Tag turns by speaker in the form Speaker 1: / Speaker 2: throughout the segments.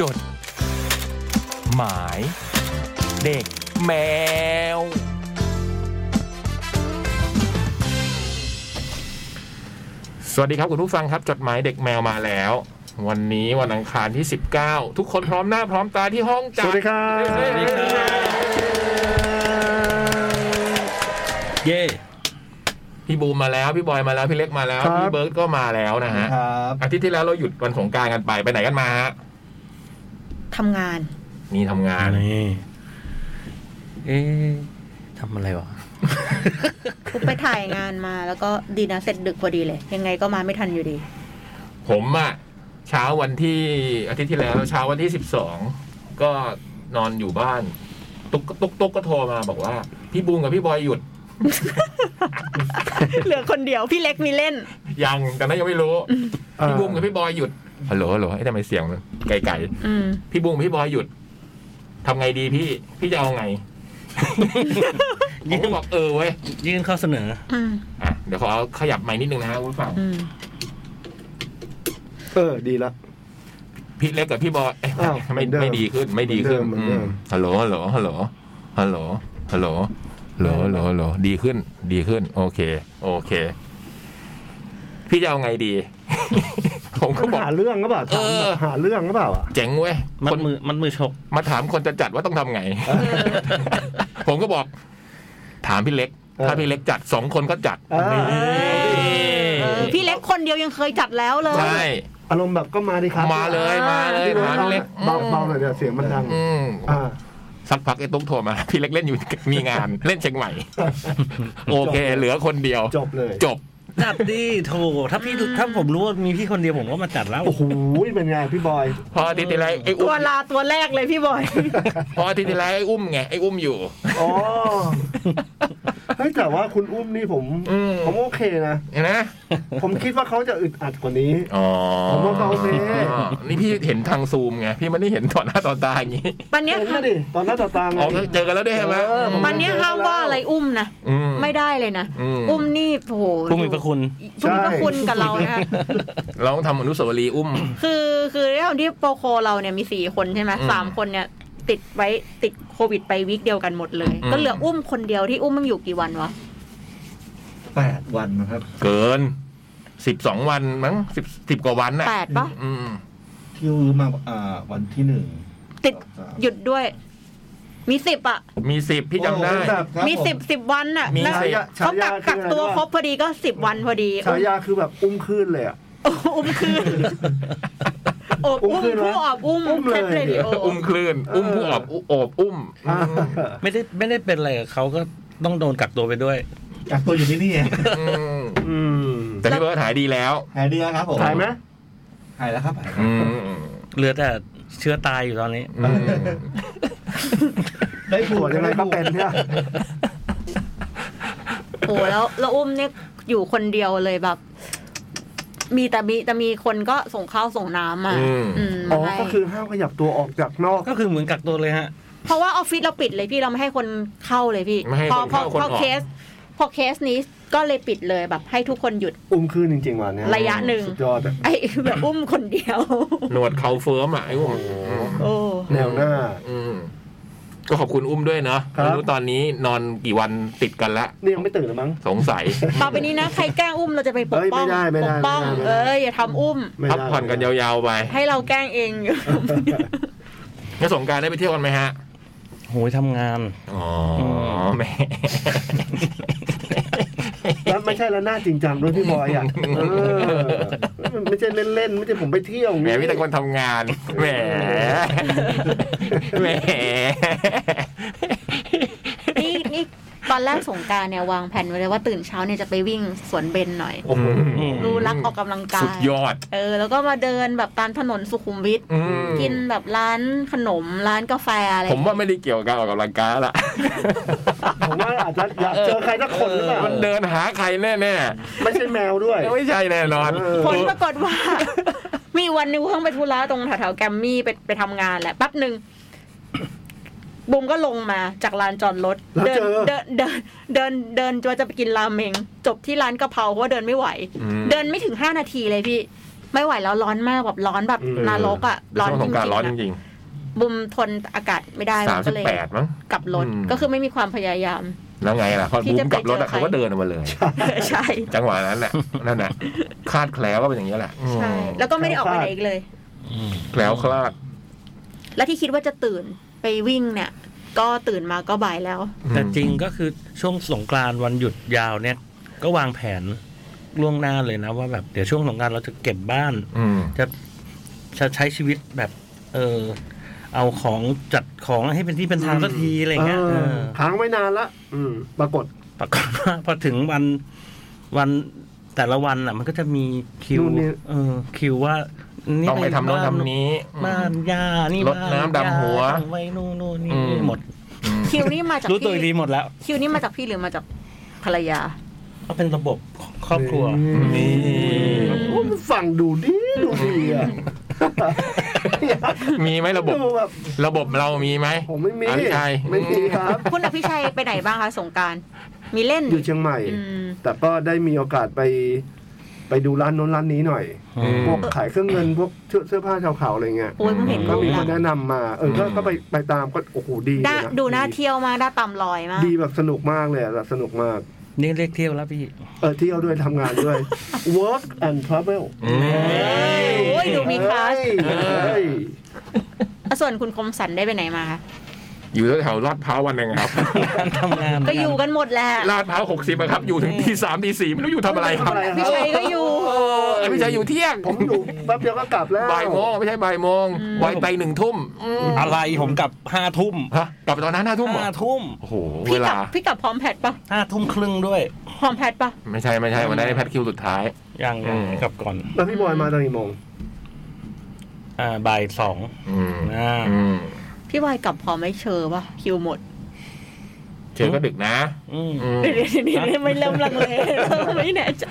Speaker 1: จด หมาย เด็กแมว สวัสดีครับคุณผู้ฟังครับ จดหมายเด็กแมวมาแล้ว วันนี้วันอังคารที่ 19 ทุกคนพร้อมหน้าพร้อมตาที่ห้องจัด
Speaker 2: สวัสดีครับ
Speaker 1: เฮ้ยๆ
Speaker 3: เย่
Speaker 1: พี่บูมมาแล้ว พี่บอยมาแล้วพี่เล็กมาแล้ว
Speaker 2: ครับ
Speaker 1: พี่เบิร์ดก็มาแล้วนะฮะ
Speaker 4: ครับ
Speaker 1: อาทิตย์ที่แล้วเราหยุดวันสงกรารกันไปไปไหนกันมาฮะ
Speaker 5: ทำงาน
Speaker 1: มีทำงาน
Speaker 3: นี่เอ๊ะทำอะไรวะ
Speaker 5: ปุ๊บไปถ่ายงานมาแล้วก็ดีนะเสร็จดึกพอดีเลย ยังไงก็มาไม่ทันอยู่ดี
Speaker 1: ผมอะเช้าวันที่อาทิตย์ที่แล้วเช้าวันที่สิบสองก็นอนอยู่บ้าน ตุ๊กตุ๊กตุ๊กก็โทรมาบอกว่า พี่บูมกับพี่บอยหยุด
Speaker 5: เหลือคนเดียวพี่เล็กมีเล่น
Speaker 1: ยังแต่นั้นยังไม่รู้ พี่บูมกับพี่บอยหยุดฮัลโหลฮัลโหลไอ้ยทำไมเสียงมันไกล
Speaker 5: อืม
Speaker 1: ๆพี่บูมกับพี่บอยหยุดทำไงดีพี่พี่จะเอาไง ผมก็บอกเออเว้ย
Speaker 3: ยื่นข้อเสนอ
Speaker 5: อืม
Speaker 1: อ่ะเดี๋ยวขอเอาขยับไม้นิดนึงนะฮะคุณผู้ฟัง
Speaker 5: อืม
Speaker 2: เออ ดีละ
Speaker 1: พี่เล็กกับพี่บอยเอ้ย
Speaker 2: อ้าว
Speaker 1: ไม่
Speaker 2: เหมือนเดิม
Speaker 1: ไม่ดีขึ้น ไม่ดีขึ้น
Speaker 2: เหมือนเดิม
Speaker 1: อืมฮัลโหลฮัลโหลฮัลโหลฮัลโหลฮัลโหลฮัลโหลฮัลโหลฮัลโหลดีขึ้น ดีขึ้น โอเค โอเค พี่จะเอาไงดี ผมก็บอก
Speaker 2: หาเรื่องก็เปล่าถาม
Speaker 1: เอ
Speaker 2: แบ
Speaker 1: อ
Speaker 2: บหาเรื่องก็เปล่าอ่ะ
Speaker 1: เจ๋งเว้ย
Speaker 3: มั
Speaker 1: ค
Speaker 3: ด
Speaker 1: น
Speaker 3: มือ มัดมือชก
Speaker 1: มาถามคนจะจัดว่าต้องทำ ไง ผมก็บอก ถามพี่เล็ก
Speaker 2: เออ
Speaker 1: ถ้าพี่เล็กจัดสองคนก็จัด
Speaker 2: อ่า
Speaker 5: เออพี่เล็กคนเดียวยังเคยจัดแล้วเลย
Speaker 1: ใช่
Speaker 2: อารมณ์แบบก็มาดิครับ
Speaker 1: มาเลยมาเลย
Speaker 2: พี่เบิ
Speaker 1: ถา
Speaker 2: ร์
Speaker 1: ม
Speaker 2: ด
Speaker 1: พี่เล็ก
Speaker 2: เบาๆเบาๆหน่อยเดี๋ยวเสียงมันดัง
Speaker 1: อืม
Speaker 2: อ่า
Speaker 1: สักพักไอ้ตุ๊กโทรมา พี่เล็กเล่นอยู่ มีงาน เล่นเชียงใหม่ โอเค
Speaker 2: จบเลย
Speaker 1: เหลือคนเดียว
Speaker 2: จบเลย
Speaker 1: จบ
Speaker 3: จัดดิโถถ้าพี่ ถ้าผมรู้ว่ามีพี่คนเดียวผมก็มาจัดแล้ว
Speaker 2: โอ้โหเป็นไงพี่บอย
Speaker 1: พออาทิตย์ที่แล้วไอ้
Speaker 5: ตั
Speaker 1: อุ้
Speaker 5: ว
Speaker 1: ม
Speaker 5: ลาตัวแรกเลยพี่บอย
Speaker 1: พออาทิตย์ที่แล้วไอ้อุ้มไงไอ้อุ้มอยู่
Speaker 2: อ๋อเฮ้ยแต่ว่าคุณอุ้มนี่ผม
Speaker 1: อืม
Speaker 2: ผมโอเคนะ
Speaker 1: เห็นนะ
Speaker 2: ผมคิดว่าเขาจะอึดอัดกว่านี้
Speaker 1: อ๋อ
Speaker 2: ผมว่าเขาโอเค
Speaker 1: นี่พี่เห็นทางซูมไงพี่ไม่ได้เห็นต่อหน้าต่อตาอย่างนี้
Speaker 5: ปันเนี้ย
Speaker 2: เห็นไหมดิตอนหน้าต่อตาไง
Speaker 1: อ๋อเจอกันแล้วด้วยใช่ไหม
Speaker 2: เออ
Speaker 5: ปันเนี้ยห้ามว่าอะไรอุ้มนะ
Speaker 1: อืม
Speaker 5: ไม่ได้เลยนะ
Speaker 1: อืม
Speaker 5: อุ้มนี่โอ้โห
Speaker 3: ผู้มีพระคุณ
Speaker 5: ผู้มีพระคุณกับเรานะคะ
Speaker 1: เราต้องทำอนุสาวรีย์อุ้ม
Speaker 5: คือคือเรื่องที่โปรโคเราเนี่ยมีสี่คนใช่ไหม
Speaker 1: อืม
Speaker 5: สามคนเนี่ย ติดไว้ติดโควิดไปวีคเดียวกันหมดเลย
Speaker 1: อืม
Speaker 5: ก็เหลืออุ้มคนเดียวที่อุ้มมันอยู่กี่วันวะ
Speaker 4: แปดวันนะครับ
Speaker 1: เกินสิบสองวันมั้งสิบสิบกว่าวันน่ะ
Speaker 5: แปดปะ
Speaker 1: อืม
Speaker 4: ที่รู้มาอ่าวันที่หนึ่ง
Speaker 5: ติด หยุดด้วย มีสิบอ่ะ
Speaker 1: มีสิบพี่จำได้
Speaker 4: โอ้โหแบบครับ
Speaker 5: มีสิบสิบวันอ่ะ
Speaker 1: มี
Speaker 5: แล้ว
Speaker 2: ฉายาฉา
Speaker 5: เขา
Speaker 2: ยา
Speaker 5: กัก
Speaker 2: คือ
Speaker 5: กัก
Speaker 2: อะไร
Speaker 5: ตัว
Speaker 2: วะ
Speaker 5: ครบพอดีก็สิบวันพอดี
Speaker 2: ฉายาคือแบบอุ้มขึ้นเลยอ่ะ
Speaker 5: อุ้มคื นโอบ
Speaker 2: อุ้
Speaker 5: อุ้
Speaker 2: ม
Speaker 5: ม
Speaker 2: คืน
Speaker 5: ผู้
Speaker 2: วะ
Speaker 5: ออบอุ้ม
Speaker 2: อุ้มเลย
Speaker 5: แคทรดิโออ
Speaker 1: อุ้มคลื่น อุ้มผู้ออบโอบอุ้ม
Speaker 2: อ่า
Speaker 3: ไม่ได้ ไม่ได้เป็นอะไรกับเขาก็ต้องโดนกักตัวไปด้วย
Speaker 4: กักตัวอยู่ที่ นี่ไง
Speaker 1: อืม
Speaker 2: อืม
Speaker 1: แต่พี่เบิร์ดหายดีแล้ว
Speaker 4: หายดีแล้วครับผม
Speaker 2: ถ่ายไหม
Speaker 4: หายแล้วครับหาย
Speaker 1: อืม
Speaker 3: เหลือแต่เชื้อตายอยู่ตอนนี้
Speaker 1: อืม
Speaker 4: ได้
Speaker 2: ตรวจยังไงก็เป็นเนี่ย
Speaker 5: โอ้แล้วแล้วอุ้มเนี่ยอยู่คนเดียวเลยแบบ มีแต่มีแต่มีคนก็ส่งข้าวส่งน้ำมาอืม
Speaker 2: อ๋อ
Speaker 5: มาให้
Speaker 2: ก็คือห้ามขยับตัวออกจากนอก
Speaker 3: ก็คือเหมือนกักตัวเลยฮะ
Speaker 5: เพราะว่าออฟฟิศเราปิดเลยพี่เราไม่ให้คนเข้าเลยพี่
Speaker 1: ไม่ให้ค
Speaker 5: พอนพอ
Speaker 1: เข้าคน
Speaker 5: พ
Speaker 1: อ
Speaker 5: อ
Speaker 1: อก
Speaker 5: เคส พอเคสนี้ก็เลยปิดเลยแบบ ให้ทุกคนหยุด
Speaker 2: อุ้มขึ้นจริงๆว่ะเนี่ย
Speaker 5: ระยะหนึ่ง
Speaker 2: สุดยอดอะ
Speaker 5: ไอ้แบบอุ้มคนเดียว
Speaker 1: หนวดเขาเฟิร์มอ่ะไอ้อุ้มอืม
Speaker 5: โอ้
Speaker 2: แนวหน้า
Speaker 1: อืมก็ขอบคุณอุ้มด้วยเนาะ
Speaker 2: ครับ
Speaker 1: ไม่รู้ตอนนี้นอนกี่วันติดกันละ
Speaker 2: นี่ยังไม่ตื่นหรือมั้ง
Speaker 1: สงสัย
Speaker 5: ต่อไปนี้นะ ใครแกล้งอุ้มเราจะไปปกป้
Speaker 2: เอ้ย
Speaker 5: อง
Speaker 2: ไม่ได้ไม่ได้
Speaker 5: ปกป้อง
Speaker 2: ไม่ได้ไม่ได้
Speaker 5: เอ้ยอย่าทำอุ้ม
Speaker 2: ไม่
Speaker 1: พัก
Speaker 2: ได้
Speaker 1: ผ่อนกันยาวๆไป
Speaker 5: ให้เราแกล้งเอง อยู่
Speaker 1: งั้นสงกรารได้ไปเที่ยวกันไหมฮะ
Speaker 3: โหยทำงาน
Speaker 1: อ๋อแหม่
Speaker 2: แล้วไม่ใช่แล้วหน้าจริงจัง ด้วยพี่บอยอ่ะเออมันไม่ใช่เล่นๆไม่ใช่ผมไปเที่ยว
Speaker 1: แหมมีแต่คนทำงาน แหม แหม
Speaker 5: นี่นี่ตอนแรกสงกรารเนี่ยวางแผนไว้เลยว่าตื่นเช้าเนี่ยจะไปวิ่งสวนเบนหน่อย
Speaker 2: โอ้โห
Speaker 3: ม
Speaker 5: รู้รักออกกำลังกา
Speaker 1: สุ
Speaker 5: ย
Speaker 1: ดยอด
Speaker 5: เออ แล้วก็มาเดินแบบตามถนนสุขุมวิท
Speaker 1: อืม
Speaker 5: กินแบบร้านขนมร้านกาแฟอะไร
Speaker 1: ผมว่าไม่ได้เกี่ยวกับการออกกำลังกายละ
Speaker 2: ผมว่าอาจจะอยากเจอใครสักคนหรือเปล่า
Speaker 1: มันเดินหาใครแน่
Speaker 2: ไม่ใช่แมวด้วย
Speaker 1: ๆ ไม่ใช่แน่นอน
Speaker 2: เออ
Speaker 5: ผลปรากฏ ว่า มีวันหนึงเพิ่งไปธุระตรงแถวๆแกรมมี่ไปไปทำงานแหละแป๊บหนึ่งบุมก็ลงมาจากลานจอดรถ
Speaker 2: แล้ว
Speaker 5: เดิ
Speaker 2: เจอ
Speaker 5: เดินเดินเดินเดินจะจะไปกินราเมง จบที่ร้านกะเพราเพราะว่าเดินไม่ไหว
Speaker 1: อืม
Speaker 5: เดินไม่ถึงห้านาทีเลยพี่ ไม่ไหวแล้วร้อนมากแบบร้อนแบบ
Speaker 2: อืม
Speaker 5: นรกอ่ะร้อน
Speaker 1: ช่วงสง
Speaker 5: จริง
Speaker 1: กรารร้อนจ
Speaker 5: ๆอะ
Speaker 1: ริง
Speaker 5: บุมทนอากาศไม่ได้
Speaker 1: ๆสาม
Speaker 5: บุ
Speaker 1: สิบ
Speaker 5: มก็เลย
Speaker 1: แปดมั้ง
Speaker 5: กลับรถ
Speaker 1: อืม
Speaker 5: ก็คือไม่มีความพยายาม
Speaker 1: แล้วไงล่ะพอ
Speaker 5: ที่
Speaker 1: บู
Speaker 5: จะ
Speaker 1: ม
Speaker 5: ไป
Speaker 1: กลับรถอะ
Speaker 5: เจอใคร
Speaker 1: เขาก็เดินออกมาเลย
Speaker 5: ใช่
Speaker 1: จังหวะนั้นแหละนั่นแหละคาดแคล้วว่าเป็นอย่างนี้ยแหละอืม
Speaker 5: ใช่แล้วก็ไม่ได้ออกไปไหนอีกเลย
Speaker 1: แคล้วคลาด
Speaker 5: แล้วที่คิดว่าจะตื่นไปวิ่งเนี่ย ก็ตื่นมาก็บ่ายแล้ว
Speaker 3: แต่จริงก็คือช่วงสงกรานต์วันหยุดยาวเนี่ย ก็วางแผนล่วงหน้าเลยนะว่าแบบเดี๋ยวช่วงสงกรานต์เราจะเก็บบ้าน
Speaker 1: อืม
Speaker 3: จะใช้ชีวิตแบบ เออ เอาของจัดของให้เป็นที่เป็นทางสักทีอะไรเงี้ย
Speaker 2: อ
Speaker 3: เอ
Speaker 2: อ
Speaker 3: อ
Speaker 2: ค้างไว้นานละอืม ปรากฏ
Speaker 3: ปรากฏว่า พอถึงวันวันแต่ละวันอ่ะ มันก็จะมีคิว
Speaker 2: นู่นนี่
Speaker 3: เออ คิวว่านี่
Speaker 1: ต้องไปทำโน้น
Speaker 3: บ้า
Speaker 1: ทำนี้
Speaker 3: บ้านยานี่
Speaker 1: รดน้ำ
Speaker 3: บ้
Speaker 1: ดำหัว
Speaker 3: ย่าต้องไว้นู่นนู่นนี่
Speaker 1: อืม
Speaker 3: หมด
Speaker 1: อืม
Speaker 5: คิวนี่มาจาก
Speaker 3: รู้ตัวอีกที
Speaker 5: พี่
Speaker 3: หมดแล้ว
Speaker 5: คิวนี่มาจากพี่หรือมาจากภรรยา
Speaker 3: ก็เป็นระบบของครอบครัว
Speaker 1: นี่
Speaker 2: โอ้มันฟังดูดีดูดีอ่ะ
Speaker 1: มีไหมระบบ
Speaker 2: ดูแบบ
Speaker 1: ระบบเรามีไหม
Speaker 2: ผมไม่มี
Speaker 1: อภิชัย
Speaker 2: ไม่มีครับ
Speaker 5: คุณอภิชัยไปไหนบ้างคะสงกรารมีเล่น
Speaker 2: อยู่เชียงใหม่
Speaker 5: อืม
Speaker 2: แต่ก็ได้มีโอกาสไป ไปดูร้านโน้นร้านนี้หน่อย
Speaker 1: อืม
Speaker 2: พวกขายเครื่องเงินพวกเสื้อเสื้อผ้าชาวเขาอะไรเงี้ย
Speaker 5: โอ้ยเพิ่งเห็น
Speaker 1: อืม
Speaker 2: ก็
Speaker 5: รูป
Speaker 2: มีค
Speaker 5: ละ
Speaker 2: นแนะนำมา เออก็
Speaker 1: อืม
Speaker 2: ก็ไปไปตามก็โอ้โหดี
Speaker 5: น่า
Speaker 2: เลยะ
Speaker 5: ดูน่าเที่ยวมากน่าตำลอยมาก
Speaker 2: ดีแบบสนุกมากเลยอะแบบสนุกมาก
Speaker 3: นี่เรียกเที่ยวแล้วพี่
Speaker 2: เออเที่ยวด้วยทำงาน ด้วย work and travel
Speaker 1: อืม
Speaker 5: โอ้ยดูมีคลาส
Speaker 2: เฮ้ยเฮ้ย
Speaker 5: อ่ะส่วนคุณคมสันได้ไปไหนมาคะ
Speaker 1: อยู่แถวๆลาดพร้าววันหนึงครับ
Speaker 3: การทำงาน
Speaker 5: ก็อยู่กันหมดแหละ
Speaker 1: ลาดพร้าวหกสิบครับ อยู่ถึงตีสามตีสี่ไม่รู้อยู่ทำอะไรค
Speaker 2: ทำ
Speaker 1: รับ
Speaker 2: อะไรครับ
Speaker 5: พี่ชัยก็อยู่
Speaker 1: อภิชัยอยู่เที่ยง
Speaker 2: ผมอยู่แป๊บเดียวก็กลับแล้ว
Speaker 1: บ่ายโมงไม่ใช่บ่ายโมง
Speaker 5: อืม
Speaker 1: บ่ายไปหนึ่งทุ่มอืม
Speaker 3: อะไรผมกลับห้าทุ่ม
Speaker 1: ฮะกลับไปตอนนั้นห้าทุ่มเหรอ
Speaker 3: ห้าทุ่ม
Speaker 1: โอ้โหเว
Speaker 5: พี่กลั
Speaker 1: ลา
Speaker 5: บพี่กลับพร้อมแพทปะ
Speaker 3: ห้าทุ่มครึ่งด้วย
Speaker 5: พร้อมแพทปะ
Speaker 1: ไม่ใช่ไม่ใช่วันนั้นได้แพทคิวสุดท้าย
Speaker 3: ยัง
Speaker 1: อื
Speaker 3: ยัง
Speaker 1: ม
Speaker 3: กลับก่อน
Speaker 2: แล้วพี่บอยมาตอนกี่โมง
Speaker 3: อ่าบ่ายสอง
Speaker 1: อืม
Speaker 3: อ่า
Speaker 1: อืม
Speaker 5: พี่วายกลับพร้อมไม่เชอปะคิวหมด
Speaker 1: เชิญก็ดึกนะ
Speaker 3: อืม
Speaker 1: อืม
Speaker 5: เดี๋ยวๆๆไม่เริ่มลังเลเริ่มไม่แน่ใจ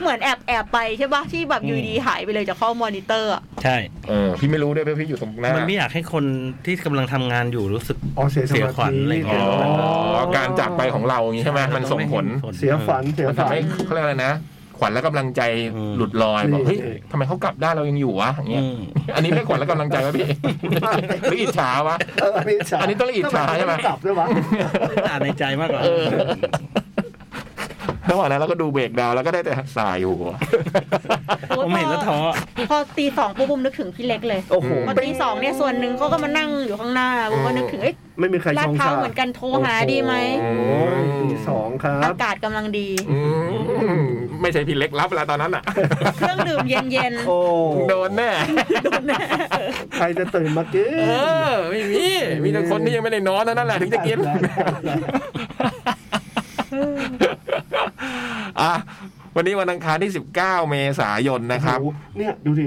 Speaker 5: เหมือนแอบแอบไปใช่ปะที่แบบอยู่ดีหายไปเลยจากข้อมอนิเตอร์อะ
Speaker 3: ใช่
Speaker 1: เออพี่ไม่รู้ด้วยเพราะพี่อยู่ตรงหน้า
Speaker 3: มันไม่อยากให้คนที่กำลังทำงานอยู่รู้สึก
Speaker 2: อ๋อเสียส
Speaker 3: เสีย
Speaker 2: มา
Speaker 3: ขวัญ
Speaker 2: ธิ
Speaker 3: อะไร
Speaker 1: อ๋
Speaker 3: เงี้
Speaker 1: อย การจากไปของเราอย่างนี้ใช่ไหมมันส่งผล
Speaker 2: เสียฝันเสีย
Speaker 1: มัน
Speaker 2: ฝัน
Speaker 1: ทำให้เขาเรียกอะไรนะ ขวัญและกำลังใจ
Speaker 3: อืม
Speaker 1: หลุดลอยบอกเฮ้ย
Speaker 2: นี่
Speaker 1: ทำไมเขากลับได้เรายังอยู่วะอย่างเงี้ย
Speaker 3: อืม
Speaker 1: อันนี้ไม่ขวัญและกำลังใจวะพี่ หรืออิจฉาวะ
Speaker 2: เอออันนี้ฉา
Speaker 1: อันนี้ต้องละเอียดฉาใช่ไหม
Speaker 2: กลับด้วยวะ
Speaker 3: อ่านในใจมากกว่า
Speaker 1: เออ ระหว่างนั้นเราก็ดูเบรกดาวน์แล้วก็ได้แต่สายอยู่หัว
Speaker 3: ผมเห็นแล้วท้อ
Speaker 5: พอตีสองปุ๊บบุมนึกถึงพี่เล็กเลย
Speaker 2: โอ้โห
Speaker 5: พอตีสองเนี่ยส่วนหนึ่งเขาก็มานั่งอยู่ข้างหน้าบุมก็นึกถึงเอ้ย
Speaker 2: ไม่มีใครช
Speaker 5: ลาด
Speaker 2: ง
Speaker 5: พร้า
Speaker 2: ชาว
Speaker 5: เหมือนกันโทรหาดีไหม
Speaker 2: โอ้โหตีสองครั
Speaker 5: อา
Speaker 2: บ
Speaker 5: กาศกำลังดี
Speaker 1: อืมไม่ใช่พี่เล็กรับเวลาตอนนั้นอ่ะ
Speaker 5: เครื่องดื่มเย็น
Speaker 2: โอ้
Speaker 1: โดนแน่
Speaker 2: ใครจะตื่นมากิน
Speaker 1: เออไม่มีมีแต่คนที่ยังไม่ได้นอนเท่านั้นแห ละถึงจะกิน อ่ะวันนี้วันอังคารที่ 19 เมษายนนะครับ
Speaker 2: โอ้โหเนี่ยดูดิ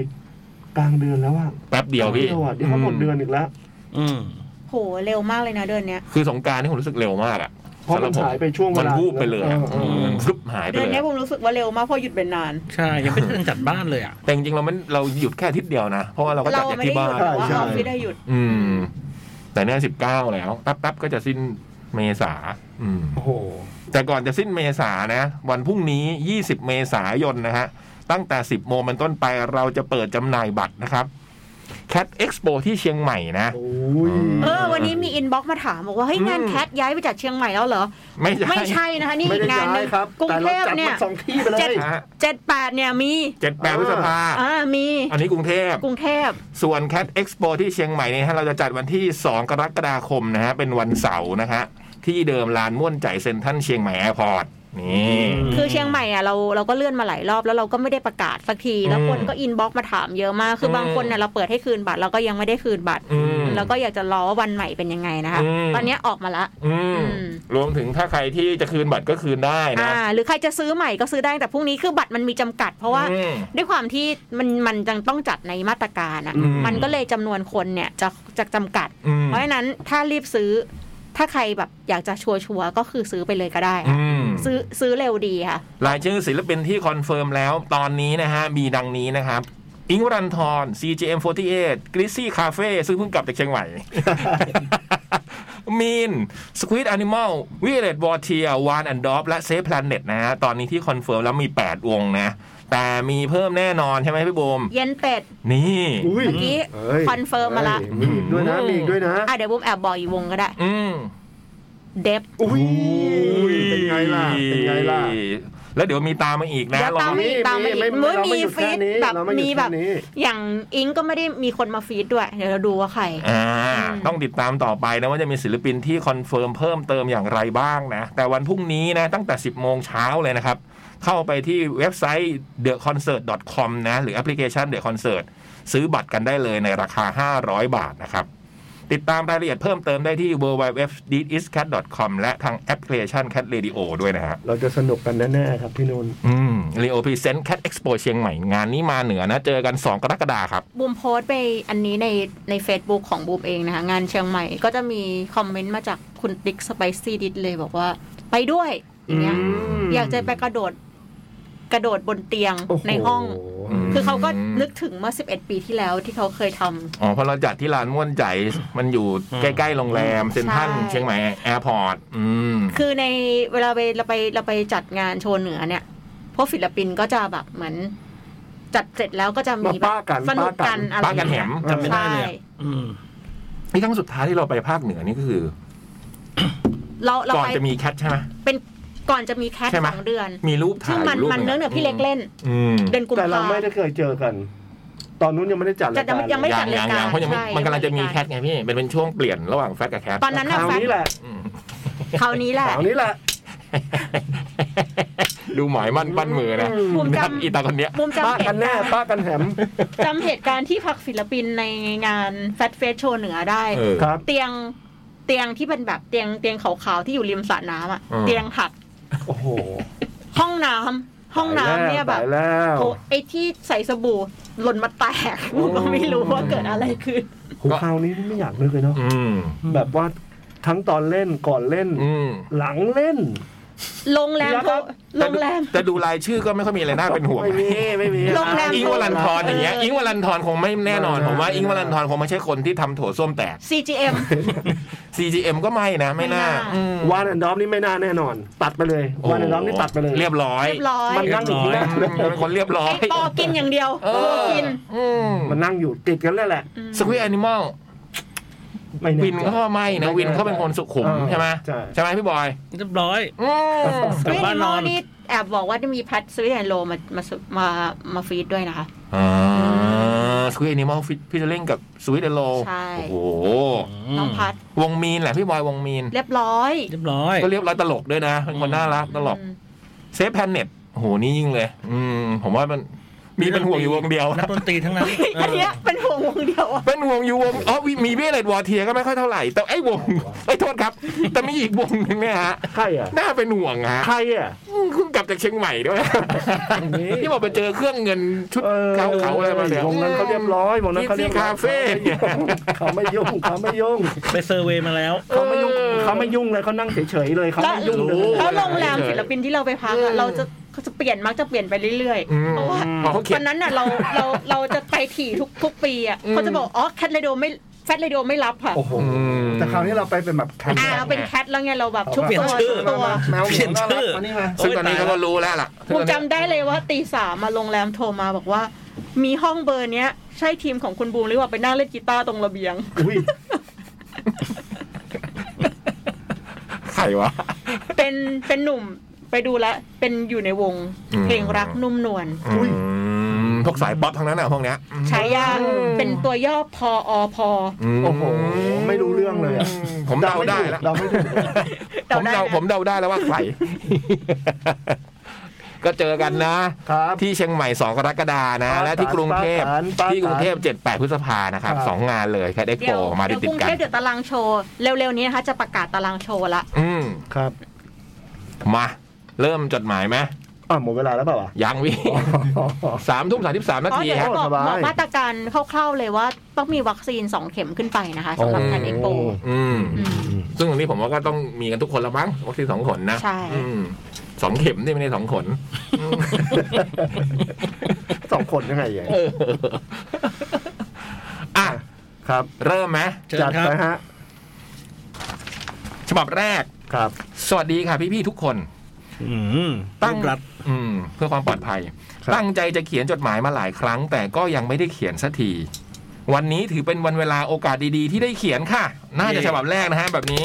Speaker 2: กลางเดือนแล้วอะ
Speaker 1: แป๊บเดียวพี่
Speaker 2: สวัสดีเขาหมดเดือนอีกแล้ว
Speaker 3: อืม
Speaker 5: ๆ โห เร็วมากเลยนะเดือนเนี้ย
Speaker 1: คือสงกรารนี่ผมรู้สึกเร็วมากอ่ะ
Speaker 2: เพราะมัน
Speaker 1: สำหบผ
Speaker 2: หายไปช่วงเว
Speaker 1: มัน
Speaker 2: ลา
Speaker 1: วู
Speaker 2: มั
Speaker 1: บไปเลยอะ
Speaker 3: อ
Speaker 1: มันฟลุบหายไป
Speaker 5: เดือน
Speaker 1: เลย
Speaker 5: เนี้ย
Speaker 1: อะ
Speaker 5: ผมรู้สึกว่าเร็วมากเพราะหยุดเป็นนาน
Speaker 3: ใช่ยังไม่ได้จัดบ้านเลยอ่ะ
Speaker 1: แต่จริงๆเราไม่เราหยุดแค่อาทิศเดียวนะ เพราะว่าเราก็จัด
Speaker 5: เรา
Speaker 1: จาก
Speaker 5: ไม่
Speaker 1: ที่
Speaker 5: ได้
Speaker 1: บ้า
Speaker 5: หยุด
Speaker 1: น
Speaker 5: แต่ว่าออฟฟิศได้หยุด
Speaker 1: อืม แต่เนี่ยสิบเก้าแล้วแป๊บๆก็จะสิ้นเมษาอืม
Speaker 2: โอ้โห
Speaker 1: แต่ก่อนจะสิ้นเมษานะ วันพรุ่งนี้ 20 เมษายนนะฮะ ตั้งแต่ 10 โมงเป็นต้นไปเราจะเปิดจำหน่ายบัตรนะครับ Cat Expo ที่เชียงใหม่นะ
Speaker 2: โอ้ย
Speaker 5: เออ วันนี้มีอินบ็อกซ์มาถามบอกว่าเฮ้ยงาน
Speaker 1: อืม
Speaker 5: แคทย้ายไปจากเชียงใหม่แล้วเหรอ
Speaker 1: ไม่ใช่
Speaker 5: ไม่ใช่นะคะ นี่
Speaker 2: ไม่
Speaker 5: อีก
Speaker 2: ได้
Speaker 5: งาน
Speaker 2: ย้า
Speaker 5: หนึ
Speaker 2: ย
Speaker 5: ง
Speaker 2: ครับ
Speaker 5: กรุงเทพ
Speaker 2: แต่าจัด
Speaker 5: เนี่ย
Speaker 2: มาสองที่ไปเล
Speaker 5: เจ็ด
Speaker 2: ย
Speaker 1: ฮะ
Speaker 5: เจ็ดแปดเนี่ยมี
Speaker 1: เจ็ดแปด
Speaker 2: อ่า
Speaker 1: พฤษภา
Speaker 5: อ่ามี
Speaker 1: อันนี้กรุงเทพ
Speaker 5: กรุงเทพ
Speaker 1: ส่วน Cat Expo ที่เชียงใหม่เนี่ยฮะเราจะจัดวันที่ 2 กรกฎาคมนะฮะ เป็นวันเสาร์นะฮะ ที่เดิมลานม่วนใจเซ็นทรัลเชียงใหม่แอร์พอร์ตนี่
Speaker 2: อืม
Speaker 5: คือเชียงใหม่อ่ะเราเราก็เลื่อนมาหลายรอบแล้วเราก็ไม่ได้ประกาศสักทีแล้ว
Speaker 1: อืม
Speaker 5: คนก็อินบ็อกซ์มาถามเยอะมากคืออ
Speaker 1: ม
Speaker 5: บางคนเนี่ยเราเปิดให้คืนบัตรเราก็ยังไม่ได้คืนบัตร
Speaker 1: อืม
Speaker 5: แล้วก็อยากจะรอว่าวันใหม่เป็นยังไงนะคะ
Speaker 1: อืม
Speaker 5: ตอนเนี้ยออกมาละ
Speaker 1: อืม
Speaker 5: อืม
Speaker 1: รวมถึงถ้าใครที่จะคืนบัตรก็คืนได้
Speaker 5: อ่า
Speaker 1: นะ
Speaker 5: หรือใครจะซื้อใหม่ก็ซื้อได้แต่พรุ่งนี้คือบัตรมันมีจำกัด เพราะว่า
Speaker 1: อืม
Speaker 5: ด้วยความที่มันมันจังต้องจัดในมาตรการอะ
Speaker 1: อืม
Speaker 5: มันก็เลยจำนวนคนเนี่ยจะจะจำกัด
Speaker 1: อืม
Speaker 5: เพราะฉะนั้นถ้ารีบซื้อ ถ้าใครแบบอยากจะชัวร์ชัวร์ๆก็คือซื้อไปเลยก็ได้ค่ะ
Speaker 1: อืม
Speaker 5: ซื้อซื้อเร็วดีค่ะ
Speaker 1: รายชื่อศิลปินที่คอนเฟิร์มแล้วตอนนี้นะฮะ มีดังนี้นะครับ อิงค์วรันทร CGM48 g r i z z y Cafe ซึ่งเพิ่งกลับจากเชียงใหม่ มีน Squid Animal v i l l a g e Wartier One and Dove และ Safe Planet นะฮะ ตอนนี้ที่คอนเฟิร์มแล้วมี 8 วงนะ แต่มีเพิ่มแน่นอนใช่ไหมพี่บูม
Speaker 5: เย็นเป็ด
Speaker 1: นี่
Speaker 2: อุ้ย
Speaker 5: เมื่อกี้
Speaker 2: ฮ้ย
Speaker 5: คอนเฟิร์มมาละ
Speaker 2: เฮ้ยมีอีกด้วยนะมีอีกด้วยนะ
Speaker 5: อ่ะเดี๋ยวบุมแอบบอกอีกวงก็ได้
Speaker 1: อืม
Speaker 5: เดฟ
Speaker 2: อุ้ยเป็นไงล่ะ เป็นไงล่ะ
Speaker 1: แล้วเดี๋ยวมีตามมาอีกนะ
Speaker 5: เดี๋ยว
Speaker 1: ลอง
Speaker 5: ตามมาอีก
Speaker 2: ไม่
Speaker 5: เฮ้ย
Speaker 2: เราไม่
Speaker 5: มี
Speaker 2: หยุดแค่
Speaker 5: ฟีด
Speaker 2: นี้
Speaker 5: แบบ
Speaker 2: เราไม่หยุด
Speaker 5: มี
Speaker 2: แบ
Speaker 5: แบบ บ
Speaker 2: นี้
Speaker 5: อย่างอิงก็ไม่ได้มีคนมาฟีดด้วย เดี๋ยวเราดูว่าใคร
Speaker 1: อ่า
Speaker 5: อืม
Speaker 1: ต้องติดตามต่อไปนะว่าจะมีศิลปินที่คอนเฟิร์มเพิ่มเติมอย่างไรบ้างนะ แต่วันพรุ่งนี้นะ ตั้งแต่ 10 โมงเช้าเลยนะครับ เข้าไปที่เว็บไซต์ theconcert.com นะ หรือแอปพลิเคชัน The Concert ซื้อบัตรกันได้เลยในราคา 500 บาทนะครับ ติดตามรายละเอียดเพิ่มเติมได้ที่ www.deediscat.com และทางแอปพลิเคชัน Cat Radio ด้วยนะฮะ
Speaker 2: เราจะสนุกกันแน่ๆครับพี่นุ่น
Speaker 1: อืม Leo Present Cat Expo เชียงใหม่งานนี้มาเหนือนะ เจอกัน 2 กรกฎาคมครับ
Speaker 5: บูมโพสต์ไปอันนี้ในใน Facebook ของบูมเองนะคะ งานเชียงใหม่ก็จะมีคอมเมนต์มาจากคุณติ๊กสไปซี่ดิสเลยบอกว่า ไปด้วยอย่างเงี้ย
Speaker 2: ม
Speaker 5: อยากจะไปกระโดด กระโดดบนเตียง
Speaker 2: โโ
Speaker 5: ในห้อง
Speaker 1: ม
Speaker 5: คือเขาก็นึกถึงเมื่อ 11 ปีที่แล้วที่เขาเคยทำ
Speaker 1: อ๋อเพราะเราจัดที่ลานม่วนใจมันอยู่
Speaker 3: อืม
Speaker 1: ใกล้ๆโรงแรม เซ็นทรัล
Speaker 5: ใช่
Speaker 1: เชียงใหม่แอร์พอร์ตอืม
Speaker 5: คือในเวลาไปเราไปเราไปจัดงานโชว์เหนือเนี่ยพวกศิลปินก็จะแบบเหมือน จัดเสร็จแล้วก็จะมี
Speaker 2: มาป้ากัน
Speaker 5: สนุกกัน
Speaker 2: ป้ากัน
Speaker 5: อะไร
Speaker 1: ป้ากันแหม
Speaker 3: จำไม่ได้เลยอะอืม
Speaker 1: นี่ครั้งสุดท้ายที่เราไปภาคเหนือนี่ก็คือ
Speaker 5: เราเรา
Speaker 1: ก่อน
Speaker 5: ไป
Speaker 1: จะมีแคทใช่ไหม
Speaker 5: เป็นก่อนจะมีแคท
Speaker 1: ใช่ไหม
Speaker 5: สองเดือน
Speaker 1: มีรูปถ่า
Speaker 5: ซึ่ง
Speaker 1: ย
Speaker 5: มัน
Speaker 1: รูป
Speaker 5: มันเนื้อเหนือพี่เล็กเล่น
Speaker 1: อืม
Speaker 5: เดือนกุม
Speaker 2: แต่
Speaker 5: ภา
Speaker 2: เรา
Speaker 5: พั
Speaker 2: ไม่
Speaker 5: นธ์
Speaker 2: ได้เคยเจอกัน ตอนนู้นยังไม่ได้จัดรายการ
Speaker 5: ยังไม่ ด้
Speaker 1: อ
Speaker 5: จั
Speaker 1: ย่า
Speaker 5: ด
Speaker 1: ง
Speaker 5: ราย
Speaker 1: ๆ
Speaker 5: การ
Speaker 1: ย่างๆเพราะยังไม่
Speaker 5: ใช่
Speaker 1: มันกำลังจะมี
Speaker 5: ยังไม่
Speaker 1: แคทไงพี่มันเป็นช่วงเปลี่ยนระหว่างแฟตกับแคท
Speaker 5: ตอนนั้นน่ะ
Speaker 2: คราวนี้แหละ
Speaker 1: อืม
Speaker 5: คราวนี้แหละ
Speaker 2: คราวนี้แหละ
Speaker 1: ดูหมายมั่นปั้นมือนะ
Speaker 5: ภูมิใจ
Speaker 1: นั่นอีตาคนเนี้ย
Speaker 5: บูมจำ
Speaker 2: ป้า
Speaker 5: เหตุ
Speaker 2: กั
Speaker 5: กาน ร
Speaker 2: แน่
Speaker 5: ณ์
Speaker 2: ป้ากันแหม
Speaker 5: จำเหตุการณ์ที่พักศิลปินในงานแฟตเฟสโชว์เหนือได้
Speaker 1: เออ
Speaker 2: ครับ
Speaker 5: เตียงเตียงที่เป็นแบบเตียงเตียงขาวๆที่อยู่ริมสระน้ำอ่ะ
Speaker 1: อืม
Speaker 5: เตียงหัก
Speaker 2: โอ้โห
Speaker 5: ห้องน้ำห้องน้ำเนี่ยแบบ
Speaker 2: ตายแล้ว
Speaker 5: โอ้ไอที่ใส่สบู่หล่นมาแตกกูก็ไม่รู้ว่าเกิดอะไรขึ้น
Speaker 2: โหคราวนี้ไม่อยากนึกเลยเนาะ
Speaker 1: อืม
Speaker 2: แบบว่าทั้งตอนเล่นก่อนเล่น
Speaker 1: อืม
Speaker 2: หลังเล่น
Speaker 5: โรงแรม
Speaker 2: ครับ
Speaker 5: โรงแรม
Speaker 1: แต่ดูรายชื่อก็ไม่ค่อยมีอะไรน่าเป็นห่วง
Speaker 2: ไม่มีไม่มี
Speaker 5: โรงแรม
Speaker 1: อิงค์วรันทรอย่างเงี้ยอิงค์วรันทรคงไม่แน่นอนผมว่าอิงค์วรันทรคงไม่ใช่คนที่ทำโถส้วมแตก
Speaker 5: CGM
Speaker 1: CGM ก็ไม่นะ ไม่น่า
Speaker 5: ไม่น่า
Speaker 1: อืม
Speaker 2: วานแอนดอมนี่ไม่น่าแน่นอน ตัดไปเลย
Speaker 1: โอ้
Speaker 2: วานแอนดอมนี่ตัดไปเลย
Speaker 1: เรียบร้อย
Speaker 5: เรียบร้อย
Speaker 2: มันนั่งอยู่ที่นั่น
Speaker 1: มันเป็นคนเรียบร้อ
Speaker 5: ไอย ปอกินอย่างเดียว
Speaker 1: เอ
Speaker 5: ปอ
Speaker 1: อ
Speaker 5: กิน
Speaker 1: อืม
Speaker 2: มันนั่งอยู่ติดกันเลยแหละ
Speaker 5: อืม
Speaker 1: สควิตแอนิมอล
Speaker 2: ไม่แใจ
Speaker 1: วินก็ไม่นะ วินเขาเป็นคนสุขุม
Speaker 2: เออ
Speaker 1: ใช่ไหม
Speaker 2: ใช่
Speaker 1: ใช่ไหมพี่บอย
Speaker 3: เรียบร้อย
Speaker 1: อืม
Speaker 5: สวิต
Speaker 3: กลับ
Speaker 5: แอ
Speaker 3: บ้าน
Speaker 5: นิม
Speaker 3: น
Speaker 5: อ
Speaker 3: อ
Speaker 5: ล
Speaker 3: น
Speaker 5: นี่แอบบอกว่าจะมีแพทสวิตแอนโลมามามามาฟีดด้วยนะคะ
Speaker 1: อ่าสควิตแอนิมอลพี่จะเล่นกับสวิตเดโล
Speaker 5: ใช่
Speaker 1: โอ้โห
Speaker 5: น้องพัท
Speaker 1: วงมีนแหละพี่บอยวงมีน
Speaker 5: เรียบร้อย
Speaker 3: เรียบร้อย
Speaker 1: ก็เรียบร้อยตลกด้วยนะเป็นคนน่ารักตลก
Speaker 5: อืม
Speaker 1: เซฟแพนเน็ตโอ้โหนี่ยิ่งเลย อืมผมว่ามันมีเป็นห่วงอยู่วงเดียว
Speaker 3: นักดนตรีทั้งนั้นเอ
Speaker 5: อัน
Speaker 3: อ
Speaker 5: เนี้ยเป็นห่วงวงเดียวอะ
Speaker 1: เป็นวงอยู่วงอ๋อมีมีเบลเลดวอเทียก็ไม่ค่อยเท่าไหร่ แต่ไอ้วง ไอ้ยโทษครับ แต่มีอีกวงหนึ่งเนี่ยฮะ
Speaker 2: ใครอ่ะ
Speaker 1: น่าเป็นห่วงฮะ
Speaker 2: ใครอ่ะ
Speaker 1: อืมเพิ่งกลับจากเชียงใหม่ด้วย
Speaker 2: นี่
Speaker 1: ที่บอกไปเจอเครื่องเงินชุดเขาเขาๆอะไรมาเนี่ยว
Speaker 2: งนั้นเขาเรียบร้อยวงนั้นเขาเรียบร้อย
Speaker 1: คาเฟ่เนี่ย
Speaker 2: เขาไม่ยุ่งเขาไม่ยุ่ง
Speaker 3: ไปเซอร์เวย์มาแล้ว
Speaker 2: เขาไม่ยุ่งเขาไม่ยุ่งเลยเขานั่งเฉยๆเลยเขาไม่ยุ่งเลย
Speaker 5: แล้วโรงแรมศิลปินที่เราไปพักอะเราจะเขาจะเปลี่ยนมักจะเปลี่ยนไปเรื่อย
Speaker 1: อื
Speaker 5: ๆ
Speaker 1: ม
Speaker 5: เพราะว่า
Speaker 1: เพราะเขาเขี
Speaker 5: ต
Speaker 1: ย
Speaker 5: อน นนั้นน่ะเราเราเราจะไปถี่ทุกทุกปีอ่ะ
Speaker 1: อืม
Speaker 5: เขาจะบอกอ๋อแคทเรโดไม่แฟทเรโดไม่รับค่ะ
Speaker 2: โอ้โห
Speaker 1: อืม
Speaker 2: แต่คราวนี้เราไปเป็นแบบแคมป์
Speaker 5: อ่าเราเป็นแคทแล้วไงเราแบบชุบ
Speaker 3: เปลี่ยน
Speaker 5: ตัว
Speaker 3: ชื่
Speaker 5: ชุ
Speaker 3: อ
Speaker 5: บตัว
Speaker 2: แมว
Speaker 3: เปลี่ยนชื่อ
Speaker 2: มานี่มา
Speaker 1: ซึ่งตอนนี้เขาก็รู้แล้วล่ะ
Speaker 5: ผมจำได้เลยว่าตีสามมาโรงแรมโทรมาบอกว่า มีห้องเบอร์เนี้ย ใช่ทีมของคุณบูมหรือว่าไปนั่งเล่นกีตาร์ตรงระเบียง
Speaker 2: อุ้ย
Speaker 1: ใครวะ
Speaker 5: เป็นเป็นหนุ่มไปดูแลวเป็นอยู่ในวง
Speaker 1: อืม
Speaker 5: เพลงรักนุ่มนวล
Speaker 1: อืมพวกสายป๊อปทั้งนั้นอ่ะพวกเนี้ย
Speaker 5: ฉายาเป็นตัวย่อพออพอ
Speaker 1: ม
Speaker 2: โอ้โหไม่รู้เรื่องเลยอะ
Speaker 1: ผมเดาได้แล้ว
Speaker 2: เราไม่ถูก
Speaker 1: ผมเดาผมเดาได้แล้วว่า ใคร ก็เจอกันนะ
Speaker 2: ครับ
Speaker 1: ที่เชียงใหม่ 2 กรกฎานะ
Speaker 2: ครับ
Speaker 1: และที่กรุงเทพ
Speaker 2: ปาการปาการ
Speaker 1: ที่กรุงเทพ7 8 พฤษภานะครับ
Speaker 2: ครับ
Speaker 1: สองงานเลยแคดเอ็ก
Speaker 5: เดี๋
Speaker 1: โป
Speaker 5: ยว
Speaker 1: มา
Speaker 5: เดี๋ยว
Speaker 1: ติ
Speaker 5: ก
Speaker 1: ด
Speaker 5: รุ
Speaker 1: ๆ
Speaker 5: ง
Speaker 1: กั
Speaker 5: เทพ
Speaker 1: น
Speaker 5: เดี๋ยวตารางโชว์เร็วๆนี้นะคะจะประกาศตารางโชว์ละ
Speaker 1: อืม
Speaker 2: ครับ
Speaker 1: มา เริ่มจดหมายไหม
Speaker 2: อ่ะหมดเวลาแล้วเปล่าวะ
Speaker 1: ยังพี่ สามทุ่มสามสิบสามนา
Speaker 5: อ๋อ
Speaker 1: ที
Speaker 5: เดี๋ยว
Speaker 1: ค
Speaker 5: จะ
Speaker 1: รับ
Speaker 5: บอก
Speaker 2: สบาย
Speaker 5: บอกมาตรการคร่าวๆเลยว่าต้องมีวัคซีนสองเข็มขึ้นไปนะคะสำหรับ
Speaker 1: โอ้
Speaker 5: แคนเอ็กโป
Speaker 1: อืม ซึ่งตรงนี้ผมว่าก็ต้องมีกันทุกคนละมั้งวัคซีนสองขนนะ
Speaker 5: ใช่
Speaker 1: อืมสองเข็มนี่ไม่ได้สองขนอืม
Speaker 2: สองคนยังไงอย่าง
Speaker 1: เออ อ่ะ
Speaker 2: ครับ
Speaker 1: เริ่มไหม
Speaker 3: เชิญ
Speaker 2: จัด
Speaker 3: ครับ
Speaker 2: ไปฮะ
Speaker 1: ฉบับแรก
Speaker 2: ครับ
Speaker 1: สวัสดีค่ะพี่ ๆ ทุกคน
Speaker 3: อืม
Speaker 1: ตั้
Speaker 3: ตั้
Speaker 1: ง
Speaker 3: งรัฐ
Speaker 1: อืมเพื่อความปลอดภัย
Speaker 2: ครับ
Speaker 1: ตั้งใจจะเขียนจดหมายมาหลายครั้ง แต่ก็ยังไม่ได้เขียนสักที วันนี้ถือเป็นวันเวลาโอกาสดีๆ ที่ได้เขียนค่ะ น่าจะฉบับแรกนะฮะแบบนี้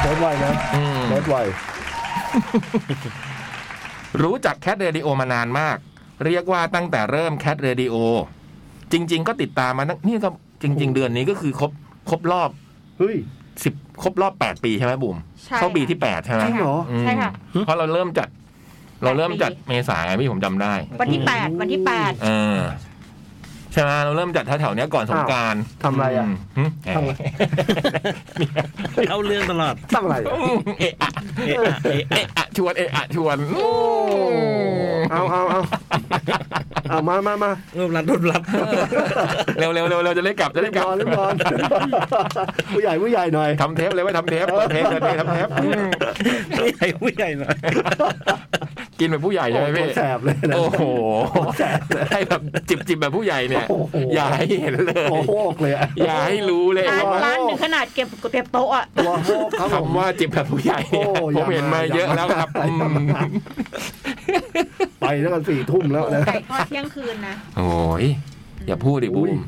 Speaker 2: เบิร์ดไวนะ
Speaker 1: อืม
Speaker 2: เบิร์ดไว
Speaker 1: รู้จักแคทเรดิโอมานานมาก เรียกว่าตั้งแต่เริ่มแคทเรดิโอจริง ๆ ก็ติดตามมาตั้งนี่ก็จริง ๆ เดือนนี้ก็คือครบครบรอบ
Speaker 2: เฮ้ย
Speaker 1: สิบครบรอบแปดปีใช่ไหมบุ๋ม
Speaker 5: ใช่
Speaker 1: เข้าปี
Speaker 5: ค่ะ
Speaker 1: ที่แปดใช่ไหม
Speaker 2: จริงเหรอ
Speaker 1: ม
Speaker 5: ใช่ค่ะ
Speaker 1: เพราะเราเริ่มจัด เราเริ่มจัดเมษายนพี่ผมจำได้
Speaker 5: วันที่แปดวันที่แปด
Speaker 1: เออใช่ไหมเราเริ่มจัดแถวๆเนี้ยก่อนสงกราร
Speaker 2: อ้าวทำอะไรอ่ะทำอะไร
Speaker 3: เข้าเรื่องตลอด
Speaker 2: ทำอะไรอ่ะ
Speaker 1: เอะอะ
Speaker 3: เอะอะเอะ
Speaker 1: เอะอะชวนเอะอะชวน
Speaker 2: เอาเอาเอาเอามามามา
Speaker 3: รูปรัดรูปรัด
Speaker 1: เร็วเร็วเร็วเร็วจะได้กลับจะ
Speaker 2: เรี
Speaker 1: ได้
Speaker 2: ยบ
Speaker 1: กลับ
Speaker 2: ร้อยเรียบร้อยผู้ใหญ่ผู้ใหญ่หน่อย
Speaker 1: ทำเทปเลยไว่าทำเทปเปิดเทปเปิดเทปทำเทปอืม
Speaker 3: ผู้ใหญ่ผู้ใหญ่หน่อย
Speaker 1: กินแบบผู้ใหญ่ใช่ไหม
Speaker 2: โอ้
Speaker 1: พี่
Speaker 2: โหแสบเลยนะ
Speaker 1: โอ้โห
Speaker 2: แสบเลย
Speaker 1: ให้แบบจิบจิบแบบผู้ใหญ่เนี่ย
Speaker 2: โอ้โห
Speaker 1: อย่าให้เห็นเลย
Speaker 2: หัวโหกเลยอ่ะ
Speaker 1: อย่าให้รู้เลย
Speaker 5: ร้าน
Speaker 1: ว่า
Speaker 5: ร้านหนึ่งขนาดเก็บเก็บโต๊ะอะ
Speaker 2: หัวโหกครับผม
Speaker 1: คำว่าจิบแบบผู้ใหญ่เนี่ย
Speaker 2: โอ้
Speaker 1: ผม
Speaker 2: อย่ามา
Speaker 1: เห็นมาเยอะ
Speaker 2: อย่ามา
Speaker 1: แล้วครับอืม
Speaker 2: ไปแล้วกันสี่ทุ่มแล้วนะ
Speaker 5: ไก่ทอดเที่ยงคืนนะ
Speaker 1: โอ้ยอย่าพูดดิบู
Speaker 2: อุ้ย
Speaker 1: ม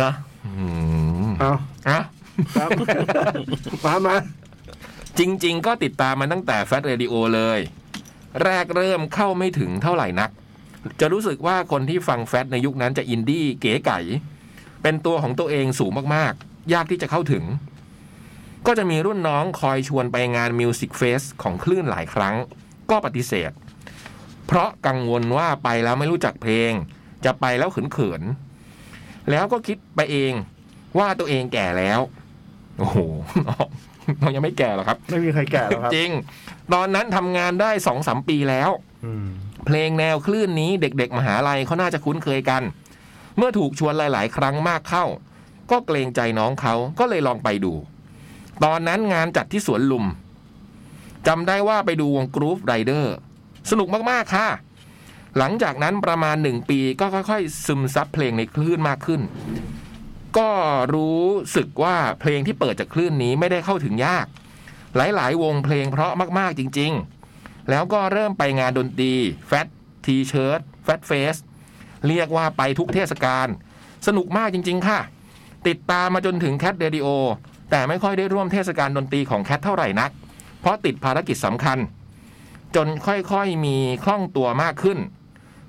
Speaker 1: นะอืม
Speaker 2: เอา
Speaker 1: อ่ะ
Speaker 2: ครับ มามา
Speaker 1: จริง ๆ ก็ติดตามมาตั้งแต่แฟชเรดิโอเลย แรกเริ่มเข้าไม่ถึงเท่าไหร่นัก จะรู้สึกว่าคนที่ฟังแฟชในยุคนั้นจะอินดี้เก๋ไก๋เป็นตัวของตัวเองสูงมากๆ ยากที่จะเข้าถึง ก็จะมีรุ่นน้องคอยชวนไปงานมิวสิกเฟสของคลื่นหลายครั้ง ก็ปฏิเสธ เพราะกังวลว่าไปแล้วไม่รู้จักเพลง จะไปแล้วเขินๆแล้วก็คิดไปเองว่าตัวเองแก่แล้ว โอ้โห น้องน้องยังไม่แก่หรอกครับ
Speaker 2: ไม่มีใครแก่แล้วครับ
Speaker 1: จริง ตอนนั้นทำงานได้สองสามปีแล้ว เพลงแนวคลื่นนี้เด็กๆ มหาลัยเขาน่าจะคุ้นเคยกัน เมื่อถูกชวนหลายๆ ครั้งมากเข้า ก็เกรงใจน้องเขาก็เลยลองไปดู ตอนนั้นงานจัดที่สวนลุมจำได้ว่าไปดูวงกรูฟไรเดอร์สนุกมากๆ ค่ะ หลังจากนั้นประมาณหนึ่งปีก็ค่อยๆ ซึมซับเพลงในคลื่นมากขึ้น ก็รู้สึกว่าเพลงที่เปิดจากคลื่นนี้ไม่ได้เข้าถึงยาก หลาย ๆ วงเพลงเพราะมาก ๆ จริง ๆ แล้วก็เริ่มไปงานดนตรี แฟตทีเชิร์ตแฟตเฟส เรียกว่าไปทุกเทศกาล สนุกมากจริง ๆ ค่ะ ติดตามมาจนถึงแคทเดดิโอ แต่ไม่ค่อยได้ร่วมเทศกาลดนตรีของแคทเท่าไหร่นัก เพราะติดภารกิจสำคัญ จนค่อย ๆ มีคล่องตัวมากขึ้น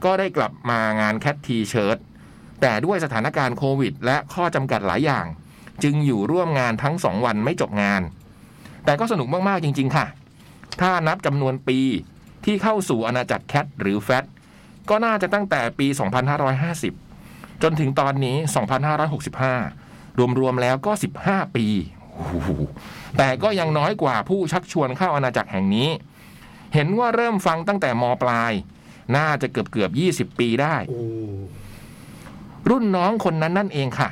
Speaker 1: ก็ได้กลับมางานแคททีเชิร์ตแต่ด้วยสถานการณ์โควิด และข้อจำกัดหลายอย่าง จึงอยู่ร่วมงานทั้งสองวันไม่จบงาน แต่ก็สนุกมาก ๆ จริง ๆ ค่ะ ถ้านับจำนวนปีที่เข้าสู่อาณาจักรแคทหรือแฟตก็น่าจะตั้งแต่ปี 2550 จนถึงตอนนี้ 2565 รวม ๆ แล้วก็ 15 ปีโอ้โหแต่ก็ยังน้อยกว่าผู้ชักชวนเข้าอาณาจักรแห่งนี้ เห็นว่าเริ่มฟังตั้งแต่มปลาย น่าจะเกือบเกือบ 20 ปีได้
Speaker 2: โอ้
Speaker 1: รุ่นน้องคนนั้นนั่นเองค่ะ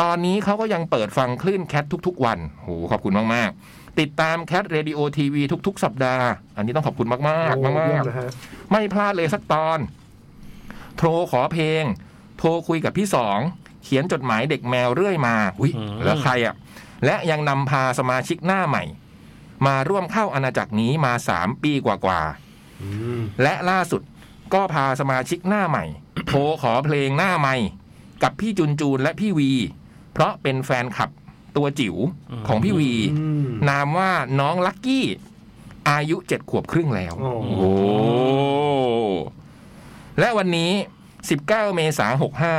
Speaker 1: ตอนนี้เขาก็ยังเปิดฟังคลื่นแคททุกๆ วันโหขอบคุณมาก ๆ ติดตามแคทเรดิโอทีวีทุก ๆ สัปดาห์ อันนี้ต้องขอบคุณมาก ๆ
Speaker 2: โห
Speaker 1: มา
Speaker 2: เยี่ย
Speaker 1: ก
Speaker 2: มนะฮะ
Speaker 1: ๆ ไม่พลาดเลยสักตอน โทรขอเพลง โทรคุยกับพี่สอง เขียนจดหมายเด็กแมวเรื่อยมาอุ้ยแล้วใครอ่ะ และยังนำพาสมาชิกหน้าใหม่ มาร่วมเข้าอาณาจักรนี้มาสามปีกว่าๆ และล่าสุดก็พาสมาชิกหน้าใหม่ โทรขอเพลงหน้าใหม่ กับพี่จุนจูนและพี่วี เพราะเป็นแฟนคลับตัวจิ๋วของพี่วี
Speaker 2: อืม
Speaker 1: นามว่าน้องลักกี้ อายุเจ็ดขวบครึ่งแล้ว
Speaker 2: โอ้โห
Speaker 1: และวันนี้ 19 เมษายน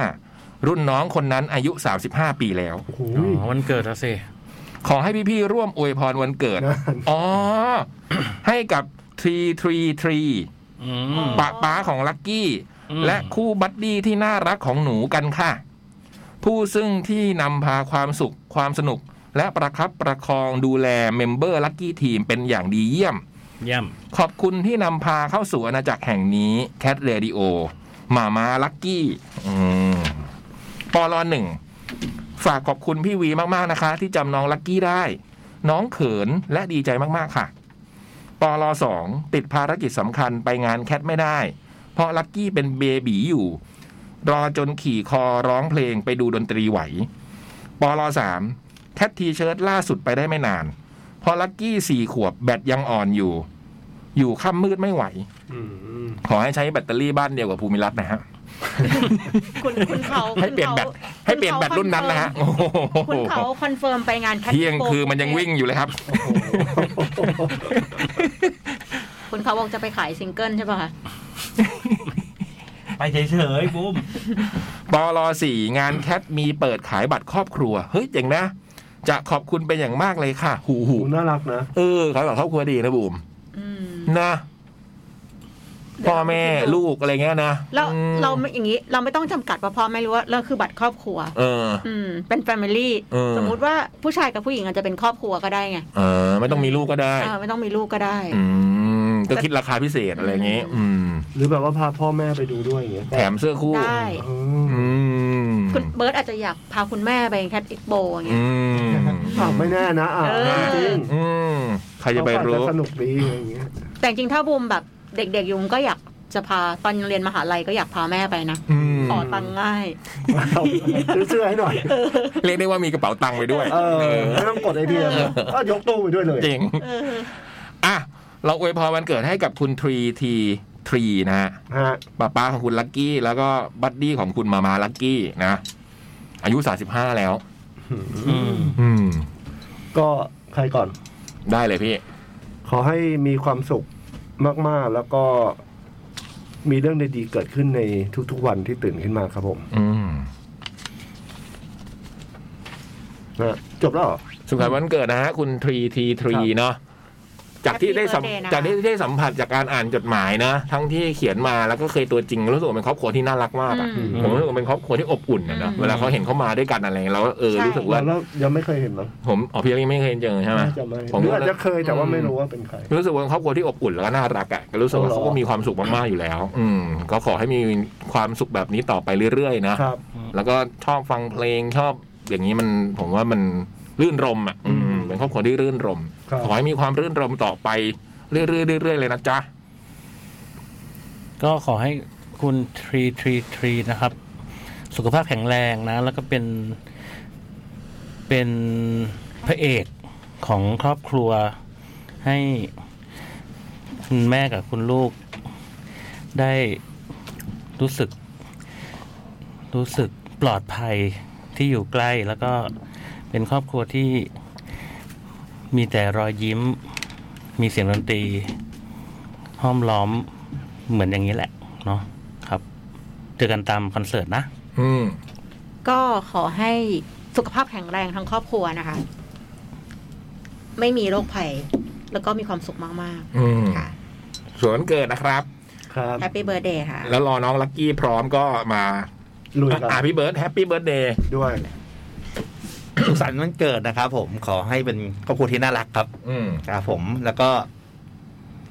Speaker 1: 65 รุ่นน้องคนนั้นอายุ 35 ปีแล้ว
Speaker 2: โอ้โห
Speaker 3: อ๋อวันเกิดแล้วสิ
Speaker 1: ขอให้พี่ๆร่วมอวยพรวันเกิด
Speaker 2: นะ
Speaker 1: อ๋ อ ให้กับทรีทรีทรี
Speaker 3: อืม
Speaker 5: ปะ
Speaker 1: ป้าป้าของลักกี้
Speaker 3: อืม
Speaker 1: และคู่บัดดี้ที่น่ารักของหนูกันค่ะ ผู้ซึ่งที่นำพาความสุขความสนุก และประคับประคองดูแลเมมเบอร์ลักกี้ทีมเป็นอย่างดีเยี่ยม
Speaker 3: เย่
Speaker 1: ขอบคุณที่นำพาเข้าสู่อาณาจักรแห่งนี้แคทเรดิโอมามาลักกี้อืมปอลอหนึ่ง ฝากขอบคุณพี่วีมาก ๆ นะคะ ที่จำน้องลักกี้ได้ น้องเขินและดีใจมาก ๆ ค่ะปอลอสองติดภารกิจสำคัญไปงานแคทไม่ได้ เพราะลักกี้เป็นเบบีอยู่ รอจนขี่คอร้องเพลงไปดูดนตรีไหวปอลอสามแคททีเชิร์ตล่าสุดไปได้ไม่นาน พอลักกี้สี่ขวบแบตยังอ่อนอยู่ อยู่ค่ำมืดไม่ไหว
Speaker 2: อืม
Speaker 1: ขอให้ใช้แบตเตอรี่บ้านเดียวกับภูมิรัตน์นะฮะ
Speaker 5: คุณคุณเขา
Speaker 1: ให้เปลี่ยนแบตให้เปลี่ยนแบตรุ่นนั้นนะฮะโอ้โห
Speaker 5: คุณเขาคอนเฟิร์มไปงาน Cat
Speaker 1: เที่ยง
Speaker 5: Expo
Speaker 1: คือมันยังวิ่งอยู่เลยครับ
Speaker 5: คุณเขาบอกจะไปขายซิงเกิลใช่ป่ะคะ
Speaker 6: ไปเฉยๆบุ้ม
Speaker 1: ปลสี่งานแคทมีเปิดขายบัตรครอบครัว เฮ้ยเจ๋งนะ จะขอบคุณเป็นอย่างมากเลยค่ะ หูหู
Speaker 2: โอ้น่ารักนะ
Speaker 1: เออขายบัตรครอบครัวดีนะบูม
Speaker 5: อืม
Speaker 1: นะพ่อแม่ลูกอะไรเงี้ยนะ
Speaker 5: เรา
Speaker 1: อืม
Speaker 5: เราไม่อย่างนี้ เราไม่ต้องจำกัดว่าพ่อไม่รู้ว่าเราคือบัตรครอบครัว
Speaker 1: เออ
Speaker 5: อืม เป็นแฟมิลี่
Speaker 1: เออ
Speaker 5: สมมุติว่าผู้ชายกับผู้หญิงอาจจะเป็นครอบครัวก็ได้ไง
Speaker 1: เออ ไม่ต้องมีลูกก็ได้
Speaker 5: เออไม่ต้องมีลูกก็ได้
Speaker 1: อืมก็คิดราคาพิเศษอะไรอย่างงี้ อืม
Speaker 2: หรือแบบว่าพาพ่อแม่ไปดูด้วยอย่างเงี้ย
Speaker 1: แถมเสื้อคู่
Speaker 5: ได้
Speaker 2: อ๋อ
Speaker 1: อืม
Speaker 5: คุณเบิร์ตอาจจะอยากพาคุณแม่ไปแคดอีกโบอย่างเงี้
Speaker 1: อื
Speaker 5: ย
Speaker 1: ม
Speaker 2: อ่ะไม่แน่นะอ่ะ
Speaker 5: เออ
Speaker 2: จริง
Speaker 1: อืมใครจะไปรู้
Speaker 2: เขาอาจจะสนุกดีอะไรอย่างเงี้ย
Speaker 5: แต่จริงๆถ้าบูมแบบเด็กๆยุงก็อยากจะพาตอนยังเรียนมหาลัยก็อยากพาแม่ไปนะ
Speaker 1: อืม
Speaker 5: ขอตังค์ง่าย
Speaker 2: เอาซื้อเสื้อให้หน่อย
Speaker 1: เรียกได้ว่ามีกระเป๋าตังค์ไปด้วย
Speaker 2: เออไม่ต้องกดไอเทียมก็ยกตู้ไปด้วยเลย
Speaker 1: จริง
Speaker 5: เออ
Speaker 1: อ่ะ เราอวยพรวันเกิดให้กับคุณทรีทีทรีนะฮะ
Speaker 2: ฮะ
Speaker 1: ป้าป้าของคุณลักกี้ แล้วก็บัดดี้ของคุณมามาลักกี้นะ อายุ 35 แล้ว
Speaker 3: อืม
Speaker 1: อืม
Speaker 2: ก็ใครก่อน
Speaker 1: ได้เลยพี่
Speaker 2: ขอให้มีความสุขมาก ๆ แล้วก็มีเรื่องดีๆเกิดขึ้นในทุก ๆ วันที่ตื่นขึ้นมาครับผม
Speaker 1: อืม
Speaker 2: นะฮะจบแล้วเหรอ
Speaker 1: สุขสันต์วันเกิดนะฮะ คุณทรีทีทรี
Speaker 2: ครับ
Speaker 1: เนาะจากที่ได้สัม
Speaker 5: Happy birthday นะคะ
Speaker 1: จากที่ได้สัมผัสจากการอ่านจดหมายนะ ทั้งที่เขียนมาแล้วก็เคยตัวจริงรู้สึกว่าเป็นครอบครัวที่น่ารักมากอะ
Speaker 5: อืม
Speaker 1: ผมรู้สึกว่าเป็นครอบครัวที่อบอุ่นอะเนาะ
Speaker 5: อืม
Speaker 1: เวลาเขาเห็นเขามาด้วยกันอะไรเราก็เออ
Speaker 5: ใช่
Speaker 1: รู้สึกว่า
Speaker 2: แล้วเรายังไม่เคยเห็นมั้ง
Speaker 1: ผมอ๋อพี่ยังไม่เคยเจอใช่ไหม
Speaker 2: น่าจะไม่
Speaker 1: ผม
Speaker 2: หรือ
Speaker 1: ก็
Speaker 2: อาจจะเคยแต่ว่าไม่รู้ว่าเป็นใคร
Speaker 1: รู้สึกว่าเป็นครอบครัวที่อบอุ่นแล้วก็น่ารักอะก็รู้สึกว่า
Speaker 2: อ๋อเหรอ
Speaker 1: เขาก็มีความสุขมากๆอยู่แล้ว อืม ก็ขอให้มีความสุขแบบนี้ต่อไปเรื่อยๆนะครับ แล้วก็ชอบฟังเพลงชอบอย่างนี้มันผมว่ามันรื่นรมอ่ะอืม
Speaker 2: อืม
Speaker 1: เป็นครอบครัวที่รื่นรม
Speaker 2: ครับ
Speaker 1: ขอให้มีความรื่นรมต่อไปเรื่อยๆเรื่อยๆเลยนะจ๊ะ
Speaker 3: ก็ขอให้คุณทรีทรีทรีนะครับ สุขภาพแข็งแรงนะ แล้วก็เป็น เป็นพระเอกของครอบครัว ให้คุณแม่กับคุณลูก ได้รู้สึก รู้สึกปลอดภัยที่อยู่ใกล้ แล้วก็เป็นครอบครัวที่มีแต่รอยยิ้ม มีเสียงดนตรี ห้อมล้อม เหมือนอย่างนี้แหละ เนาะครับ เจอกันตามคอนเสิร์ตนะ
Speaker 1: อืม
Speaker 5: ก็ขอให้สุขภาพแข็งแรงทั้งครอบครัวนะคะ ไม่มีโรคภัย แล้วก็มีความสุขมาก
Speaker 1: อืม
Speaker 5: ค่ะ
Speaker 1: ส่วนวันเกิดนะครับ
Speaker 2: ครับ
Speaker 5: ๆ แฮปปี้เบ t ร์ a เดย์ค่ะ
Speaker 1: แล้วรอน้องลักกี้พร้อมก็มา
Speaker 2: ลุยกัน
Speaker 1: อ่ะพี่เบิร์ดแฮปปี้เบิร์ดเดย์
Speaker 2: ด้วย
Speaker 6: สุขสันต์วันเกิดนะครับผมขอให้เป็นครอบครัวที่น่ารักครับ
Speaker 1: อืม
Speaker 6: ครับผมแล้วก็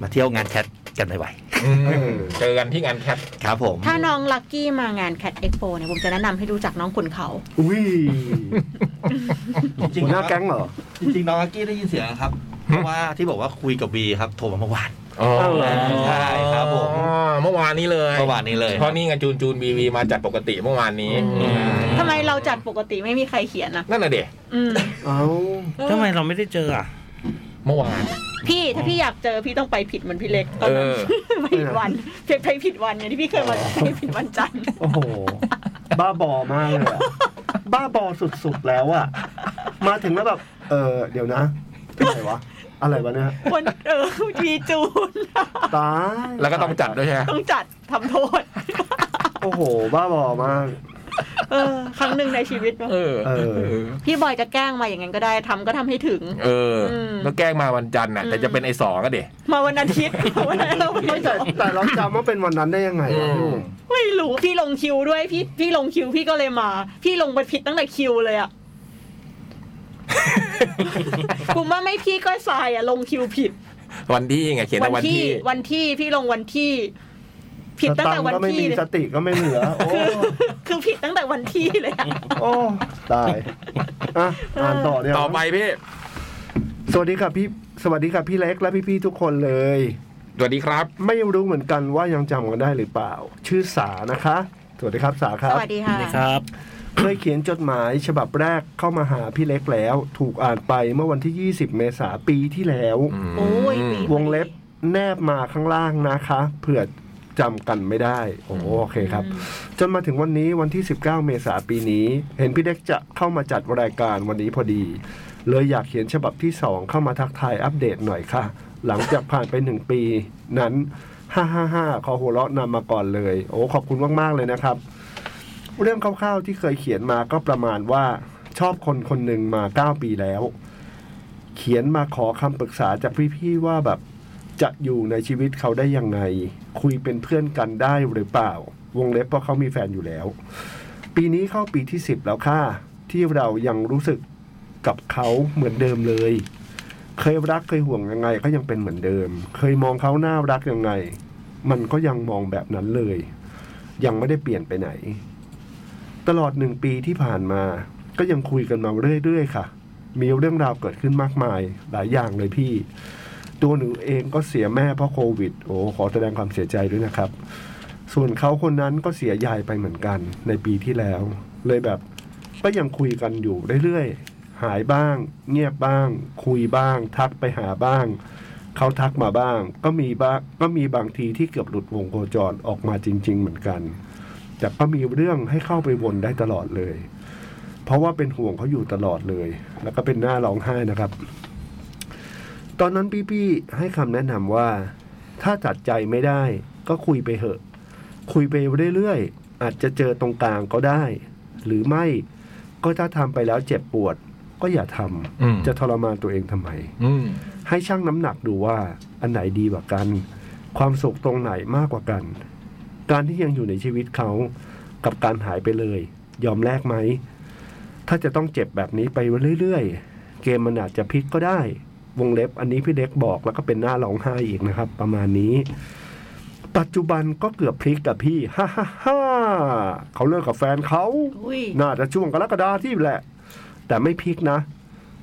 Speaker 6: มาเที่ยวงานแคทกันบ่อย
Speaker 1: อืมเจอกันที่งานแคท
Speaker 6: ๆครับผม
Speaker 5: ถ้าน้องลักกี้มางานแคดเอ็กโปเนี่ยผมจะแนะนำให้รู้จักน้องขุนเขา
Speaker 2: อุ้ย
Speaker 4: จริง
Speaker 2: หัว
Speaker 4: ๆ
Speaker 2: หน้า
Speaker 4: ครับ
Speaker 2: แก๊งเหรอ
Speaker 4: จริงๆน้องอากี้ได้ยินเสียงนะครับ เพราะว่าที่บอกว่าคุยกับวีครับ โทรมาเมื่อวาน
Speaker 1: อ๋อ
Speaker 2: เอาเหรอ
Speaker 4: ใช่ครับผม
Speaker 1: อ๋อเมื่อวานนี้เลย
Speaker 4: เมื่อวานนี้เลย
Speaker 1: เพราะนี่ไงจูนจูนบีวีมาจัดปกติเมื่อวานนี้
Speaker 5: อื ทำไมเราจัดปกติไม่มีใครเขียนนะ
Speaker 1: นั่นน่ะเด็
Speaker 5: อืม
Speaker 2: เอา
Speaker 3: ทำไมเราไม่ได้เจออ่ะ
Speaker 1: เมื่อวาน
Speaker 5: พี่ถ้าพี่อยากเจอพี่ต้องไปผิดเหมือนพี่เล็กตอนนั้น
Speaker 1: เออ
Speaker 5: ไปผิดวันเพียงไปผิดวันเนี่ยที่พี่เคยมาไปผิดวันจันทร์
Speaker 2: โอ้โห บ้าบอมากเลยอะบ้าบอสุดๆแล้วอะมาถึงแล้วแบบ เออเดี๋ยวนะอะไรวะ อะไรวะเนี่ย
Speaker 5: วันเออมีจูน
Speaker 2: ตาย
Speaker 1: แล้วก็ต้องจัดด้วยใช่ไหม
Speaker 5: ต้องจัดทำโทษ
Speaker 2: โอ้โห บ้าบอมาก
Speaker 5: เออ ครั้งหนึ่งในชีวิตมั้ง
Speaker 1: เออ
Speaker 2: เออ
Speaker 5: พี่บอยจะแกล้งมาอย่างนั้นก็ได้ทำก็ทำให้ถึง
Speaker 1: เออ
Speaker 5: ม
Speaker 1: แล้วแกล้งมาวันจันทร์น่ะแต่จะเป็นไอ้สองก็เด็
Speaker 5: มาวันอาทิตย์ วันนั้นเราไม่
Speaker 2: แต่
Speaker 5: รู้
Speaker 2: แต่เราจำว่าเป็นวันนั้นได้ยังไงวะพี่หนุ่ม
Speaker 5: ไม่รู้พี่ลงคิวด้วยพี่พี่ลงคิวพี่ก็เลยมา พี่ลงไปผิดตั้งแต่คิวเลยอ่ะ กูว่าไม่พี่ก็ทรายอ่ะลงคิวผิด
Speaker 1: วันที่ไงเขียนว่าวันที่
Speaker 5: วันที่พี่ลงวันที่ ผิดตั้งแต่วัน
Speaker 2: สค์ก็ไม่
Speaker 5: ที่
Speaker 2: มี
Speaker 5: เลย
Speaker 2: สติก็ไม่เหลือ โอ้
Speaker 5: คือผิดตั้งแต่วันที่เลยอะ
Speaker 2: โอ้ตายอ่ะอ่านต่อเนี่ย
Speaker 1: ต่อไปพี่
Speaker 2: สวัสดีครับพี่สวัสดีครับพี่เล็กและพี่ๆทุกคนเลย
Speaker 1: สวัสดีครับ
Speaker 2: ไม่รู้เหมือนกันว่ายังจำกันได้หรือเปล่า ชื่อสานะคะ สวัสดีครับสาครั
Speaker 5: ส
Speaker 2: บ
Speaker 5: วัสดีค่ะ
Speaker 3: ครับ
Speaker 2: เคยเขียนจดหมายฉบับแรกเข้ามาหาพี่เล็กแล้ว ถูกอ่านไปเมื่อวันที่ 20 เมษาปีที่แล้ว
Speaker 5: โอ้ยปี
Speaker 2: วงเล็บ แนบมาข้างล่างนะคะเผื่อจำกันไม่ได้โอ้โหโอเคครับ จนมาถึงวันนี้วันที่ 19 เมษายนปีนี้ เห็นพี่เล็กจะเข้ามาจัดรายการวันนี้พอดี เลยอยากเขียนฉบับที่ 2 เข้ามาทักทายอัปเดตหน่อยค่ะ หลังจากผ่านไป 1 ปีนั้น 555ขอหัวเราะนำมาก่อนเลย โอ้ขอบคุณมาก ๆ เลยนะครับ เรื่องคร่าวๆที่เคยเขียนมาก็ประมาณว่าชอบคนคนหนึ่งมา 9 ปีแล้ว เขียนมาขอคำปรึกษาจากพี่ๆว่าแบบจะอยู่ในชีวิตเขาได้ยังไง คุยเป็นเพื่อนกันได้หรือเปล่า วงเล็บเพราะเขามีแฟนอยู่แล้ว ปีนี้เข้าปีที่สิบแล้วค่ะ ที่เรายังรู้สึกกับเขาเหมือนเดิมเลย เคยรักเคยห่วงยังไงก็ยังเป็นเหมือนเดิม เคยมองเขาน่ารักยังไง มันก็ยังมองแบบนั้นเลย ยังไม่ได้เปลี่ยนไปไหน ตลอดหนึ่งปีที่ผ่านมา ก็ยังคุยกันมาเรื่อยๆค่ะ มีเรื่องราวเกิดขึ้นมากมาย หลายอย่างเลยพี่ ตัวหนูเองก็เสียแม่เพราะโควิด โอ้ขอแสดงความเสียใจด้วยนะครับ ส่วนเขาคนนั้นก็เสียยายไปเหมือนกันในปีที่แล้ว เลยแบบก็ยังคุยกันอยู่เรื่อยๆ หายบ้าง เงียบบ้าง คุยบ้าง ทักไปหาบ้าง เขาทักมาบ้าง ก็มีบ้างก็มีบางทีที่เกือบหลุดวงโคจรออกมาจริง ๆ เหมือนกัน แต่ก็มีเรื่องให้เข้าไปวนได้ตลอดเลย เพราะว่าเป็นห่วงเขาอยู่ตลอดเลย แล้วก็เป็นหน้าร้องไห้นะครับ ตอนนั้นพี่ๆให้คำแนะนำว่า ถ้าจัดใจไม่ได้ ก็คุยไปเหอะ คุยไปเรื่อยๆ อาจจะเจอตรงกลางก็ได้ หรือไม่ก็ถ้าทำไปแล้วเจ็บปวด ก็อย่าท
Speaker 1: อืม
Speaker 2: ำจะทรมานตัวเองทำไม
Speaker 1: อืม
Speaker 2: ให้ชั่งน้ำหนักดูว่าอันไหนดีกว่ากัน ความสุขตรงไหนมากกว่ากัน การที่ยังอยู่ในชีวิตเขากับการหายไปเลย ยอมแลกไหม ถ้าจะต้องเจ็บแบบนี้ไปเรื่อยๆ เกมมันอาจจะพลิกก็ได้ วงเล็บอันนี้พี่เล็กบอกแล้วก็เป็นหน้าร้องไห้อีกนะครับ ประมาณนี้ ปัจจุบันก็เกือบพลิกกับพี่ ฮ่าฮ่าฮ่าเขาเลิกกับแฟนเขา
Speaker 5: อุ้ย
Speaker 2: น่าจะช่วงกรกฎาที่แหละ แต่ไม่พลิกนะ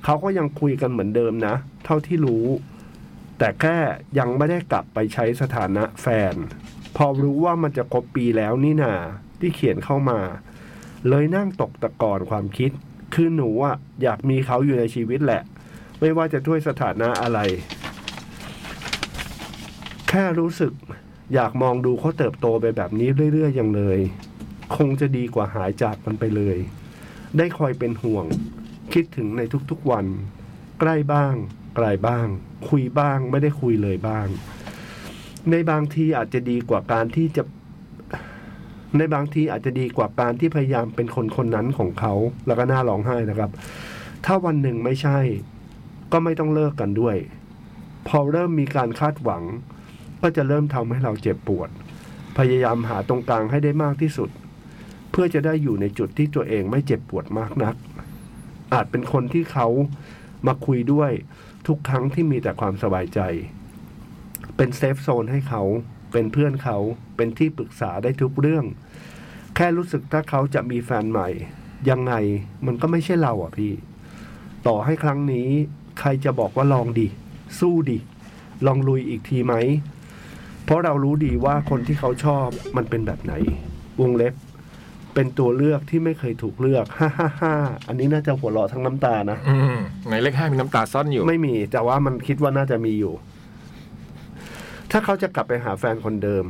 Speaker 2: เขาก็ยังคุยกันเหมือนเดิมนะ เท่าที่รู้ แต่แค่ยังไม่ได้กลับไปใช้สถานะแฟน พอรู้ว่ามันจะครบปีแล้วนี่นาที่เขียนเข้ามา เลยนั่งตกตะกอนความคิด คือหนูอะอยากมีเขาอยู่ในชีวิตแหละ ไม่ว่าจะด้วยสถานะอะไร แค่รู้สึก อยากมองดูเขาเติบโตไปแบบนี้เรื่อยๆอย่างเลย คงจะดีกว่าหายจากมันไปเลย ได้คอยเป็นห่วง คิดถึงในทุกๆวัน ใกล้บ้างไกลบ้าง คุยบ้างไม่ได้คุยเลยบ้าง ในบางทีอาจจะดีกว่าการที่จะ ในบางทีอาจจะดีกว่าการที่พยายามเป็นคนคนนั้นของเขา แล้วก็น่าร้องไห้นะครับ ถ้าวันหนึ่งไม่ใช่ ก็ไม่ต้องเลิกกันด้วย พอเริ่มมีการคาดหวัง ก็จะเริ่มทำให้เราเจ็บปวด พยายามหาตรงกลางให้ได้มากที่สุด เพื่อจะได้อยู่ในจุดที่ตัวเองไม่เจ็บปวดมากนัก อาจเป็นคนที่เขามาคุยด้วยทุกครั้งที่มีแต่ความสบายใจ เป็นเซฟโซนให้เขา เป็นเพื่อนเขา เป็นที่ปรึกษาได้ทุกเรื่อง แค่รู้สึกถ้าเขาจะมีแฟนใหม่ ยังไงมันก็ไม่ใช่เราอ่ะพี่ ต่อให้ครั้งนี้ ใครจะบอกว่าลองดิ สู้ดิ ลองลุยอีกทีไหม เพราะเรารู้ดีว่าคนที่เขาชอบมันเป็นแบบไหน วงเล็บ เป็นตัวเลือกที่ไม่เคยถูกเลือก ฮ่าฮ่าฮ่าอันนี้น่าจะหัวเราะทั้งน้ำตานะ
Speaker 1: อืมในเลขห้ามีน้ำตาซ่อนอยู่
Speaker 2: ไม่มี แต่ว่ามันคิดว่าน่าจะมีอยู่ ถ้าเขาจะกลับไปหาแฟนคนเดิม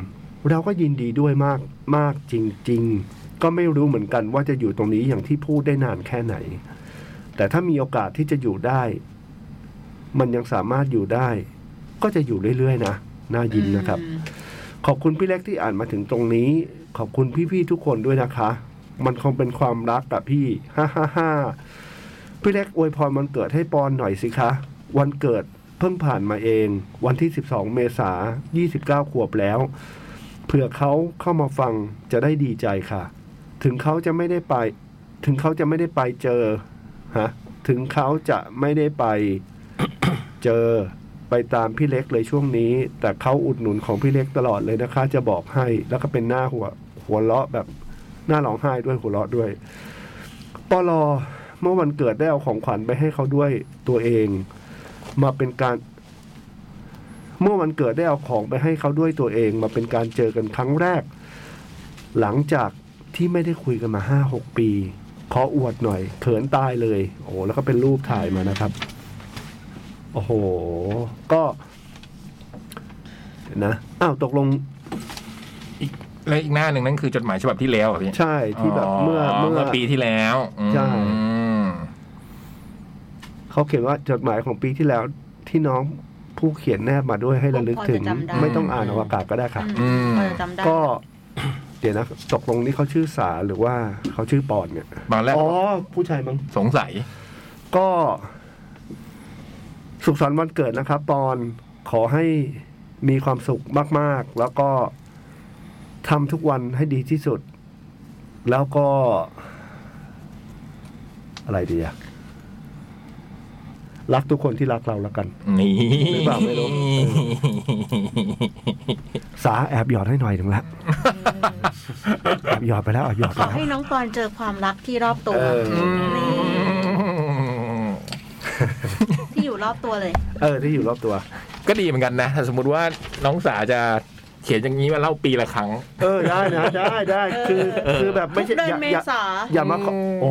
Speaker 2: เราก็ยินดีด้วยมากมากจริง ๆ ก็ไม่รู้เหมือนกันว่าจะอยู่ตรงนี้อย่างที่พูดได้นานแค่ไหน แต่ถ้ามีโอกาสที่จะอยู่ได้ มันยังสามารถอยู่ได้ ก็จะอยู่เรื่อยๆนะน่ายินนะครับ
Speaker 5: อืม
Speaker 2: ขอบคุณพี่เล็กที่อ่านมาถึงตรงนี้ ขอบคุณพี่ๆทุกคนด้วยนะคะ มันคงเป็นความรักกับพี่ ฮ่าฮ่าฮ่าพี่เล็กอวยพรวันเกิดให้ปอนหน่อยสิคะ วันเกิดเพิ่งผ่านมาเอง วันที่ 12 เมษา29 ขวบแล้ว เผื่อเขาเข้ามาฟังจะได้ดีใจค่ะ ถึงเขาจะไม่ได้ไป ถึงเขาจะไม่ได้ไปเจอ ฮะ ถึงเขาจะไม่ได้ไป เจอไปตามพี่เล็กเลยช่วงนี้ แต่เขาอุดหนุนของพี่เล็กตลอดเลยนะคะ จะบอกให้แล้วก็เป็นหน้าหัว หัวเราะแบบหน้าร้องไห้ด้วยหัวเราะด้วยปลอเมื่อวันเกิดได้เอาของขวัญไปให้เขาด้วยตัวเอง มาเป็นการ เมื่อวันเกิดได้เอาของไปให้เขาด้วยตัวเอง มาเป็นการเจอกันครั้งแรก หลังจากที่ไม่ได้คุยกันมาห้าหกปีขออวดหน่อย เขินตายเลย โอ้โหแล้วก็เป็นรูปถ่ายมานะครับ โอ้โห ก็ นะอ้าวตกลง
Speaker 1: และอีกหน้าหนึ่งนั่นคือจดหมายฉบับที่แล้วเหรอพี่
Speaker 2: ใช่ที่แบบเมื่อเมื่อ
Speaker 1: ปีที่แล้วอืม
Speaker 2: ใช่ เขาเขียนว่าจดหมายของปีที่แล้วที่น้องผู้เขียนแนบมาด้วยให้ระลึกถึง
Speaker 5: พอจะจำได้
Speaker 2: ไม่ต้องอ่านอวกาศก็ได้ค่ะ
Speaker 5: อืมพอจะจำได้
Speaker 2: ก็ เดี๋ยวนะตกลงนี่เขาชื่อสาหรือว่าเขาชื่อปอนเนี่ย
Speaker 1: บางแรก
Speaker 2: อ๋อผู้ชายมั้ง
Speaker 1: สงสัย
Speaker 2: ก็ สุขสันต์วันเกิดนะครับปอนขอให้มีความสุขมาก ๆ แล้วก็ทำทุกวันให้ดีที่สุด แล้วก็ อะไรดีอะรักทุกคนที่รักเราแล้วกัน
Speaker 1: นี่
Speaker 2: หรือเปล่าไม่รู้ สาแอบหยอดให้หน่อยหนึ่งละแอบหยอดไปแล้วแอบหยอด
Speaker 5: ข
Speaker 2: ไป
Speaker 5: อ
Speaker 2: แล้ว
Speaker 5: ให้น้องกรณ์เจอความรักที่รอบตัว
Speaker 2: เออ
Speaker 5: นี่
Speaker 1: ม
Speaker 5: ที่อยู่รอบตัวเลย
Speaker 2: เออที่อยู่รอบตัว
Speaker 1: ก็ดีเหมือนกันนะถ้าสมมติว่าน้องสาจะเขียนอย่างนี้มาเล่าปีละครั้ง
Speaker 2: เออได้นะได้ได้คือคือแบบไม่
Speaker 5: ทุ
Speaker 2: ใช่
Speaker 5: กเดือน
Speaker 2: อย่าอ
Speaker 5: เม
Speaker 2: ย่า
Speaker 5: ษา
Speaker 2: อย่ามาขอโอ้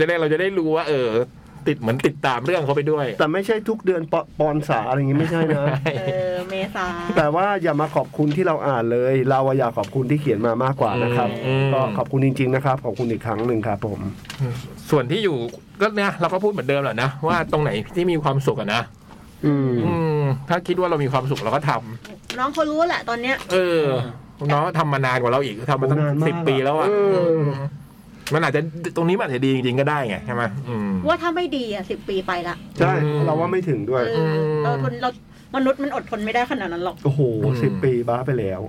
Speaker 1: จะได้เราจะได้รู้ว่า เออ ติดเหมือนติดตามเรื่องเขาไปด้วย
Speaker 2: แต่ไม่ใช่ทุกเดือนปอปอนสาอะไรอย่างงี้ไม่ใช่นะ
Speaker 5: เออเมษา
Speaker 2: แต่ว่าอย่ามาขอบคุณที่เราอ่านเลย เราอะอยากขอบคุณที่เขียนมามากกว่านะครับ
Speaker 1: อืม
Speaker 2: ก็ขอบคุณจริง ๆ นะครับ ขอบคุณอีกครั้งหนึ่งครับผม
Speaker 1: ส่วนที่อยู่ก็เนี่ยเราก็พูดเหมือนเดิมแหละนะว่าตรงไหนที่มีความสุขอะนะ
Speaker 2: อืม
Speaker 1: อืม ถ้าคิดว่าเรามีความสุขเราก็ทำ
Speaker 5: น้องเขารู้แหละตอนเนี้ย
Speaker 1: เออน้องทำมานานกว่าเราอีกทำมาตั้ง
Speaker 2: โอ้นานมาก
Speaker 1: สิบปีแล้วอ่ะ
Speaker 2: เอออื
Speaker 1: มมันอาจจะตรงนี้มันอาจจะดีจริงๆก็ได้ไงใช่ไหมอืม
Speaker 5: ว่าถ้าไม่ดีอ่ะสิบปีไปละ
Speaker 2: ใช่
Speaker 1: อืม
Speaker 2: เราว่าไม่ถึงด้วย
Speaker 5: เออเราทนเรามนุษย์มันอดทนไม่ได้ขนาดนั้นหรอก
Speaker 2: โอ้โหสิบปีบ้าไปแล้ว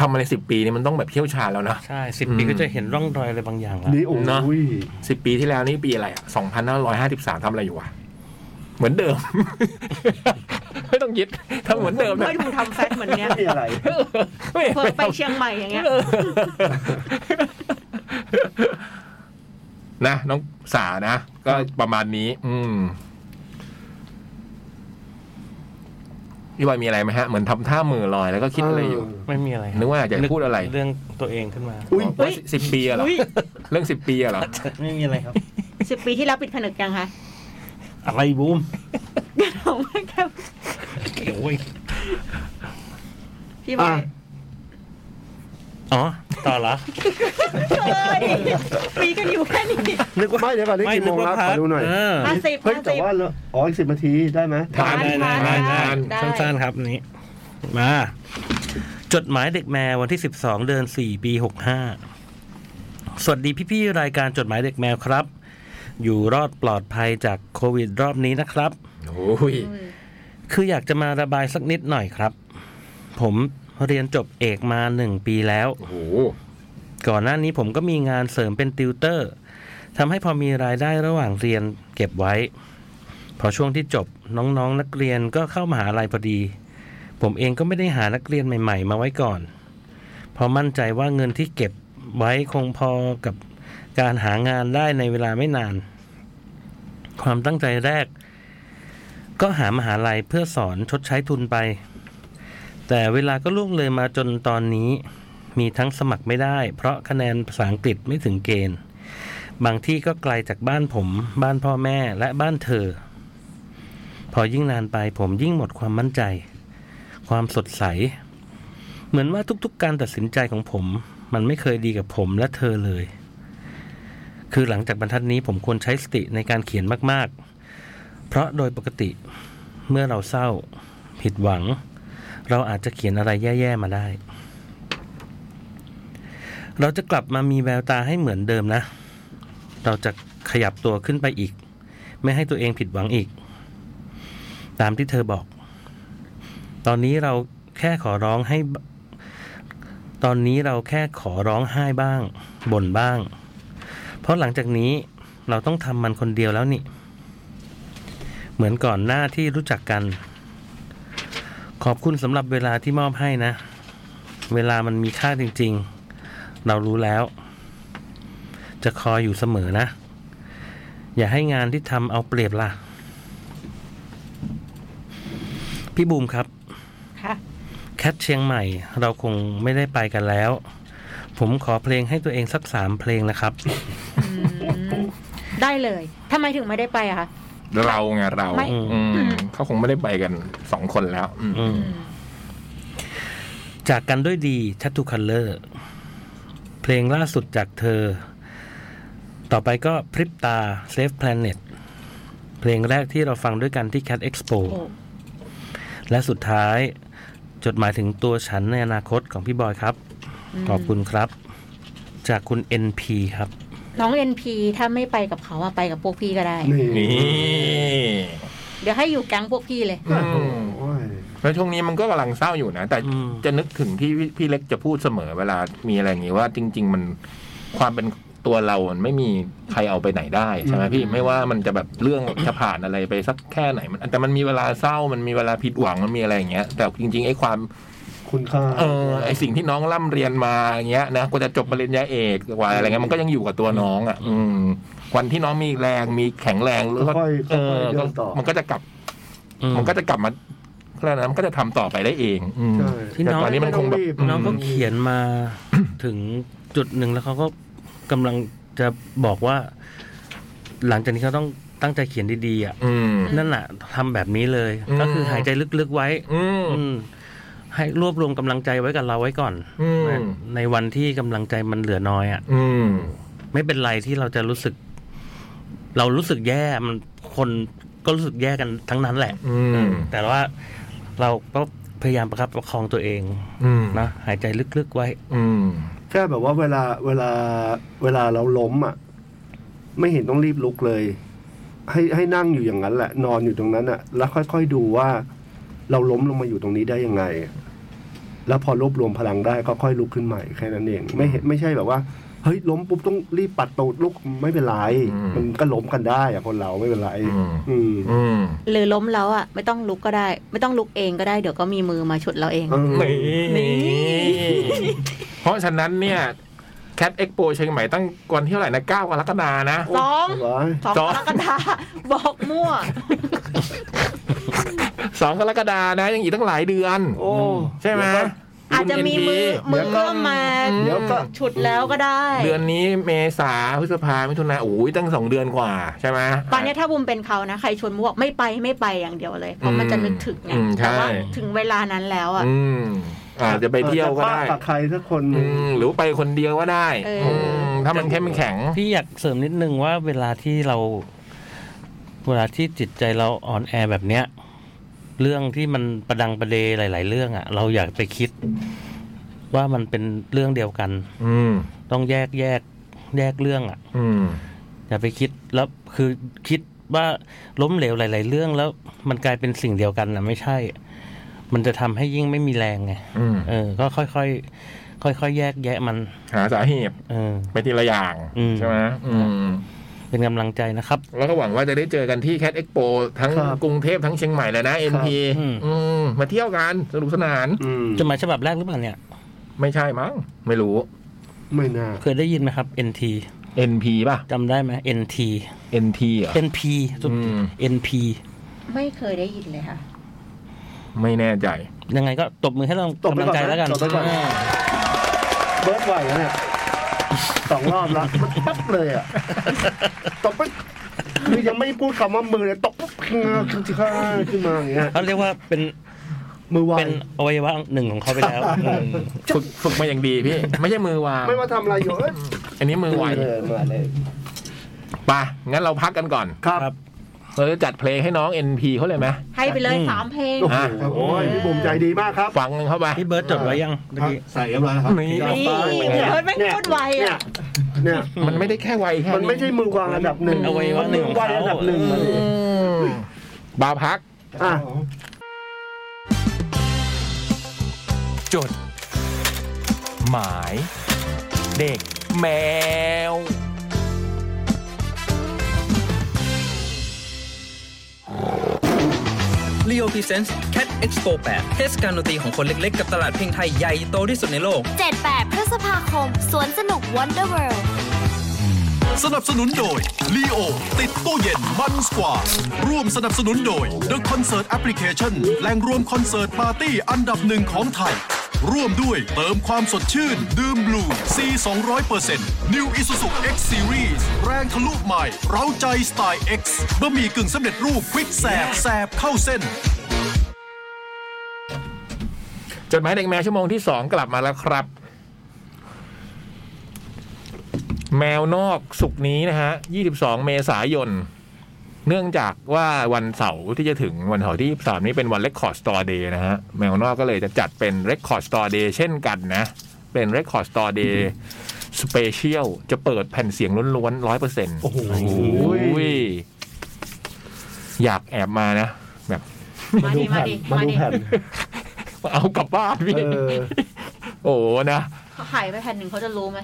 Speaker 1: ทำมาในสิบปีนี่มันต้องแบบเที่ยวชาญแล้วนะ
Speaker 3: ใช่สิบปี
Speaker 1: อืม
Speaker 3: ก็จะเห็นร่องรอยอะไรบางอย่างละ
Speaker 2: นี่โอ้
Speaker 1: นะ
Speaker 2: ย
Speaker 1: สิบปีที่แล้วนี่ปีอะไรสองพันห้าร้อยห้าสิบสามทำอะไรอยู่วะ เหมือนเดิ ม ไม่ต้องยึดทำเหมือนเดิมนะ
Speaker 5: ไม่ถูกทำแฟตเหมือนเนี้ย
Speaker 2: นี่อะไร
Speaker 1: ไม่
Speaker 5: เพิ่งไป
Speaker 1: ทำ
Speaker 5: เชียงใหม่อย่างเงี้ย
Speaker 1: นะน้องสานะ ก็ประมาณนี้ อืมพี่บอยมีอะไรไหมฮะ เหมือนทำท่ามือลอยแล้วก็คิดอะไรอยู่
Speaker 3: ไม่มีอะไรครับ
Speaker 1: นึกว่าอยากจะพูดอะไร
Speaker 3: เรื่องตัวเองขึ้นมา
Speaker 2: อุ๊ย
Speaker 1: บอกว่าสิบปีอะเหรอ
Speaker 5: อุ๊ย
Speaker 1: เรื่องสิบปีอะเหรอ
Speaker 6: ไม่มีอะไรครับ
Speaker 5: สิบปีที่แล้วปิดผนึกยังคะ
Speaker 3: อะไรบูม
Speaker 5: ผมว่าแค่
Speaker 3: โอ้ย
Speaker 5: พี่บอย
Speaker 2: อ่ะ
Speaker 3: อ๋อต่อเหรอ
Speaker 5: เฮ้ยปีกันอยู่แค่นี้
Speaker 2: นึกว่าไม่เดี๋ยวก่อนนี่กี่โมงแล้วขอดูหน่อย
Speaker 3: เอ
Speaker 5: ห้าสิบ
Speaker 2: เฮ้ย
Speaker 5: ห้า
Speaker 2: แต่
Speaker 5: สิบ
Speaker 2: ว่าเราอ๋ออีกสิบนาทีได้ไหม
Speaker 1: ทาน
Speaker 5: ได้ได้
Speaker 1: ทานทาน
Speaker 5: ได้
Speaker 3: สั้นๆครับอันนี้ มา จดหมายเด็กแมววันที่ 12 เดือน 4 ปี 65 สวัสดีพี่ๆรายการจดหมายเด็กแมวครับ อยู่รอดปลอดภัยจากโควิดรอบนี้นะครับ
Speaker 1: โอ้ย
Speaker 3: คืออยากจะมาระบายสักนิดหน่อยครับ ผมเรียนจบเอกมาหนึ่งปีแล้ว
Speaker 1: โอ้โห
Speaker 3: ก่อนหน้านี้ผมก็มีงานเสริมเป็นติวเตอร์ทำให้พอมีรายได้ระหว่างเรียนเก็บไว้ พอช่วงที่จบน้องๆนนักเรียนก็เข้ามหาลัยพอดี ผมเองก็ไม่ได้หานักเรียนใหม่ ๆ มาไว้ก่อน เพอมั่นใจว่าเงินที่เก็บไว้คงพอกับการหางานได้ในเวลาไม่นาน ความตั้งใจแรก ก็หามหาลัยเพื่อสอนชดใช้ทุนไป แต่เวลาก็ล่วงเลยมาจนตอนนี้ มีทั้งสมัครไม่ได้ เพราะคะแนนภาษาอังกฤษไม่ถึงเกณฑ์ บางที่ก็ไกลจากบ้านผม บ้านพ่อแม่และบ้านเธอ พอยิ่งนานไปผมยิ่งหมดความมั่นใจ ความสดใส เหมือนว่าทุกๆการตัดสินใจของผม มันไม่เคยดีกับผมและเธอเลย คือหลังจากบรรทัดนี้ผมควรใช้สติในการเขียนมากๆ เพราะโดยปกติเมื่อเราเศร้า ผิดหวัง เราอาจจะเขียนอะไรแย่ๆมาได้ เราจะกลับมามีแววตาให้เหมือนเดิมนะ เราจะขยับตัวขึ้นไปอีก ไม่ให้ตัวเองผิดหวังอีก ตามที่เธอบอก ตอนนี้เราแค่ขอร้องให้ ตอนนี้เราแค่ขอร้องไห้บ้าง บ่นบ้าง เพราะหลังจากนี้เราต้องทำมันคนเดียวแล้วนี่ เหมือนก่อนหน้าที่รู้จักกัน ขอบคุณสำหรับเวลาที่มอบให้นะ เวลามันมีค่าจริง ๆ เรารู้แล้ว จะคอยอยู่เสมอนะ อย่าให้งานที่ทำเอาเปรียบล่ะ พี่บูมครับ
Speaker 5: ค่ะ
Speaker 3: แคทเชียงใหม่ เราคงไม่ได้ไปกันแล้ว ผมขอเพลงให้ตัวเองสักสามเพลงนะครับ
Speaker 5: ได้เลยทำไมถึงไม่ได้ไปอะคะ
Speaker 1: เราไงเรา
Speaker 5: ไม่
Speaker 1: อืม เขาคงไม่ได้ไปกันสองคนแล้ว อืม
Speaker 3: อืมจากกันด้วยดีทัตทูคัลเลอร์เพลงล่าสุดจากเธอ ต่อไปก็พริบตา Save Planet เพลงแรกที่เราฟังด้วยกันที่ Cat Expo
Speaker 5: โอ้
Speaker 3: และสุดท้ายจดหมายถึงตัวฉันในอนาคตของพี่บอยครับ ขอบคุณครับ จากคุณ NP ครับ
Speaker 5: น้องเอ็นพีถ้าไม่ไปกับเขาอะไปกับพวกพี่ก็ได้
Speaker 2: นี่
Speaker 1: นี่
Speaker 5: เดี๋ยวให้อยู่แก๊งพวกพี่เลย
Speaker 1: อื
Speaker 2: โอ้
Speaker 1: ม
Speaker 2: ย
Speaker 1: แล้วช่วงนี้มันก็กำลังเศร้าอยู่นะ แต่
Speaker 3: อืม
Speaker 1: จะนึกถึงที่พี่พี่เล็กจะพูดเสมอเวลามีอะไรอย่างนี้ว่าจริง ๆ มันความเป็นตัวเรามันไม่มีใครเอาไปไหนได้ใช่ไหมพี่ไม่ว่ามันจะแบบเรื่องจะผ่านอะไรไปสักแค่ไหนมันแต่มันมีเวลาเศร้ามันมีเวลาผิดหวังมันมีอะไรอย่างเงี้ยแต่จริงๆไอ้ความ
Speaker 2: คุณค่า
Speaker 1: เออไอสิ่งที่น้องร่ำเรียนมาอย่างเงี้ยนะกว่าจะจบปริญญาเอกกว่าอะไรเงี้ยมันก็ยังอยู่กับตัวน้องอ่ะ อืมวันที่น้องมีแรงมีแข็งแรงแล้วก็
Speaker 2: ค่อยๆ
Speaker 1: เออ
Speaker 2: เดินต่อ
Speaker 1: มันก็จะกลับ
Speaker 3: อืม
Speaker 1: มันก็จะกลับมาเรื่องนั้นมันก็จะทำต่อไปได้เองอืม
Speaker 2: ใช่
Speaker 3: ที่น้อง
Speaker 1: แต่ตอนนี้มันคงแบบ
Speaker 2: อืม
Speaker 3: น้องก็เขียนมา ถึงจุดหนึ่งแล้วเขาก็กำลังจะบอกว่า หลังจากนี้เขาต้องตั้งใจเขียนดีๆอ่ะ
Speaker 1: อืม
Speaker 3: นั่นแหละทำแบบนี้เลย
Speaker 1: อืม
Speaker 3: ก็คือหายใจลึกๆไว้
Speaker 1: อืม
Speaker 3: อืม ให้รวบรวมกำลังใจไว้กับเราไว้ก่อน
Speaker 1: อืม
Speaker 3: นะในวันที่กำลังใจมันเหลือน้อยอ่ะ
Speaker 1: อืม
Speaker 3: ไม่เป็นไรที่เราจะรู้สึก เรารู้สึกแย่มันคนก็รู้สึกแย่กันทั้งนั้นแหละ
Speaker 1: อืม
Speaker 3: เออแต่ว่าเราก็พยายามประคับประคองตัวเอง
Speaker 1: อืม
Speaker 3: นะหายใจลึกๆไว้
Speaker 1: อืม
Speaker 2: แค่แบบว่าเวลาเวลาเวลาเราล้มอ่ะ ไม่เห็นต้องรีบลุกเลย ให้ให้นั่งอยู่อย่างนั้นแหละ นอนอยู่ตรงนั้นอ่ะ แล้วค่อยๆดูว่า เราล้มลงมาอยู่ตรงนี้ได้ยังไง แล้วพอรวบรวมพลังได้ก็ค่อยลุกขึ้นใหม่แค่นั้นเอง ไม่เห็นไม่ใช่แบบว่าเฮ้ยล้มปุ๊บต้องรีบปัดตูดลุกไม่เป็นไร
Speaker 1: อืม
Speaker 2: มันก็ล้มกันได้อะคนเราไม่เป็นไร
Speaker 1: อืม
Speaker 2: อืม
Speaker 1: อืม
Speaker 5: หรือล้มแล้วอะไม่ต้องลุกก็ได้ ไม่ต้องลุกเองก็ได้เดี๋ยวก็มีมือมาฉุดเราเอง
Speaker 2: เออ
Speaker 1: นี่เพราะฉะนั้นเนี่ยแค t เอ็กโปเชียงใหม่ตั้งวันที่เท่าไหร่นะเก้ากรกฎานะ
Speaker 5: สอง
Speaker 2: เหรอ
Speaker 5: สอง
Speaker 1: สอง
Speaker 5: กรกฎาบอกมั่ว
Speaker 1: สองกรกฎานะ ยังอีกตั้งหลายเดือน
Speaker 2: โอ้
Speaker 1: ใช่ไหม
Speaker 5: อาจจะมีมือ
Speaker 2: เดี๋
Speaker 5: มื
Speaker 2: ย
Speaker 5: อ
Speaker 2: วก็
Speaker 5: เอื้อมมา
Speaker 2: เดี๋ยวก็
Speaker 5: ฉุดแล้วก็ได้
Speaker 1: เดือนนี้เมษาพฤษภามิถุนาโอ้ยตั้งสองเดือนกว่าใช่ไหม
Speaker 5: ตอนเนี้ยถ้าบุมเป็นเขานะ ใครชวนบุมบอกไม่ไปไม่ไปอย่างเดียวเลย เพราะมันจะนึกถึงไง
Speaker 1: อืมใช่
Speaker 5: แต่ว่าถึงเวลานั้นแล้วอะ
Speaker 1: อืมอาจจะไปเที่ยวก็ได้
Speaker 2: จะปะกับใครสักคนห
Speaker 1: อื
Speaker 2: นึ่ง
Speaker 1: มหรือไปคนเดียวก็ได้
Speaker 5: เอออื
Speaker 1: มถ้ามันเข้มแข็ง
Speaker 3: พี่อยากเสริมนิดนึงว่าเวลาที่เรา เวลาที่จิตใจเราอ่อนแอแบบเนี้ย เรื่องที่มันประดังประเดหลาย ๆ เรื่องอะ่ะ เราอยากไปคิด ว่ามันเป็นเรื่องเดียวกัน
Speaker 1: อืม
Speaker 3: ต้องแยกแยกแยกเรื่องอ่ะ
Speaker 1: อืม
Speaker 3: อย่าไปคิดแล้วคือคิดว่าล้มเหลวหลาย ๆ เรื่องแล้วมันกลายเป็นสิ่งเดียวกันนะไม่ใช่ มันจะทำให้ยิ่งไม่มีแรงไง
Speaker 1: อืม
Speaker 3: เออ ก็ค่อย ๆ ค่อย ๆ แยกแยะมัน
Speaker 1: หาสาเหตุ
Speaker 3: เออ
Speaker 1: ไปทีละอย่าง
Speaker 3: อืม
Speaker 1: ใช่ไหมอืม
Speaker 3: เป็นกำลังใจนะครับ
Speaker 1: แล้วก็หวังว่าจะได้เจอกันที่แค t เอ็กโปทั้ง
Speaker 2: ครับ
Speaker 1: กรุงเทพทั้งเชียงใหม่เลยนะเอ็มพี
Speaker 3: อืม
Speaker 1: มาเที่ยวกันสนุกสนาน
Speaker 2: อืม
Speaker 3: จดหมายฉบับแรกหรือเปล่าเนี่ย
Speaker 1: ไม่ใช่มั้งไม่รู้
Speaker 2: ไม่น่า
Speaker 3: เคยได้ยินไหมครับ NT
Speaker 1: NP ป่ะ
Speaker 3: จำได้ไหม NT
Speaker 1: NT เหรอ
Speaker 3: NP สุด
Speaker 1: อืม
Speaker 3: NP
Speaker 5: ไม่เคยได้ยินเลยค่ะ
Speaker 1: ไม่แน่ใจ
Speaker 3: ยังไงก็ตบมือให้เรา
Speaker 2: ตบไป
Speaker 3: กำลั
Speaker 2: ก่อ
Speaker 3: ง
Speaker 2: น
Speaker 3: ใจแล้วกัน
Speaker 2: ตบไปก่อน
Speaker 3: อ่า
Speaker 2: เบิร์ดไหวแล้วเนี่ยสองรอบละมันปั๊บเลยอ่ะตบปั๊บคือยังไม่พูดคำว่ามือเลยตบปั๊บเงาขึ้นที่ข้างขึ้นมาอย่างเงี้ย
Speaker 3: เขาเรียกว่าเป็น
Speaker 2: มือไว
Speaker 3: เป็นอวัยวะหนึ่งของเขาไปแล้วอืม
Speaker 1: ฝึกฝึกมาอย่างดีพี่ ไม่ใช่มือวาง
Speaker 2: ไม่ว่าทำอะไรอยู่เอ้ย
Speaker 1: อันนี้มือไว
Speaker 2: เลยมาเลย
Speaker 1: ไปะงั้นเราพักกันก่อน
Speaker 2: ครับ
Speaker 1: เราจะจัดเพลงให้น้อง NP เขาเลยไหม
Speaker 5: ให้ไปเลยสามเพลง
Speaker 2: โอ้โห
Speaker 1: อ่ะ
Speaker 2: โอ้ยพี่บุ๋มใจดีมากครับ
Speaker 1: ฟังกันเข้าไป
Speaker 3: พี่เบิร์ดจดไว้ยังเมื่อกี้
Speaker 4: ใส่เรียบร้อยแล้วครับ
Speaker 1: นี่
Speaker 5: นี่เฮ้ยแม่งโคตรไวอะ
Speaker 2: เนี่ย
Speaker 1: มันไม่ได้แค่ไวแค่
Speaker 2: มันไม่ใช่มือวางอันดับหนึ่ง
Speaker 3: เอาไว้ว่าหนึ่ง
Speaker 2: มือไวอันดับหนึ่งมาดิ
Speaker 1: อืมบาร์พัก
Speaker 2: อ่ะ
Speaker 1: จด หมาย เด็กแมว
Speaker 7: l e o Presents Cat Expo 8 เทศกาลดนตรีของคนเล็ก ๆ กับตลาดเพลงไทยใหญ่โตที่สุดในโลก
Speaker 8: 78 พฤษภาคม สวนสนุก Wonder World
Speaker 9: สนับสนุนโดย Leo ติดตู้เย็นมันสกว่า ร่วมสนับสนุนโดย The Concert Application แหล่งรวมคอนเสิร์ตปาร์ตี้อันดับหนึ่งของไทย ร่วมด้วยเติมความสดชื่น ดื่มบลู C 200% New Isuzu X Series แรงทะลุใหม่ เร้าใจสไตล์ X บะหมี่กึ่งสำเร็จรูปควิกแสบแสบเข้าเส้น
Speaker 1: จดหมายเด็กแมวชั่วโมงที่สองกลับมาแล้วครับ แมวนอกสุกร์นี้นะฮะ 22 เมษายน เนื่องจากว่าวันเสาร์ที่จะถึงวันเสาร์ที่ 23 นี้เป็นวัน Record Store Day นะฮะ แมวนอกก็เลยจะจัดเป็น Record Store Day เช่นกันนะ เป็น Record Store Day Special จะเปิดแผ่นเสียงล้วนๆร้อยเปอร์เซ็นต์โอ้โหอยากแอบมานะ แบบ
Speaker 5: มา
Speaker 2: ดู
Speaker 5: ดิมา
Speaker 2: แผ่น
Speaker 5: ดิ
Speaker 2: มา
Speaker 5: มา
Speaker 2: ดู
Speaker 5: ดิ
Speaker 2: แผ่น
Speaker 1: เอากลับบ้านพี่
Speaker 2: เออ
Speaker 1: โอ้โหนะ
Speaker 5: เขาหายไปแผ่นหนึ่งเขาจะรู้ไหม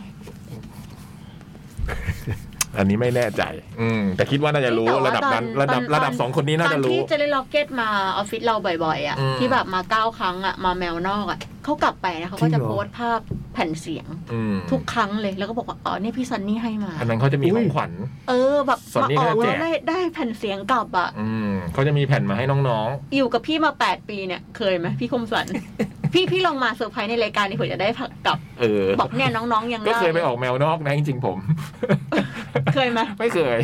Speaker 1: อันนี้ไม่แน่ใจ อืม แต่คิดว่าน่าจะรู้
Speaker 5: แต่ว่า
Speaker 1: ระดับนั้น
Speaker 5: ตอ
Speaker 1: ระดับ
Speaker 5: ต
Speaker 1: ระดับสองคนนี้น่าจะ
Speaker 5: ตอ
Speaker 1: รู้
Speaker 5: ที่เจเล่ล็อกเก็ตมาออฟฟิศเราบ่อยๆอ่ะ
Speaker 1: อืม
Speaker 5: ที่แบบมาเก้าครั้งอ่ะมาแมวนอกอ่ะเขากลับไปนะเขาก็จะโพสต์ภาพแผ่นเสียง
Speaker 1: อืม
Speaker 5: ทุกครั้งเลยแล้วก็บอกว่าอ๋อนี่พี่ซันนี่ให้มา
Speaker 1: อันนั้นเขาจะมีของขวัญ
Speaker 5: เออแบบ
Speaker 1: ส่วน
Speaker 5: มา
Speaker 1: นี้
Speaker 5: อ
Speaker 1: ก็
Speaker 5: อก
Speaker 1: จะแจ
Speaker 5: แล้
Speaker 1: ก
Speaker 5: วได้ได้แผ่นเสียงกลับอ่ะ
Speaker 1: อืมเขาจะมีแผ่นมาให้น้อง
Speaker 5: อยู่กับพี่มาแปดปีเนี่ยเคยไหมพี่คมสัน พี่พี่ลองมาเซอร์ไพรส์ในรายการนี่เผื่อจะได้ผักกลับ
Speaker 1: ๆ เออ
Speaker 5: บอกเนี่ยน้องๆยัง
Speaker 1: ก็
Speaker 5: ได้
Speaker 1: เคยไปออกแมวนอกนะจริงๆผม
Speaker 5: เคยไหม
Speaker 1: ไม่เคย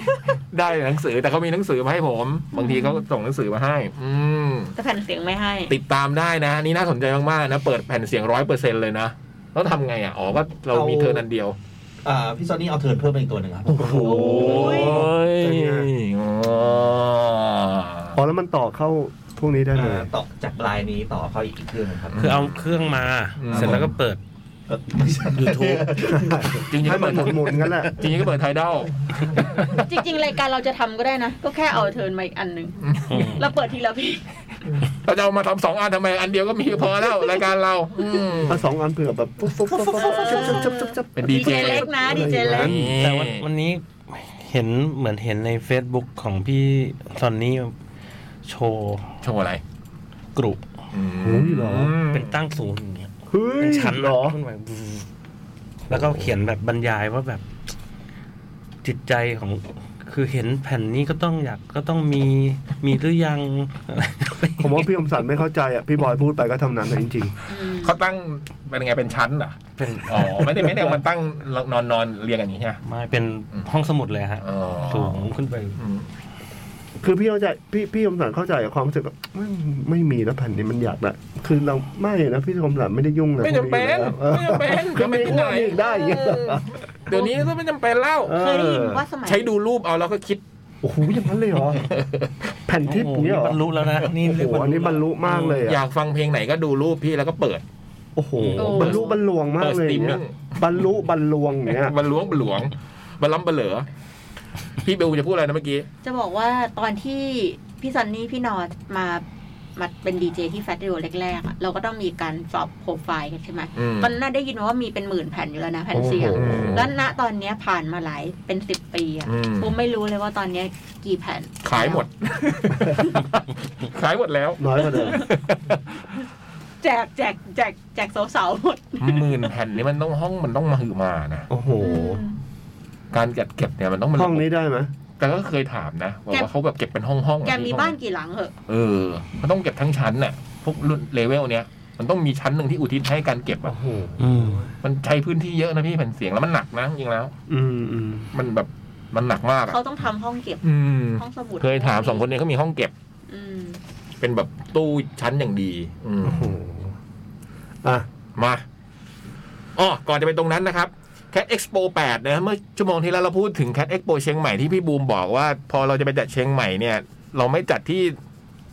Speaker 1: ได้หนังสือแต่เขามีหนังสือมาให้ผม บางทีเขาส่งหนังสือมาให้ อืม
Speaker 5: แต่แผ่นเสียงไม่ให้
Speaker 1: ติดตามได้นะ นี่น่าสนใจมากๆนะ เปิดแผ่นเสียงร้อยเปอร์เซ็นเลยนะแล้วทำไงอ่ะอ๋อก็เรามีเธอนันเดียว
Speaker 4: อ่าพี่ซอนนี่เอาเทิร์นเพิ่มไปอีกตัวหนึ่งครับ
Speaker 1: โอ้ยอ๋อ
Speaker 2: อ๋อแล้วมันต่อเข้าพวกนี้ได้เลย
Speaker 4: อ่าต่อจากลายนี้ต่อเข้าอีกเครื่องหนึงครับ
Speaker 3: คือเอาเครื่องมา
Speaker 1: อืม
Speaker 3: เสร็จแล้วก็เปิด
Speaker 4: ไม่ใช่
Speaker 3: YouTube
Speaker 1: จริงๆ
Speaker 2: ให้
Speaker 1: ก็
Speaker 2: มั
Speaker 1: เปิ
Speaker 2: น
Speaker 1: ด
Speaker 2: หมุนหมุนๆงั้นแหละ
Speaker 1: จริงๆก็เปิดไทดอล
Speaker 5: จริง ๆ รายการเราจะทำก็ได้นะ ก็แค่เอาเทิร์นมาอีกอันหนึ่งเราเปิดทีละพี่
Speaker 1: เราจะเอามาทำสองอันทำไม อันเดียวก็มีพอแล้ว รายการเราอืม
Speaker 2: อ่ะสองอันเผื่อแบบปุ๊บปุ๊บปุ๊บปุ๊บปุ๊บจุ๊บจุ๊บจุ๊บจุ๊บ
Speaker 1: เป็น
Speaker 5: ดี
Speaker 1: DJ
Speaker 5: เจเล็กนะดีเจเล็ก
Speaker 3: แต่วันวันนี้เห็นเหมือนเห็นใน Facebook ของพี่ซอนนี่โชว์
Speaker 1: โชว์อะไร
Speaker 3: กรุ
Speaker 2: โอ้ยเหรอ
Speaker 3: เป็นตั้งสูงอย่างเงี้ย
Speaker 2: เฮ้ย
Speaker 3: เป็นชั้น
Speaker 2: เหรอ
Speaker 3: ขึ้นไปบู๊แล้วก็เขียนแบบบรรยายว่าแบบ จิตใจของคือเห็นแผ่นนี้ก็ต้องอยากก็ต้องมีมีหรือ ยังอะไร
Speaker 2: ผมว่าพี่อมสันไม่เข้าใจอ่ะ พี่บอยพูดไปก็ทำนั้นนะจริง
Speaker 1: เขาตั้งเป็นไงเป็นชั้นเหรอ
Speaker 3: เป็น
Speaker 1: อ๋อไม่ได้ไม่ได้เอามันตั้งนอนนอนเรียงกันอย่างนี้ใช่ไหม
Speaker 3: ไมาเป็นห้องสมุดเลยฮะ
Speaker 1: อ๋อ
Speaker 3: สูงขึ้นไป
Speaker 1: อืม
Speaker 2: ๆ คือพี่เข้าใจพี่พี่อมสันเข้าใจกับความรู้สึกแบบไม่ไม่มีแล้วแผ่นนี้มันอยากนะคือเราไม่นะพี่อมสันไม่ได้ยุ่งนะ
Speaker 1: ไม่จำเป็น
Speaker 2: ออ
Speaker 1: ไม่จำเป็น
Speaker 2: คือไม่
Speaker 1: ที่ห
Speaker 2: อ้วนนอีกได้อย่างเงี้ยเหรอ
Speaker 1: เดี๋ยวนี้ก็ไม่จำเป็นแล้ว
Speaker 2: ออ
Speaker 5: เคยได้ยินว่าสมัย
Speaker 1: ใช้ดูรูปเอาแล้วก็คิด
Speaker 2: โอ้โหอย่างนั้นเลยเหรอ แผ่นทิป
Speaker 3: โอ้โห
Speaker 2: อย่างเงี้ยเหรอ
Speaker 3: นี่บรรลุแล้วนะนี่
Speaker 2: โอ้
Speaker 3: เรียก
Speaker 2: โห
Speaker 3: บรรลุ
Speaker 2: อันนี้บรรลุมากเลย
Speaker 1: อ
Speaker 2: อ่ะ
Speaker 1: ยากฟังเพลงไหนก็ดูรูปพี่แล้วก็เปิด
Speaker 2: โอ้โหบรรลุบรรลวงมากเลย
Speaker 1: เปิดส
Speaker 2: เนี่ย
Speaker 1: ตรีมมิ่
Speaker 2: บรรลุบรรลวงอย่างเนี้ย
Speaker 1: มันล้วงมันหลวงมันล้ำมันเหลือ พี่เบลจะพูดอะไรนะเมื่อกี้
Speaker 5: จะบอกว่าตอนที่พี่ซันนี่พี่นอร์มามาเป็นดีเจที่แฟตเดียแรกๆอะเราก็ต้องมีการสอบโปรไฟล์กันใช่ไหม
Speaker 1: อืม
Speaker 5: ตอนนั้นนะได้ยินมาว่ามีเป็นหมื่นแผ่นอยู่แล้วนะแผ่นเสียง
Speaker 1: โอ้โห
Speaker 5: แล้วณตอนเนี้ยผ่านมาหลายเป็นสิบปีอะ
Speaker 1: อืม
Speaker 5: ผมไม่รู้เลยว่าตอนเนี้ยกี่แผ่น
Speaker 1: ขายหมด ขายหมดแล้ว
Speaker 2: น้อยกว่าเดิม
Speaker 5: แจกแจกแจกแจกสาวๆหมด
Speaker 1: หมื่นแผ่นนี่มันต้องห้องมันต้องมาหือมานะ
Speaker 2: โอ้โห
Speaker 1: การจัดเก็บเนี่ยมันต้องมัน
Speaker 2: ห้องนี้ได้ไหม
Speaker 1: แต่ก็เคยถามนะบอกว่าเขาแบบเก็บเป็นห้องห้อง
Speaker 5: แกมีบ้านกี่หลังเหอะ
Speaker 1: เออ มันต้องเก็บทั้งชั้นน่ะพวกรุ่นเลเวลเนี้ยมันต้องมีชั้นหนึ่งที่อุทิศให้การเก็บอะ
Speaker 3: อืม
Speaker 1: มันใช้พื้นที่เยอะนะพี่แผ่นเสียงแล้วมันหนักนะจริงๆแล้ว
Speaker 2: อืมอืม
Speaker 1: มันแบบมันหนักมากอะ
Speaker 5: เขาต้องทำห้องเก็บ
Speaker 1: อืม
Speaker 5: ห้องสมุด
Speaker 1: เคยถามสองคนเนี้เขามีห้องเก็บ
Speaker 5: อืม
Speaker 1: เป็นแบบตู้ชั้นอย่างดี อืม
Speaker 2: โอ้โหอ่ะ
Speaker 1: มาอ๋อก่อนจะไปตรงนั้นนะครับ Cat Expo 8นะ เมื่อชั่วโมงที่แล้วเราพูดถึง Cat Expo เชียงใหม่ที่พี่บูมบอกว่า พอเราจะไปจัดเชียงใหม่เนี่ย เราไม่จัดที่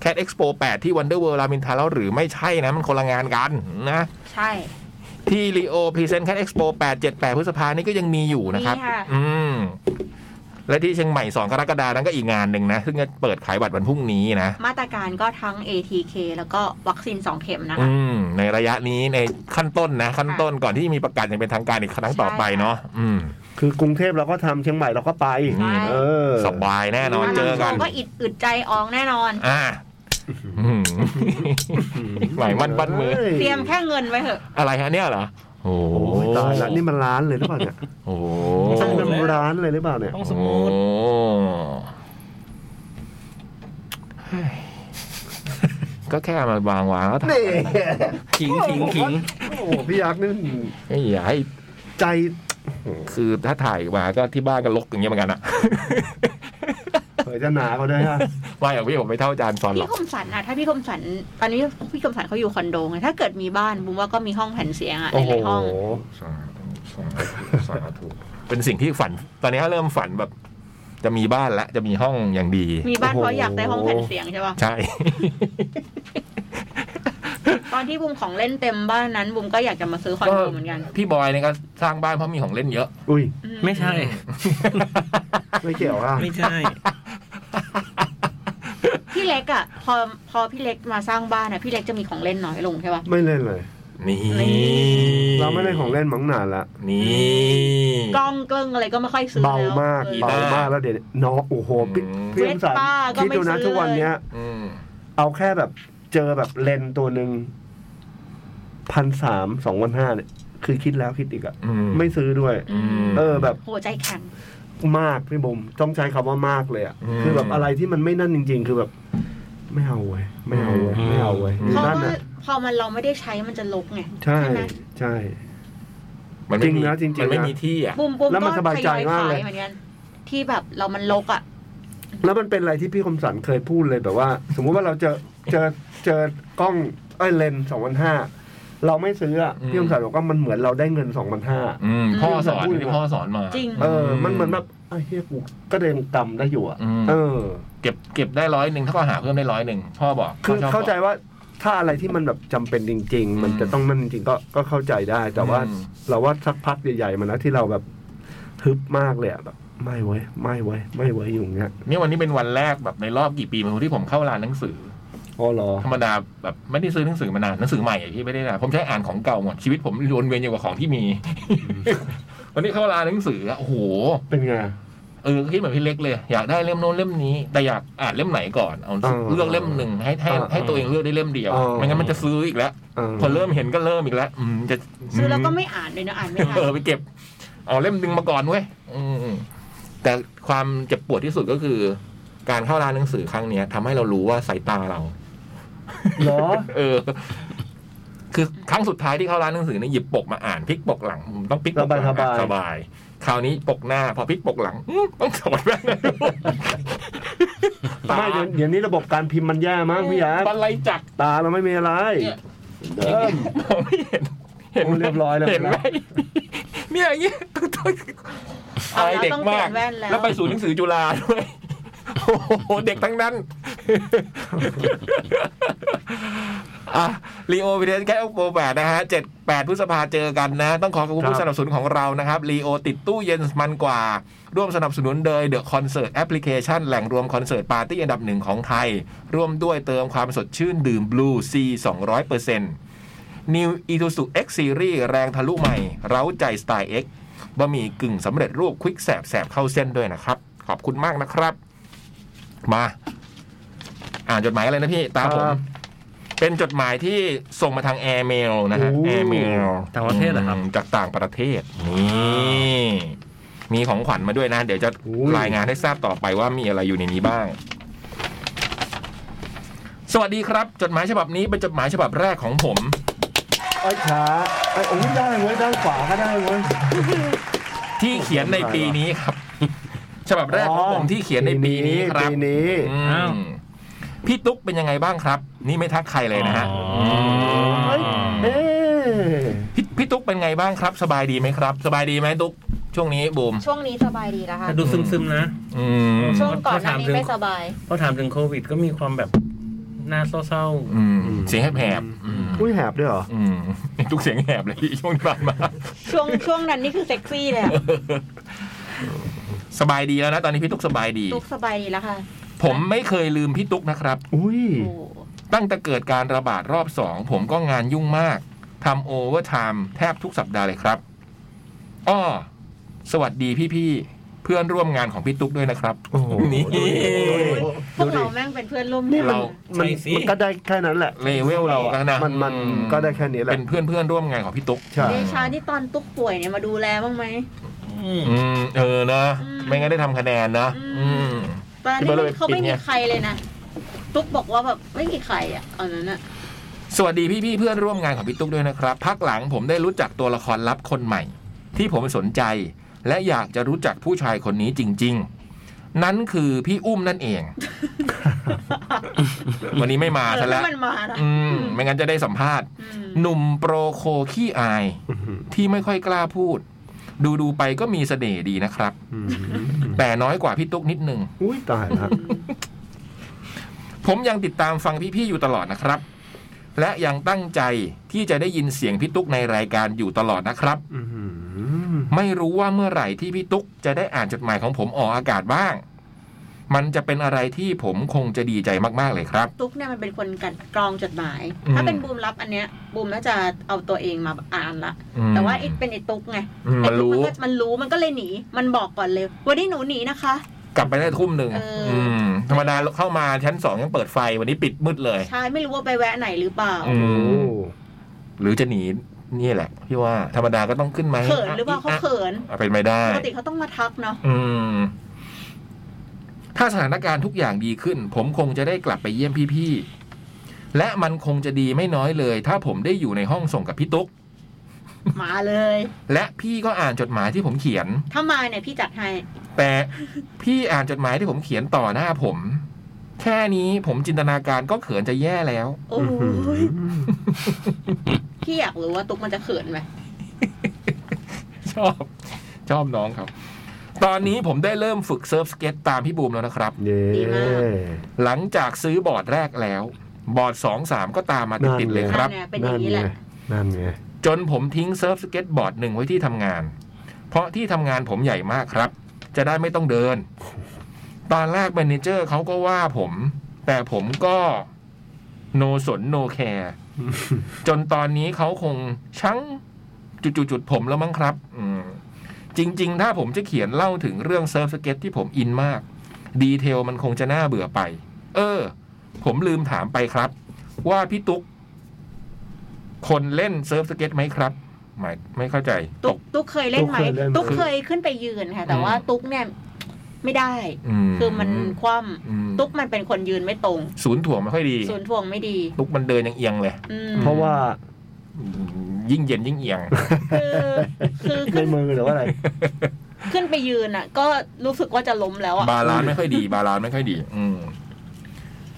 Speaker 1: Cat Expo 8 ที่ Wonder World รามอินทราแล้วหรือไม่ใช่นะ มันคนละงานกันนะ
Speaker 5: ใช่
Speaker 1: ที่ Leo Present Cat Expo 8 7 8พฤษภานี่ก็ยังมีอยู่นะครับ
Speaker 5: มีค่ะ
Speaker 1: อืม และที่เชียงใหม่ 2 กรกฎานั้นก็อีกงานหนึ่งนะ ซึ่งจะเปิดขายบัตรวันพรุ่งนี้นะ
Speaker 5: มาตรการก็ทั้ง ATK แล้วก็วัคซีนสองเข็มนะคะ
Speaker 1: อืมในระยะนี้ในขั้นต้นนะ ขั้นต้นก่อนที่จะมีประกาศอย่างเป็นทางการอีกครั้งต่อไปเนาะอืม
Speaker 2: คือกรุงเทพเราก็ทำเชียงใหม่เราก็ไป
Speaker 5: ใช่
Speaker 2: เออ
Speaker 1: สบายแน่นอนเจอกัน
Speaker 5: ก็อิดอึดใจอองแน่นอน
Speaker 1: อ่าอืม หลายวันบันมือ
Speaker 2: ฮ้
Speaker 5: เตรียมแค่เงินไว้เถอะ
Speaker 1: อะไรฮะเนี่ยเหรอ โอ้
Speaker 2: โอ้ยตายละนี่มันร้านเลยหรือเปล่าเนี่ย
Speaker 1: โอ้โห
Speaker 2: ใช่มันร้านเลยหรือเปล่าเนี่ย
Speaker 3: ห้องส
Speaker 1: โอ้
Speaker 3: มุด
Speaker 1: โห ก็แค่เอามาวางวางแล้วทำ
Speaker 2: นี่
Speaker 3: ขิงขิงขิง
Speaker 2: โอ้โหพี่ยักษ์นี่
Speaker 1: ไอ้ใหญ่
Speaker 2: ใจ
Speaker 1: คือถ้าถ่ายมาก็ที่บ้านก็ลกอย่างเงี้ยเหมือนกันอะ
Speaker 2: เผยจะหนาเขาด้วยฮะ
Speaker 1: ว่าอย่างพี่ผมไม่เท่าอาจารย์สอนหรอ
Speaker 5: พี่
Speaker 1: ก
Speaker 5: คมสันอะถ้าพี่คมสันตอนนี้พี่คมสันเขาอยู่คอนโดไงถ้าเกิดมีบ้านบุมว่าก็มีห้องแผ่นเสียงอะห
Speaker 1: โอ้โห
Speaker 5: ลายๆห้อง
Speaker 1: สาธุสาธุสาธุเป็นสิ่งที่ฝัน ตอนนี้ก็เริ่มฝันแบบ จะมีบ้านละจะมีห้องอย่างดี
Speaker 5: มีบ้าน
Speaker 2: โอ้โห
Speaker 5: เพราะอยากได้ห้องแผ่นเสียงใช่ป่ะ
Speaker 1: ใช่
Speaker 5: ตอนที่บุมของเล่นเต็มบ้านนั้นบุมก็อยากจะมาซื้อคอนโดเหมือนกัน
Speaker 1: พี่บอยเนี่ยก็สร้างบ้านเพราะมีของเล่นเยอะ
Speaker 2: อุ้ย
Speaker 5: อื
Speaker 3: ไม่ใช่
Speaker 2: ไม่เกี่ยวอ่ะ
Speaker 3: ไม่ ใช่
Speaker 5: พี่เล็กอะพอพอพี่เล็กมาสร้างบ้านอะพี่เล็กจะมีของเล่นน้อยลงใช่ป่ะ
Speaker 2: ไม่เล่นเลย
Speaker 1: นี่
Speaker 5: นี่
Speaker 2: เราไม่เล่นของเล่นมั้งนานละ
Speaker 1: นี่
Speaker 5: กล้องเกลิ้งอะไรก็ไม่ค่อยซื้อ
Speaker 2: เบา
Speaker 5: แล้ว
Speaker 2: มาก
Speaker 5: เออ
Speaker 1: กีตาร์
Speaker 2: เบามากแล้วเดี๋ยวน้องโอ้โหพี่
Speaker 1: อืม
Speaker 2: พี่อมสัน
Speaker 5: เวสป้าก็
Speaker 2: คิด
Speaker 5: ไม่
Speaker 2: ดูนะ
Speaker 5: ซื้อ
Speaker 2: ทุกวันเนี้ย
Speaker 1: อืม
Speaker 2: เอาแค่แบบเจอแบบเลนส์ตัวหนึ่งพันสามสองพันห้าเนี่ย คือคิดแล้วคิดอีกอ่ะ
Speaker 1: อื
Speaker 2: ไม่ซื้อด้วย
Speaker 1: อืม
Speaker 2: เออแบบ
Speaker 5: โหใจแข็ง
Speaker 2: มากพี่บุ๋มต้องใช้คำว่ามากเลยอ่ะ
Speaker 1: อืม
Speaker 2: คือแบบอะไรที่มันไม่นั่นจริง ๆ คือแบบ ไม่เอาเว้ยไม่เอาเว้ยไม่เอาเว้ย
Speaker 1: อืม
Speaker 2: อยู่
Speaker 5: เพราะ
Speaker 2: นั่น
Speaker 5: ว่า
Speaker 2: อ่ะ
Speaker 5: พอมันเราไม่ได้ใช้มันจะลกไง
Speaker 2: ใช่
Speaker 5: ไหม
Speaker 2: ใช่
Speaker 1: มันไม่มี
Speaker 2: จริงนะจริงๆนะ
Speaker 1: มันไม่มีที่อ่ะ
Speaker 5: บุมบุม
Speaker 2: แล้วมัน
Speaker 5: ก็
Speaker 2: สบายใจมากเลย
Speaker 5: ทอขเหมือนกันที่แบบเรามันลกอ่ะ
Speaker 2: แล้วมันเป็นอะไรที่พี่คมสันเคยพูดเลยแบบว่า สมมุติว่าเราเจอเจอเจอกล้องเอ้ยเลนสองพันห้าเราไม่ซื้ออะ
Speaker 1: อืม
Speaker 2: พี่คมสันบอกว่ามันเหมือนเราได้เงินสองพันห้า
Speaker 1: อืมพ่อสอน
Speaker 2: พูดเลย
Speaker 1: ที่พ่อสอนมา
Speaker 5: จริง
Speaker 2: เออ มันเหมือนแบบไอ้เฮียกูก็เดินต่ำได้อยู่อะ
Speaker 1: อืม
Speaker 2: เออ
Speaker 1: เก็บเก็บได้ร้อยหนึ่งถ้าก็หาเพิ่มได้ร้อยหนึ่งพ่อบอก
Speaker 2: คือ
Speaker 1: พ่บก
Speaker 2: เข้าใจว่าถ้าอะไรที่มันแบบจำเป็นจริง
Speaker 1: อืม
Speaker 2: ๆ มันจะต้องนั่นจริงๆก็ก็เข้าใจได้ แต่ว่า
Speaker 1: อืม
Speaker 2: เราว่าสักพักใหญ่ๆมันนะที่เราแบบฮึบมากเลยอะแบบ ไม่เว้ยไม่เว้ยไม่เว้ยอยู่อย่างเงี้ย
Speaker 1: เนี่ยวันนี้เป็นวันแรกแบบในรอบกี่ปีมาที่ผมเข้าร้านหนังสือ
Speaker 2: อ๋อเหรอ
Speaker 1: ธรรมดาแบบไม่ได้ซื้อหนังสือมานานหนังสือใหม่อะพี่ไม่ได้นะผมใช้อ่านของเก่าหมดชีวิตผมวนเวียนอยู่กับของที่ มี วันนี้เข้าร้านหนังสืออะโอ้โห
Speaker 2: เป็นไง
Speaker 1: เออคิดเหมือนพี่เล็กเลย อยากได้เล่มโน้นเล่มนี้ แต่อยากอ่านเล่มไหนก่อนเอา
Speaker 2: อ่า
Speaker 1: เลือกเล่มหนึ่งให้ให้
Speaker 2: อ่า
Speaker 1: ให้ตัวเองเลือกได้เล่มเดียว
Speaker 2: อ่า
Speaker 1: ไม่งั้นมันจะซื้ออีกแล้ว
Speaker 2: เออ
Speaker 1: พอเริ่มเห็นก็เริ่มอีกแล้ว อืมจะ
Speaker 5: ซื้อแล้วก็ไม่อ่านเลยนะอ่านไม่ทัน
Speaker 1: เออไปเก็บเอาเล่มหนึ่งมาก่อนเว้ยอืมแต่ความเจ็บปวดที่สุดก็คือ การเข้าร้านหนังสือครั้งเนี้ยทำให้เรารู้ว่าสายตาเรา
Speaker 2: เหรอ
Speaker 1: เออ คือครั้งสุดท้ายที่เข้าร้านหนังสือเนี่ยหยิบปกมาอ่านพลิกปกหลังผมต้องพลิกปกหลัง
Speaker 2: สบายๆ
Speaker 1: อ่ะสบาย คราวนี้ปกหน้า พอพลิกปกหลังอื้อ ต้องถอดแว่นนะตา
Speaker 2: ไม่เดี๋ยวเดี๋ยวนี้ระบบการพิมพ์มันแย่มากพี่ยา
Speaker 1: บันไลจักร
Speaker 2: ตาเราไม่มีอะไร
Speaker 1: เนี่ย
Speaker 2: เดิม
Speaker 1: มองไม่เห็น เห็นไหม
Speaker 2: โอ้เรียบร้อยแล้ว
Speaker 1: เห็นไหม
Speaker 2: แล้ว
Speaker 1: เนี่ยอย่างเงี้ยอายเด็กมาก
Speaker 5: แว่นแล้ว
Speaker 1: แล้วไปศูนย์หนังสือจุฬาด้วยโอ้โหเด็กทั้งนั้นอะรีโอพิเดนแค่โปรแปดนะฮะเจ็ดแปดพฤษภาเจอกันนะ ต้องขอขอบคุณ
Speaker 2: ครับ
Speaker 1: ผู้สนับสนุนของเรานะครับรีโอติดตู้เย็นมันกว่า ร่วมสนับสนุนโดยเดอะคอนเสิร์ตแอปพลิเคชันแหล่งรวมคอนเสิร์ตปาร์ตี้อันดับหนึ่งของไทย ร่วมด้วยเติมความสดชื่นดื่มบลูซีสองร้อยเปอร์เซ็นต์ New i t u s u X Series แรงทะลุใหม่ เร้าใจสไตล์ X บะหมี่กึ่งสำเร็จรูปควิกแสบแสบเข้าเส้นด้วยนะครับ ขอบคุณมากนะครับ มา อ่านจดหมายอะไรนะพี่ ตามผม
Speaker 2: ครับ
Speaker 1: เป็นจดหมายที่ส่งมาทางแอร์เมลนะฮะ
Speaker 2: โอ้
Speaker 1: แอร์เมล
Speaker 3: ต่างประเทศเหรอครับ
Speaker 1: จากต่างประเทศ นี่มีของขวัญมาด้วยนะ เดี๋ยวจะรายงานให้ทราบต่อไปว่ามีอะไรอยู่ในนี้บ้าง สวัสดีครับ จดหมายฉบับนี้เป็นจดหมายฉบับแรกของผม
Speaker 2: ไอ้ขาไอ้โอ้ยได้เว้ยด้านขวาก็ได้เว้ย
Speaker 1: ที่เขียนในปีนี้ครับ ฉบับแรกของผมที่เขียนในปีนี้ครับ
Speaker 2: ปีนี้
Speaker 1: อื
Speaker 3: อ้าว
Speaker 1: มพี่ตุ๊กเป็นยังไงบ้างครับ นี่ไม่ทักใครเลยนะฮะ
Speaker 3: อ๋อ
Speaker 1: ม
Speaker 2: เอ้ยเอ๊ะ
Speaker 1: พี่พี่ตุ๊กเป็นไงบ้างครับ สบายดีไหมครับ สบายดีไหมตุ๊กช่วงนี้บูม
Speaker 5: ช่วงนี้สบายดีนะคะ
Speaker 3: แต่ดูซึมๆนะ
Speaker 1: อืม
Speaker 5: ช่วงก่อนหน้านี้ไม่สบาย
Speaker 3: พอถามถึงโควิดก็มีความแบบน่าเศร้า
Speaker 1: อืมเสียงแหบๆอืม
Speaker 2: อุ้ยแหบด้วยเหรอ
Speaker 1: อืมทุกเสียงแหบเลยช่วงที่ผ่านมา
Speaker 5: ช่วงช่วงนั้นนี่คือเซ็กซี่เลยอะ
Speaker 1: สบายดีแล้วนะ ตอนนี้พี่ตุ๊กสบายดี
Speaker 5: ทุกสบายดีแล้วค่ะ
Speaker 1: ผมไม่เคยลืมพี่ตุ๊กนะครับ
Speaker 2: อุ้ย
Speaker 5: โอ้โห
Speaker 1: ตั้งแต่เกิดการระบาดรอบสองผมก็งานยุ่งมากทำโอเวอร์ไทม์แทบทุกสัปดาห์เลยครับอ้อสวัสดีพี่ๆเพื่อนร่วมงานของพี่ตุ๊กด้วยนะครับ
Speaker 2: โอ้โห
Speaker 1: นี่
Speaker 5: พวกเราแม่งเป็นเพื่อนร่วม
Speaker 2: นี่
Speaker 5: งาน
Speaker 2: มันมัน
Speaker 3: ใช่สิ
Speaker 2: มันก็ได้แค่นั้นแหละ
Speaker 1: เลเวลเราอะนะ
Speaker 2: มันมัน
Speaker 1: อื
Speaker 2: ก็ได้แค่นี้แหละ
Speaker 1: เป็นเพื่อนเพื่อนร่วมงานของพี่ตุ๊ก
Speaker 2: ใช่
Speaker 5: เดชานี่ตอนตุ๊กป่วยเนี่ยมาดูแลบ้างไหม
Speaker 1: อืมเออนะ
Speaker 5: อืม
Speaker 1: ไม่งั้นได้ทำคะแนนนะ
Speaker 5: อื
Speaker 1: อืม
Speaker 5: ตอนนี้นเขาไม่มีใครเลยนะ ตุ๊กบอกว่าแบบไม่มีใครอ่ะตอนนั้นอ่ะ
Speaker 1: สวัสดีพี่ๆเพื่อนร่วมงานของพี่ตุ๊กด้วยนะครับพักหลังผมได้รู้จักตัวละครลับคนใหม่ ที่ผมสนใจ และอยากจะรู้จักผู้ชายคนนี้จริง ๆ นั่นคือพี่อุ้มนั่นเอง วันนี้ไม่มา
Speaker 5: เอ
Speaker 1: ซะ
Speaker 5: อ
Speaker 1: แล้
Speaker 5: ถ้าว มันมานะ
Speaker 1: อืมไม่งั้นจะได้สัมภาษณ์
Speaker 5: อืม
Speaker 1: หนุ่มโปรโคขี้อายที่ไม่ค่อยกล้าพูด ดูดูๆไปก็มีเสน่ห์ดีนะครับ
Speaker 2: อืม
Speaker 1: แต่น้อยกว่าพี่ตุ๊กนิดนึง
Speaker 2: อุ้ยตายละ
Speaker 1: ผมยังติดตามฟังพี่ ๆ อยู่ตลอดนะครับ และยังตั้งใจที่จะได้ยินเสียงพี่ตุ๊กในรายการอยู่ตลอดนะครับ
Speaker 2: อื้อหือ
Speaker 1: ไม่รู้ว่าเมื่อไหร่ที่พี่ตุ๊กจะได้อ่านจดหมายของผมออกอากาศบ้าง มันจะเป็นอะไรที่ผมคงจะดีใจมาก ๆ เลยครับ
Speaker 5: ตุ๊กเนี่ยมันเป็นคนกลันกรองจดหมาย
Speaker 1: อืม
Speaker 5: ถ้าเป็นบูมรับอันเนี้ยบูมน่าจะเอาตัวเองมาอ่านละ
Speaker 1: อืม
Speaker 5: แต่ว่าไอ้เป็นไอ้ตุ๊กไง
Speaker 1: อืม
Speaker 5: ไอ้
Speaker 1: มัน
Speaker 5: ตุ๊ก
Speaker 1: รู้
Speaker 5: มันก็มันรู้มันก็เลยหนี มันบอกก่อนเลย วันนี้หนูหนีนะคะ
Speaker 1: กลับไปได้ทุ่มหนึ่ง
Speaker 5: เอออื
Speaker 1: มธรรมดาเข้ามาชั้นสองยังเปิดไฟวันนี้ปิดมืดเลย
Speaker 5: ใช่ไม่รู้ว่าไปแวะไหนหรือเปล่า
Speaker 1: อื
Speaker 2: โอ้
Speaker 1: มหรือจะหนีนี่แหละพี่ว่าธรรมดาก็ต้องขึ้นไหม
Speaker 5: เขินหรือเปล่าเขาเขิน
Speaker 1: อ่ะเป็นไม่ได้
Speaker 5: ปกติเขาต้องมาทักเนาะ
Speaker 1: อืม ถ้าสถานการณ์ทุกอย่างดีขึ้น ผมคงจะได้กลับไปเยี่ยมพี่ๆ และมันคงจะดีไม่น้อยเลย ถ้าผมได้อยู่ในห้องส่งกับพี่ตุ๊ก
Speaker 5: มาเลย
Speaker 1: และพี่ก็อ่านจดหมายที่ผมเขียน
Speaker 5: ถ้ามาเนี่ยพี่จัดให้
Speaker 1: แต่พี่อ่านจดหมายที่ผมเขียนต่อหน้าผม แค่นี้ผมจินตนาการก็เขินจะแย่แล้ว
Speaker 5: โอ้
Speaker 2: อื้อหื
Speaker 5: ย
Speaker 2: อ
Speaker 5: พี่อยากรู้ว่าตุ๊กมันจะเขินไหม
Speaker 1: ชอบ ชอบน้องครับ ตอนนี้ผมได้เริ่มฝึกเซิร์ฟสเก็ตตามพี่บูมแล้วนะครับ
Speaker 2: เย้
Speaker 1: หลังจากซื้อบอร์ดแรกแล้ว บอร์ดสองสามก็ตามมาติดๆเลยครับ
Speaker 5: นั่นไงเป็นอย่างนี้แหละ
Speaker 2: นั่นไงนั่นไง
Speaker 1: จนผมทิ้งเซิร์ฟสเก็ตบอร์ดหนึ่งไว้ที่ทำงาน เพราะที่ทำงานผมใหญ่มากครับ จะได้ไม่ต้องเดิน ตอนแรกแมเนเจอร์เขาก็ว่าผม แต่ผมก็โนสนโนแคร์จนตอนนี้เขาคงชังจุดๆๆผมแล้วมั้งครับ อืม จริง ๆ ถ้าผมจะเขียนเล่าถึงเรื่องเซิร์ฟสเก็ตที่ผมอินมาก ดีเทลมันคงจะน่าเบื่อไป เออ ผมลืมถามไปครับ ว่าพี่ตุ๊ก คนเล่นเซิร์ฟสเก็ตไหมครับ หมายไม่เข้าใจ ต
Speaker 5: ตุ๊
Speaker 1: ก
Speaker 5: กตุ๊กเคยเล่นไหมตุ๊กเคยขึ้นไปยืนค่ะ แต่ว่า
Speaker 1: อืม
Speaker 5: ตุ๊กเนี่ยไม่ได้
Speaker 1: ม
Speaker 5: คือมันคว่
Speaker 1: อืม
Speaker 5: ำตุ๊กมันเป็นคนยืนไม่ตรง
Speaker 1: ศูนย์ถ่วงไม่ค่อยดี
Speaker 5: ศูนย์ทวงไม่ดี
Speaker 1: ตุ๊กมันเดินยังเอียงๆเลย
Speaker 5: อืม
Speaker 2: เพราะว่า
Speaker 1: ยิ่งเย็นยิ่งเอียง
Speaker 5: คือคือ
Speaker 2: ใน
Speaker 5: ขึ้น
Speaker 2: มือหรือว่าอะไร
Speaker 5: ขึ้นไปยืนอ่ะ ก็รู้สึกว่าจะล้มแล้วอ่ะ
Speaker 1: บาลานซ์ไม่ค่อยดี บาลานซ์ไม่ค่อยดี อืม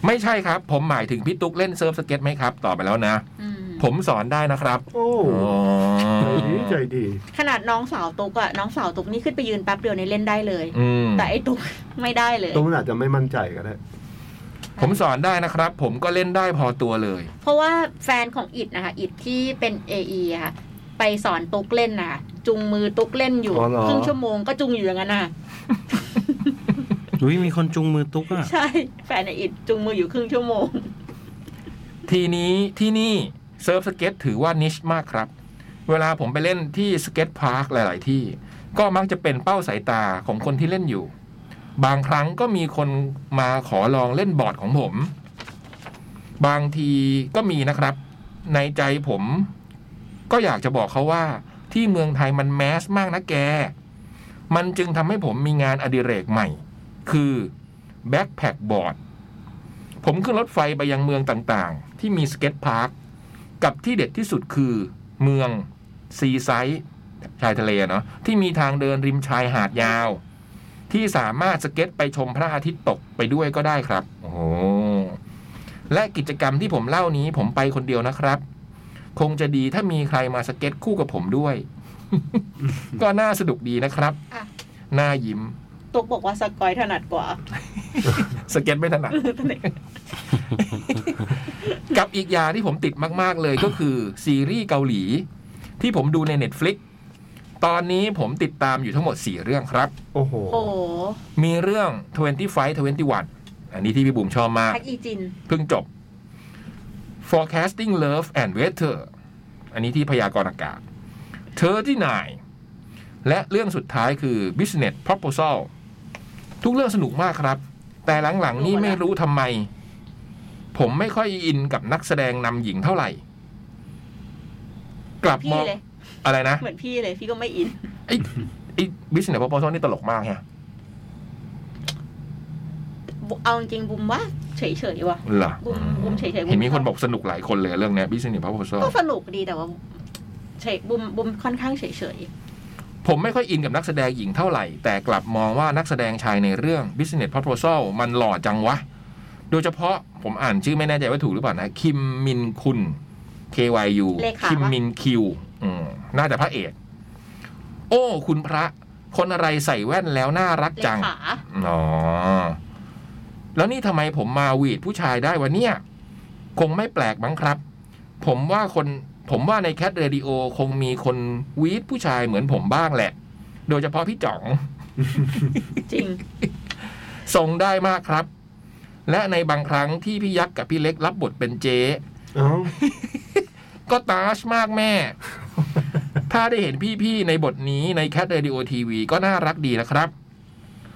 Speaker 1: ไม่ใช่ครับ ผมหมายถึงพี่ตุ๊กเล่นเซิร์ฟสเก็ตไหมครับตอบไปแล้วนะ
Speaker 5: อืม
Speaker 1: ผมสอนได้นะครับ
Speaker 2: โอ้
Speaker 1: อ๋อ
Speaker 2: ใจดีใจดี
Speaker 5: ขนาดน้องสาวตุ๊กอ่ะน้องสาวตุ๊กนี่ขึ้นไปยืนแป๊บเดียวในเล่นได้เลย
Speaker 1: อืม
Speaker 5: แต่ไอ้ตุ๊ก ไม่ได้เลย
Speaker 2: ตรงนั้นอาจจะไม่มั่นใจก็ได้
Speaker 1: ผมสอนได้นะครับ ผมก็เล่นได้พอตัวเลย
Speaker 5: เพราะว่าแฟนของอิดนะคะอิดที่เป็น AE อะค่ะ ไปสอนตุ๊กเล่นนะคะจุงมือตุ๊กเล่นอยู่
Speaker 2: อ๋อเหรอ
Speaker 5: ครึ่งชั่วโมงก็จุงอยู่อย่างนั้นน่ะ
Speaker 3: อุ้ยมีคนจุงมือตุ๊กอ่ะ
Speaker 5: ใช่แฟนอิดจุงมืออยู่ครึ่งชั่วโมง
Speaker 1: ทีนี้ที่นี่เซิร์ฟสเก็ตถือว่านิชมากครับ เวลาผมไปเล่นที่สเก็ตพาร์คหลาย ๆ ที่ ก็มักจะเป็นเป้าสายตาของคนที่เล่นอยู่ บางครั้งก็มีคนมาขอลองเล่นบอร์ดของผม บางทีก็มีนะครับ ในใจผม ก็อยากจะบอกเขาว่า ที่เมืองไทยมันแมสมากนะแก มันจึงทำให้ผมมีงานอดิเรกใหม่ คือแบ็คแพคบอร์ด ผมขึ้นรถไฟไปยังเมืองต่างๆ ที่มีสเก็ตพาร์ค กับที่เด็ดที่สุดคือเมืองซีไซด์ชายทะเลเนาะที่มีทางเดินริมชายหาดยาว ที่สามารถสเก็ตไปชมพระอาทิตย์ตกไปด้วยก็ได้ครับ โอ้โหและกิจกรรมที่ผมเล่านี้ผมไปคนเดียวนะครับ คงจะดีถ้ามีใครมาสเก็ตคู่กับผมด้วย ก็น่าสนุกดีนะครับ
Speaker 5: อ่ะ
Speaker 1: น่ายิ้ม
Speaker 5: ตุ๊กบอกว่าสกอยถนัดกว่า
Speaker 1: สเก็ตไม่ถนัด กับอีกอย่างที่ผมติดมาก ๆ เลยก็คือ ซีรีส์เกาหลี ที่ผมดูใน Netflix ตอนนี้ผมติดตามอยู่ทั้งหมด 4 เรื่องครับ
Speaker 2: โอ้โห
Speaker 5: โอ้โห
Speaker 1: มีเรื่อง 25 21 อันนี้ที่พี่บุ๋มชอบมาก
Speaker 5: ทักอีจิน
Speaker 1: เพิ่งจบ forecasting love and weather อันนี้ที่พยากรณ์อากาศเธอที่นายและเรื่องสุดท้ายคือ business proposal ทุกเรื่องสนุกมากครับ แต่หลังๆ นี่ไม่รู้ทำไม ผมไม่ค่อยอินกับนักแสดงนำหญิงเท่าไหร่ กลับม
Speaker 5: พี่
Speaker 1: อง
Speaker 5: เลย
Speaker 1: อะไรนะ
Speaker 5: เหมือนพี่เลยพี่ก็ไม่อิน
Speaker 1: ไอ้ไอ้ business proposal นี่ตลกมากไง
Speaker 5: เอาจริงๆบุมว่า เฉยๆว่ะ
Speaker 1: เหรอ
Speaker 5: บุมบุมเฉยๆบุ
Speaker 1: เห็นมีคนบอกสนุกหลายคนเลยเรื่องเนี้ยพี่สนิทพระโพธิ์โซ่
Speaker 5: ก็สนุกดีแต่ว่าเฉยบุมบุมค่อนข้างเฉย
Speaker 1: ผมไม่ค่อยอินกับนักแสดงหญิงเท่าไหร่ แต่กลับมองว่านักแสดงชายในเรื่อง Business Proposal มันหล่อจังวะ โดยเฉพาะผมอ่านชื่อไม่แน่ใจว่าถูกหรือเปล่านะ คิมมินคุณ KYU
Speaker 5: เลขาปะ
Speaker 1: คิมมินคิวอืมน่าจะพระเอก โอ้ คุณพระ คนอะไรใส่แว่นแล้วน่ารัก
Speaker 5: ๆเล
Speaker 1: จัง
Speaker 5: ขา
Speaker 1: อ๋อ แล้วนี่ทำไมผมมาหวีดผู้ชายได้วะเนี่ย คงไม่แปลกมั้งครับ ผมว่าคน ผมว่าในแคทเรดิโอคงมีคนหวีดผู้ชายเหมือนผมบ้างแหละ โดยเฉพาะพี่จ๋อง
Speaker 5: จริง
Speaker 1: ทรงได้มากครับ และในบางครั้งที่พี่ยักษ์กับพี่เล็กรับบทเป็นเจ๊
Speaker 2: เอ้า
Speaker 1: ก็ตาชมากแม่ ถ้าได้เห็นพี่ๆในบทนี้ในแค t เรดิโอทีวีก็น่ารักดีนะครับ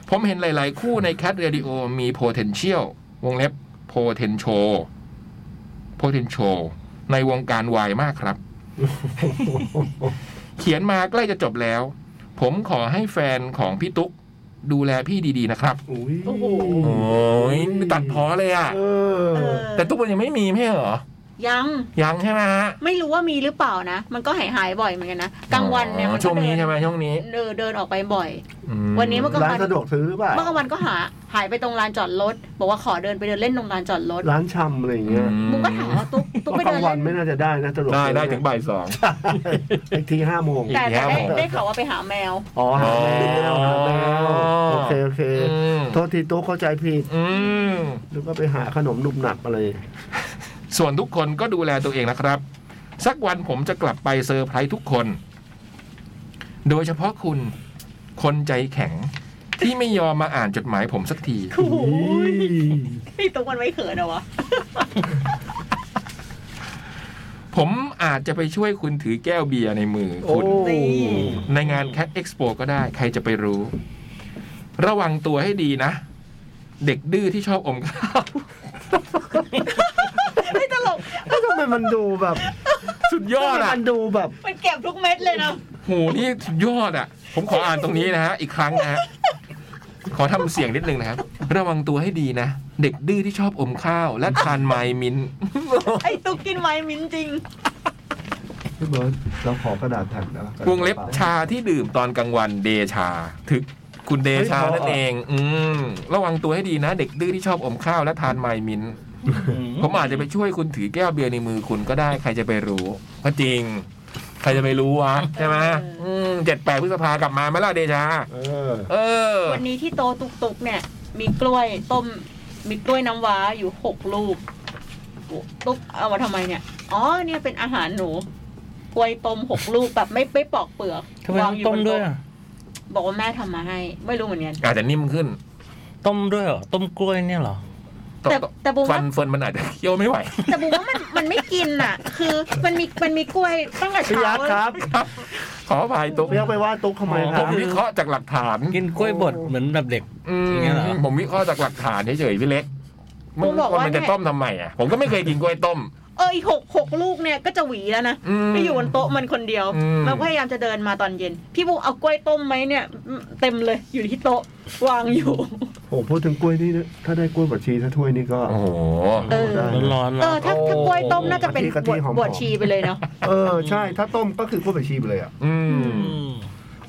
Speaker 1: ผมเห็นหลายๆ คู่ในแค t เรดิโอมี potential วงเล็บ potential potential ในวงการวายมากครับ เขียนมาใกล้จะจบแล้ว ผมขอให้แฟนของพี่ตุ๊ก ดูแลพี่ดีๆนะครับ
Speaker 2: อุ้ย
Speaker 5: โอ้โห
Speaker 1: โอ้ยตัดพอเลยอะ
Speaker 2: เออ
Speaker 5: เออ
Speaker 1: แต่ตุ๊กมันยังไม่มีไม่ใช่เหรอ
Speaker 5: ยัง
Speaker 1: ยังใช่ไหมฮะ
Speaker 5: ไม่รู้ว่ามีหรือเปล่านะ มันก็หายหายๆบ่อยเหมือนกันนะกลางวันเนี่ย
Speaker 1: อ๋
Speaker 5: มั
Speaker 1: อน
Speaker 5: ก็
Speaker 1: ช่วงนี้
Speaker 5: เดิ
Speaker 1: ใช่ไหมช่วงนี้
Speaker 5: เดินเดินออกไปบ่อย
Speaker 1: อื
Speaker 5: วันนี้มันก็
Speaker 2: ร้านสะดวกซื้อเปล่ะ
Speaker 5: เมื่อกลางวันก็หาหายไปตรงลานจอดรถ บอกว่าขอเดินไปเดินเล่นตรงลานจอดรถ
Speaker 2: ร้านชำอะไรอย่างเงี้ย
Speaker 5: บุมก็ถามว่าตุ๊กตุ๊กไป
Speaker 2: ก
Speaker 5: เดิ
Speaker 2: ลาน งวัน
Speaker 5: เล่น
Speaker 2: ไม่น่าจะได้นะสะดวก
Speaker 1: ได้
Speaker 2: ซื้อ
Speaker 1: ได้ถึงบ่ายสอง
Speaker 2: อีกทีห้าโมง
Speaker 1: อีก
Speaker 5: แต่แต่
Speaker 1: แล้ว
Speaker 5: ได้
Speaker 1: เหรอ
Speaker 5: ได้ข่าวว่าไปหาแม ว
Speaker 2: อ๋อหาแล้วหาแล้วโอเคโอเค โทษทีโต๊ะเข้าใจผิด
Speaker 1: อืม
Speaker 2: หรือว่าไปหาขนมหนุบหนับอะไร
Speaker 1: ส่วนทุกคนก็ดูแลตัวเองนะครับ สักวันผมจะกลับไปเซอร์ไพรส์ทุกคน โดยเฉพาะคุณ คนใจแข็ง ที่ไม่ยอมมาอ่านจดหมายผมสักที
Speaker 5: โอ้โหไอ้ตุ๊กมันไม่เขินเหรอวะ
Speaker 1: ผมอาจจะไปช่วยคุณถือแก้วเบียร์ในมือ
Speaker 2: โอ้
Speaker 1: คุณ ในงานแคดเอ็กซ์โปก็ได้ ใครจะไปรู้ ระวังตัวให้ดีนะ เด็กดื้อที่ชอบอมข้าว
Speaker 5: ไม่ตลก
Speaker 2: แล้วทำไมมันดูแบบ
Speaker 1: สุดยอด
Speaker 2: ทำไม
Speaker 1: อ่ะ
Speaker 2: มันดูแบบ
Speaker 5: มันเก็บทุกเม็ดเลยนะ
Speaker 1: โหนี่สุดยอดอ่ะ ผมขออ่านตรงนี้นะฮะ อีกครั้งนะฮะ ขอทำเสียงนิดนึงนะครับ ระวังตัวให้ดีนะ เด็กดื้อที่ชอบอมข้าว และทานไมมิน
Speaker 5: ไอ้ตุ๊กกินไวน์มิ้นจริง
Speaker 2: พี่เบิร์ดเราขอกระดาษแผ่นนะ
Speaker 1: วงเล็บชาที่ดื่มตอนกลางวันเดชา ถึกคุณเดชานั่นเอง อืมระวังตัวให้ดีนะ เด็กดื้อที่ชอบอมข้าวและทานไมมิน ผมอาจจะไปช่วยคุณถือแก้วเบียร์ในมือคุณก็ได้ใครจะไปรู้ก็จริง ใครจะไปรู้วะใช่ไหมเจ็ดแปดพฤษภากลับมาไหมล่ะเดชา
Speaker 2: เออ
Speaker 1: เออ
Speaker 5: วันนี้ที่โตะตุ๊กตุ๊กเนี่ย มีกล้วยต้ม มีกล้วยน้ำว้าอยู่หกลูก ตุ๊กเอามาทำไมเนี่ย อ๋อ เนี่ยเป็นอาหารหนู กล้วยต้มหกลูกแบบไม่ไม่ปอกเปลือก
Speaker 3: ทำไมต้องต้มด้วยอะ
Speaker 5: บอกว่าแม่ทำมาให้ ไม่รู้เหมือนกัน
Speaker 1: อาจจะนิ่มขึ้น
Speaker 3: ต้มด้วยเหรอต้มกล้วยเนี่ยเหรอ
Speaker 5: แต่แต่บูม
Speaker 1: ฟั
Speaker 5: ว่าน
Speaker 1: เฟิร์นมันอาจจะ เคี้ยวไม่ไหว
Speaker 5: แต่บูมว่ามันมันไม่กินอ่ะ คือมันมีมันมีกล้วยตั้งแต่
Speaker 2: พี่ยั
Speaker 5: เช้า
Speaker 2: กษ์ครับ
Speaker 1: ขออภัยตุ๊ก
Speaker 2: พี่ยักษ์ไปว่าตุ๊กทำไมค
Speaker 1: ผ
Speaker 2: รับ
Speaker 1: มวิเคราะห์จากหลักฐาน
Speaker 3: กินกล้วยบดเหมือนแบบเด็ก
Speaker 1: อืม
Speaker 3: อย่างเงี้ยเหรอ
Speaker 1: ผมวิเคราะห์จากหลักฐานเฉยๆพี่เล็ก
Speaker 5: บูมบอกว่า
Speaker 1: มันจะ
Speaker 5: เนี่ย
Speaker 1: ต้มทำไมอ่ะ ผมก็ไม่เคยกินกล้วยต้ม
Speaker 5: เอออีกหกหกลูกเนี่ยก็จะหวีแล้วนะ
Speaker 1: อืม
Speaker 5: ไปอยู่บนโต๊ะมันคนเดียว
Speaker 1: อืม
Speaker 5: มันพยายามจะเดินมาตอนเย็น พี่บูมเอากล้วยต้มไหมเนี่ยอืมเต็มเลยอยู่ที่โต๊ะวางอยู่
Speaker 2: โอ้พูดถึงกล้วยนี่นะถ้าได้กล้วยบดชีถ้าถ้วยนี่ก็
Speaker 1: โอ้โห
Speaker 5: เออ
Speaker 2: ได้
Speaker 3: ร้อนๆ
Speaker 5: เอ
Speaker 3: แล้ว
Speaker 5: อถ้าถ้ากล้วยต้มน่าจะเป็น
Speaker 2: กะทิ
Speaker 5: บวช
Speaker 2: หอมๆ
Speaker 5: บวชชีไปเลยเนาะ
Speaker 2: เออใช่ ถ้าต้มก็คือกล้วยบดชีไปเลยอ่ะ
Speaker 1: อืม
Speaker 3: ม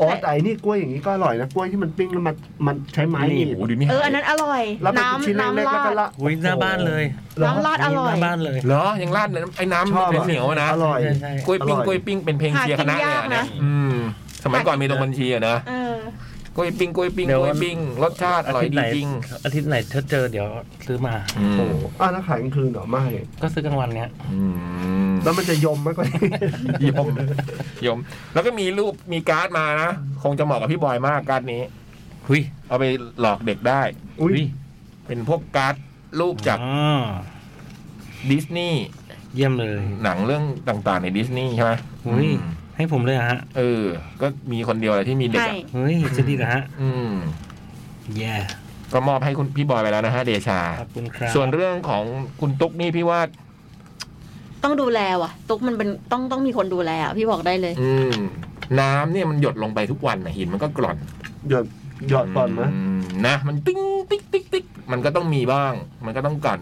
Speaker 2: อ๋อแต่ไอ้นี่กล้วยอย่างนี้ก็อร่อยนะกล้วยที่มันปิ้งแล้วมันมันใช้ไม้หนี
Speaker 1: โอ้
Speaker 2: บ
Speaker 1: โหเดูนี่
Speaker 5: เอออันนั้นอร่อย
Speaker 2: แล้วเป็นชิ้น
Speaker 5: น้ำ
Speaker 2: เล็ก
Speaker 5: น้ำ
Speaker 2: ๆแล้วก็
Speaker 5: ลาด
Speaker 2: ละ
Speaker 3: อุ้ยหน้าบ้านเลย
Speaker 2: เหรอ
Speaker 5: น้ำราด ออย
Speaker 3: หน้าบ้านเลย
Speaker 1: เหรอยังราดเลยไอ้น้ำ
Speaker 2: ชอบอะ
Speaker 1: เป็นเหนียวๆนะ
Speaker 2: อร่อย
Speaker 3: ใช่ใช่
Speaker 1: กล้วยปิ้ง
Speaker 2: อ
Speaker 1: ก
Speaker 2: ร่อย
Speaker 1: ล้วยปิ้งเป็นเพลงเชียร์คณะเลยอะ
Speaker 5: หากินยาก
Speaker 1: เนี่
Speaker 5: นะ
Speaker 1: ยอืม สมัยก่อนมีตรงบัญชีอะนะ
Speaker 5: เออก
Speaker 1: ล้วยปิ้งกล้วยปิ้งกล้วยปิ้งรสชาติอร่อยดีจริง
Speaker 3: อาทิตย์ไหนถ้าเจอเดี๋ยวซื้อมา
Speaker 1: อืม
Speaker 2: โอ้โหอ่ะแล้วขายกลางคืนเหรอไม่
Speaker 3: ก็ซื้อกลางวันเนี้ย
Speaker 1: อืม
Speaker 2: แล้วมันจะ ยมไหมก็
Speaker 1: ยมยม แล้วก็มีรูปมีการ์ดมานะ คงจะเหมาะกับพี่บอยมากการ์ดนี้
Speaker 3: หุย
Speaker 1: เอาไปหลอกเด็กได้
Speaker 2: อุ้ย
Speaker 1: เป็นพวกการ์ดรูปจาก
Speaker 3: อ๋อ
Speaker 1: ดิสนีย์
Speaker 3: เยี่ยมเลย
Speaker 1: หนังเรื่องต่างๆในดิสนีย์ใช่ไหม
Speaker 3: หุยให้ผมเลยเหรอฮะ
Speaker 1: เออ ก็มีคนเดียวเลยที่มีเด็ก
Speaker 5: ใช่
Speaker 1: อะ
Speaker 3: เฮ้ยจะดีนะฮะ
Speaker 1: อืม
Speaker 3: แย่
Speaker 1: ก็มอบให้คุณพี่บอยไปแล้วนะฮะเดชา
Speaker 3: ขอบคุณครับ
Speaker 1: ส่วนเรื่องของคุณตุ๊กนี่พี่ว่า
Speaker 5: ต้องดูแลว่ะ ตุ๊กมันเป็นต้องต้องมีคนดูแลอ่ะพี่บอกได้เลย
Speaker 1: อืม น้ำเนี่ยมันหยดลงไปทุกวันนะหินมันก็กร่อน
Speaker 2: หยอดหยอดก่อนไหม
Speaker 1: อืม นะมันติ๊งติ๊งติ๊งติ๊งมันก็ต้องมีบ้าง มันก็ต้องกัด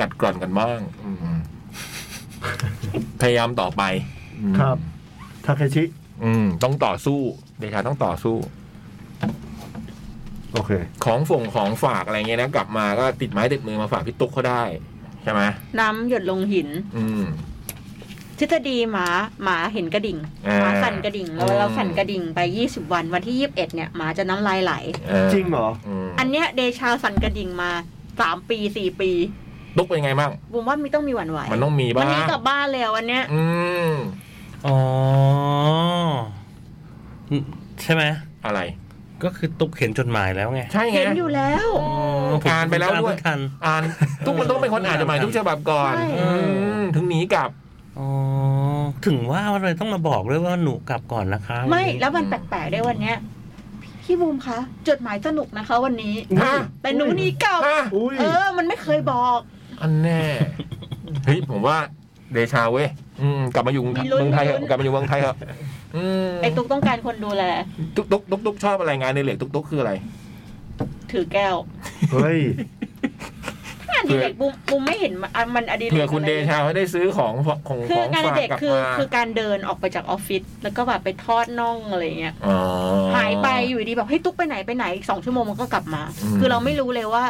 Speaker 1: กัดกร่อนกันบ้าง อืมพยายามต่อไปอืม
Speaker 2: ครับทาเคชิ
Speaker 1: อืม ต้องต่อสู้เดชาต้องต่อสู้
Speaker 2: โอเค
Speaker 1: ของฝงของฝากอะไรเงี้ยนะกลับมาก็ติดไม้ติดมือมาฝากพี่ตุ๊กเขาได้ ใช่ไหม
Speaker 5: น้ำหยดลงหิน
Speaker 1: อืม
Speaker 5: ทฤษฎีหมาหมาเห็นกระดิ่ง
Speaker 1: อ่า
Speaker 5: หมาสั่นกระดิ่งแล้ว
Speaker 1: อืม
Speaker 5: เราสั่นกระดิ่งไป 20 วันวันที่ 21 เนี่ยหมาจะน้ำลายไหล
Speaker 1: เออ
Speaker 2: จริงเหรอ
Speaker 1: ม
Speaker 5: อันเนี้ยเดชาสั่นกระดิ่งมาสามปีสี่ปี
Speaker 1: ตุ๊กเป็นไงบ้าง
Speaker 5: บุมว่ามีต้องมีหวั่นไหว
Speaker 1: มันต้องมี
Speaker 5: วั
Speaker 1: บ้าน
Speaker 5: นี้
Speaker 1: ง
Speaker 5: กลับบ้านแล้วอันเนี้ย
Speaker 1: อืม
Speaker 3: อ๋ออืมใช่ไหม
Speaker 1: อะไร
Speaker 3: ก็คือตุกเห็นจดหมายแล้วไง
Speaker 1: ใช่ไง
Speaker 5: เห็นอยู่แล้ว
Speaker 3: ผม
Speaker 1: อ่านไปแล้วด้วย
Speaker 3: อ่านไม่ทัน
Speaker 1: อ่านทุกคนต้องเป็นคนอ่านจดหมายทุกฉบับก่อน
Speaker 5: ใช่
Speaker 1: อืมถึงหนีกลับ
Speaker 3: อ๋อ ถึงว่าอะไรต้องมาบอกด้วยว่าหนูกลับก่อนนะคะ
Speaker 5: ไม่แล้วมันแปลกๆได้วยวันเนี้ยพี่บูมคะ จดหมายสนุกนะคะ วันนี้
Speaker 1: ฮะ
Speaker 5: แต่หนูหนี่กลับ
Speaker 1: ฮะ
Speaker 2: อุ้ย
Speaker 5: เออ มันไม่เคยบอก
Speaker 1: อันแน่ เฮ้ยผมว่าเดชาเว้ยอืมกลับมาอยู่เมืองไทย
Speaker 5: มีลุ้น
Speaker 1: เมืองไทยครับ
Speaker 5: มีลุ้น
Speaker 1: กลับมาอยู่เมืองไทยครับอืม
Speaker 5: ไอ้ตุ๊กต้องการคนดูแล
Speaker 1: ตุ๊กตุ๊กตุ๊กตุ๊กชอบอะไรงานในเหล็กตุ๊กตุ๊กคืออะไร
Speaker 5: ถือแก้ว
Speaker 2: เฮ้ย
Speaker 5: งานอดีเด็กบูมบูมไม่เห็นมันอ่ะมันอดีเด็ก
Speaker 1: เผื่อคุณเดชาเขาได้ซื้อของของ
Speaker 5: คื
Speaker 1: ข
Speaker 5: อ
Speaker 1: อง
Speaker 5: งานอ
Speaker 1: ฝาก
Speaker 5: ดิเด็ก
Speaker 1: กลับ
Speaker 5: คือ
Speaker 1: มา
Speaker 5: คือการเดินออกไปจากออฟฟิศแล้วก็แบบไปทอดน่องอะไรเงี้ย
Speaker 1: อ
Speaker 5: หายไปอยู่ดีแบบเฮ้ยตุ๊กไปไหนไปไหนอีกสองชั่วโมงมันก็กลับมา
Speaker 1: อืม
Speaker 5: คือเราไม่รู้เลยว่า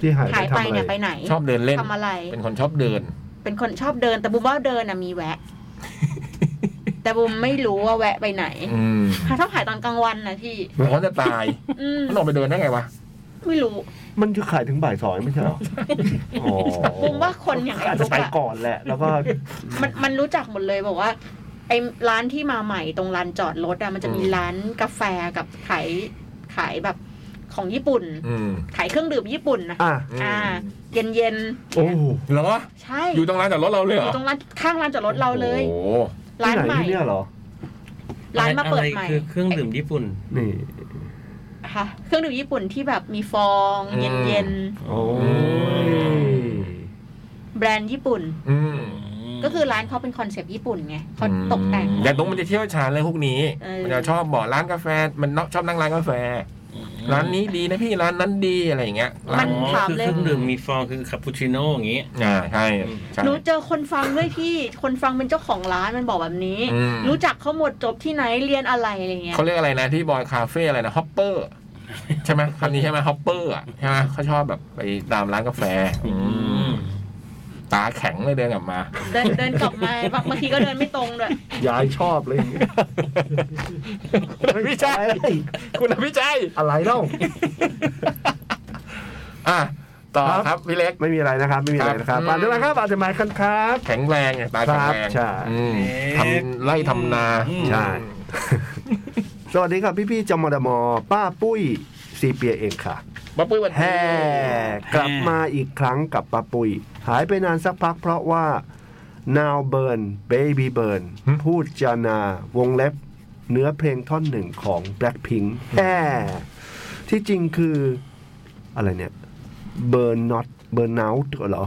Speaker 2: ที่หายไป
Speaker 5: หาย
Speaker 2: ทำ
Speaker 5: ไป
Speaker 2: อะ
Speaker 5: เนี่ย
Speaker 2: ไร
Speaker 5: ไปไหน
Speaker 1: ชอบเดินเล่น
Speaker 5: ทำอะไร
Speaker 1: เป็นคนชอบเดิน
Speaker 5: เป็นคนชอบเดินแต่บูมว่าเดินอะมีแวะ แต่บูมไม่รู้ว่าแวะไปไหน
Speaker 1: อืม
Speaker 5: หาชอบหายตอนกลางวันนะพี่
Speaker 1: มันก็จะตาย
Speaker 5: อืม
Speaker 1: มันออกไปเดินได้ไงวะ
Speaker 5: ไม่รู้
Speaker 2: มันจะขายถึงบ่ายสองไม่ใช่เหรออ๋อ
Speaker 5: บูมว่าคนอย่างไอ้
Speaker 2: อาจจะ
Speaker 5: ลูก
Speaker 2: ไป
Speaker 5: อะ
Speaker 2: ก่อนแหละ แล้วก็
Speaker 5: มันมันรู้จักหมดเลยบอกว่า ไอ้ร้านที่มาใหม่ตรงลานจอดรถอะมันจะมี
Speaker 1: อืม
Speaker 5: ร้านกาแฟกับขายขายแบบของญี่ปุ่น
Speaker 1: อืม
Speaker 5: ขายเครื่องดื่มญี่ปุ่นนะ
Speaker 2: อ่ะ
Speaker 5: อ่า เย็นเย็นๆ
Speaker 2: โอ้โห
Speaker 1: เหรอ
Speaker 5: ใช่
Speaker 1: อยู่ตรงร้านจอดรถเราเลย
Speaker 5: อ
Speaker 1: เหรอยู่
Speaker 5: ตรงร้านข้างร้านจอดรถเราเลย
Speaker 1: โอ้โห
Speaker 5: ร้า
Speaker 2: ที่
Speaker 5: น
Speaker 2: ไหน
Speaker 5: ใหม่
Speaker 2: ที่เนี่ยเหรอ
Speaker 5: ร้านมาเปิด
Speaker 3: อะไร
Speaker 5: ใหม่
Speaker 3: คือเครื่องดื่มญี่ปุ่น
Speaker 2: นี่
Speaker 5: ค่ะเครื่องดื่มญี่ปุ่นที่แบบมีฟองเย็นเย็นๆ
Speaker 2: โอ้ย
Speaker 5: แบรนด์ญี่ปุ่น
Speaker 1: อืม
Speaker 5: ก็คือร้านเขาเป็นคอนเซปต์ญี่ปุ่นไงเขาตกแต่ง
Speaker 1: แต่ตรงมันจะเที่ยวชาญเลยพวกนี้
Speaker 5: เออ
Speaker 1: มันจะชอบบอกร้านกาแฟ มันชอบนั่งร้านกาแฟ ร้านนี้ดีนะพี่ร้านนั้นดีอะไรอย่างเงี้ยร้า
Speaker 5: มัน น
Speaker 3: อ๋อ
Speaker 5: ถาม
Speaker 3: คือ
Speaker 5: เล
Speaker 3: เครื่
Speaker 5: ย
Speaker 3: องดื่มมีฟองคือคาปูชิโน่อย่างงี้
Speaker 1: อ่าใช่ใช่
Speaker 5: หนูเจอคนฟังด้วยพี่ คนฟังเป็นเจ้าของร้านมันบอกแบบนี้
Speaker 1: อืม
Speaker 5: รู้จักเขาหมดจบที่ไหนเรียนอะไรอะไรเงี้ย
Speaker 1: เขาเรียกอะไรนะที่บอยคาเฟ่อะไรนะฮอปเปอร์ใช่ไหมคำนี้ใช่ไหมฮอปเปอร์ใช่ไหมเขาชอบแบบไปตามร้านกาแฟอืมตาแข็งเลยเดินกลับมา
Speaker 5: เดินเดินกลับมาบางบางทีก็เดินไม่ตรงด้วย
Speaker 2: ยายชอบเลยอย่างเงี้ย
Speaker 1: คุณอภิชัย
Speaker 2: อะไร
Speaker 1: คุณอภิชัย
Speaker 2: อะไร เล่า
Speaker 1: อ่ะต่อ
Speaker 2: ครับ
Speaker 1: ครับพี่เล็ก
Speaker 2: ไม่มีอะไรนะครับ ไม่มีอะไรนะครับ
Speaker 1: ครับ
Speaker 2: อ่านด้วยนะครับอ่านจดหมายกันครับ
Speaker 1: แข็งแรงไงตาแข็งแรง
Speaker 2: ครับใช่
Speaker 1: อืมทำไล่ทำนา
Speaker 2: ใช่ สวัสดีครับพี่พี่ๆจมดมป้าปุ้ยซีเปียเองค่ะ
Speaker 1: มาปุ้ยวัน
Speaker 2: แห่กลับมาอีกครั้งกับป้าปุย หายไปนานสักพักเพราะว่า now burn baby burn พูดจานาวงเล็บ เนื้อเพลงท่อนหนึ่งของ blackpink แห่ที่จริงคือ อะไรเนี่ย burn not burn out เหรอ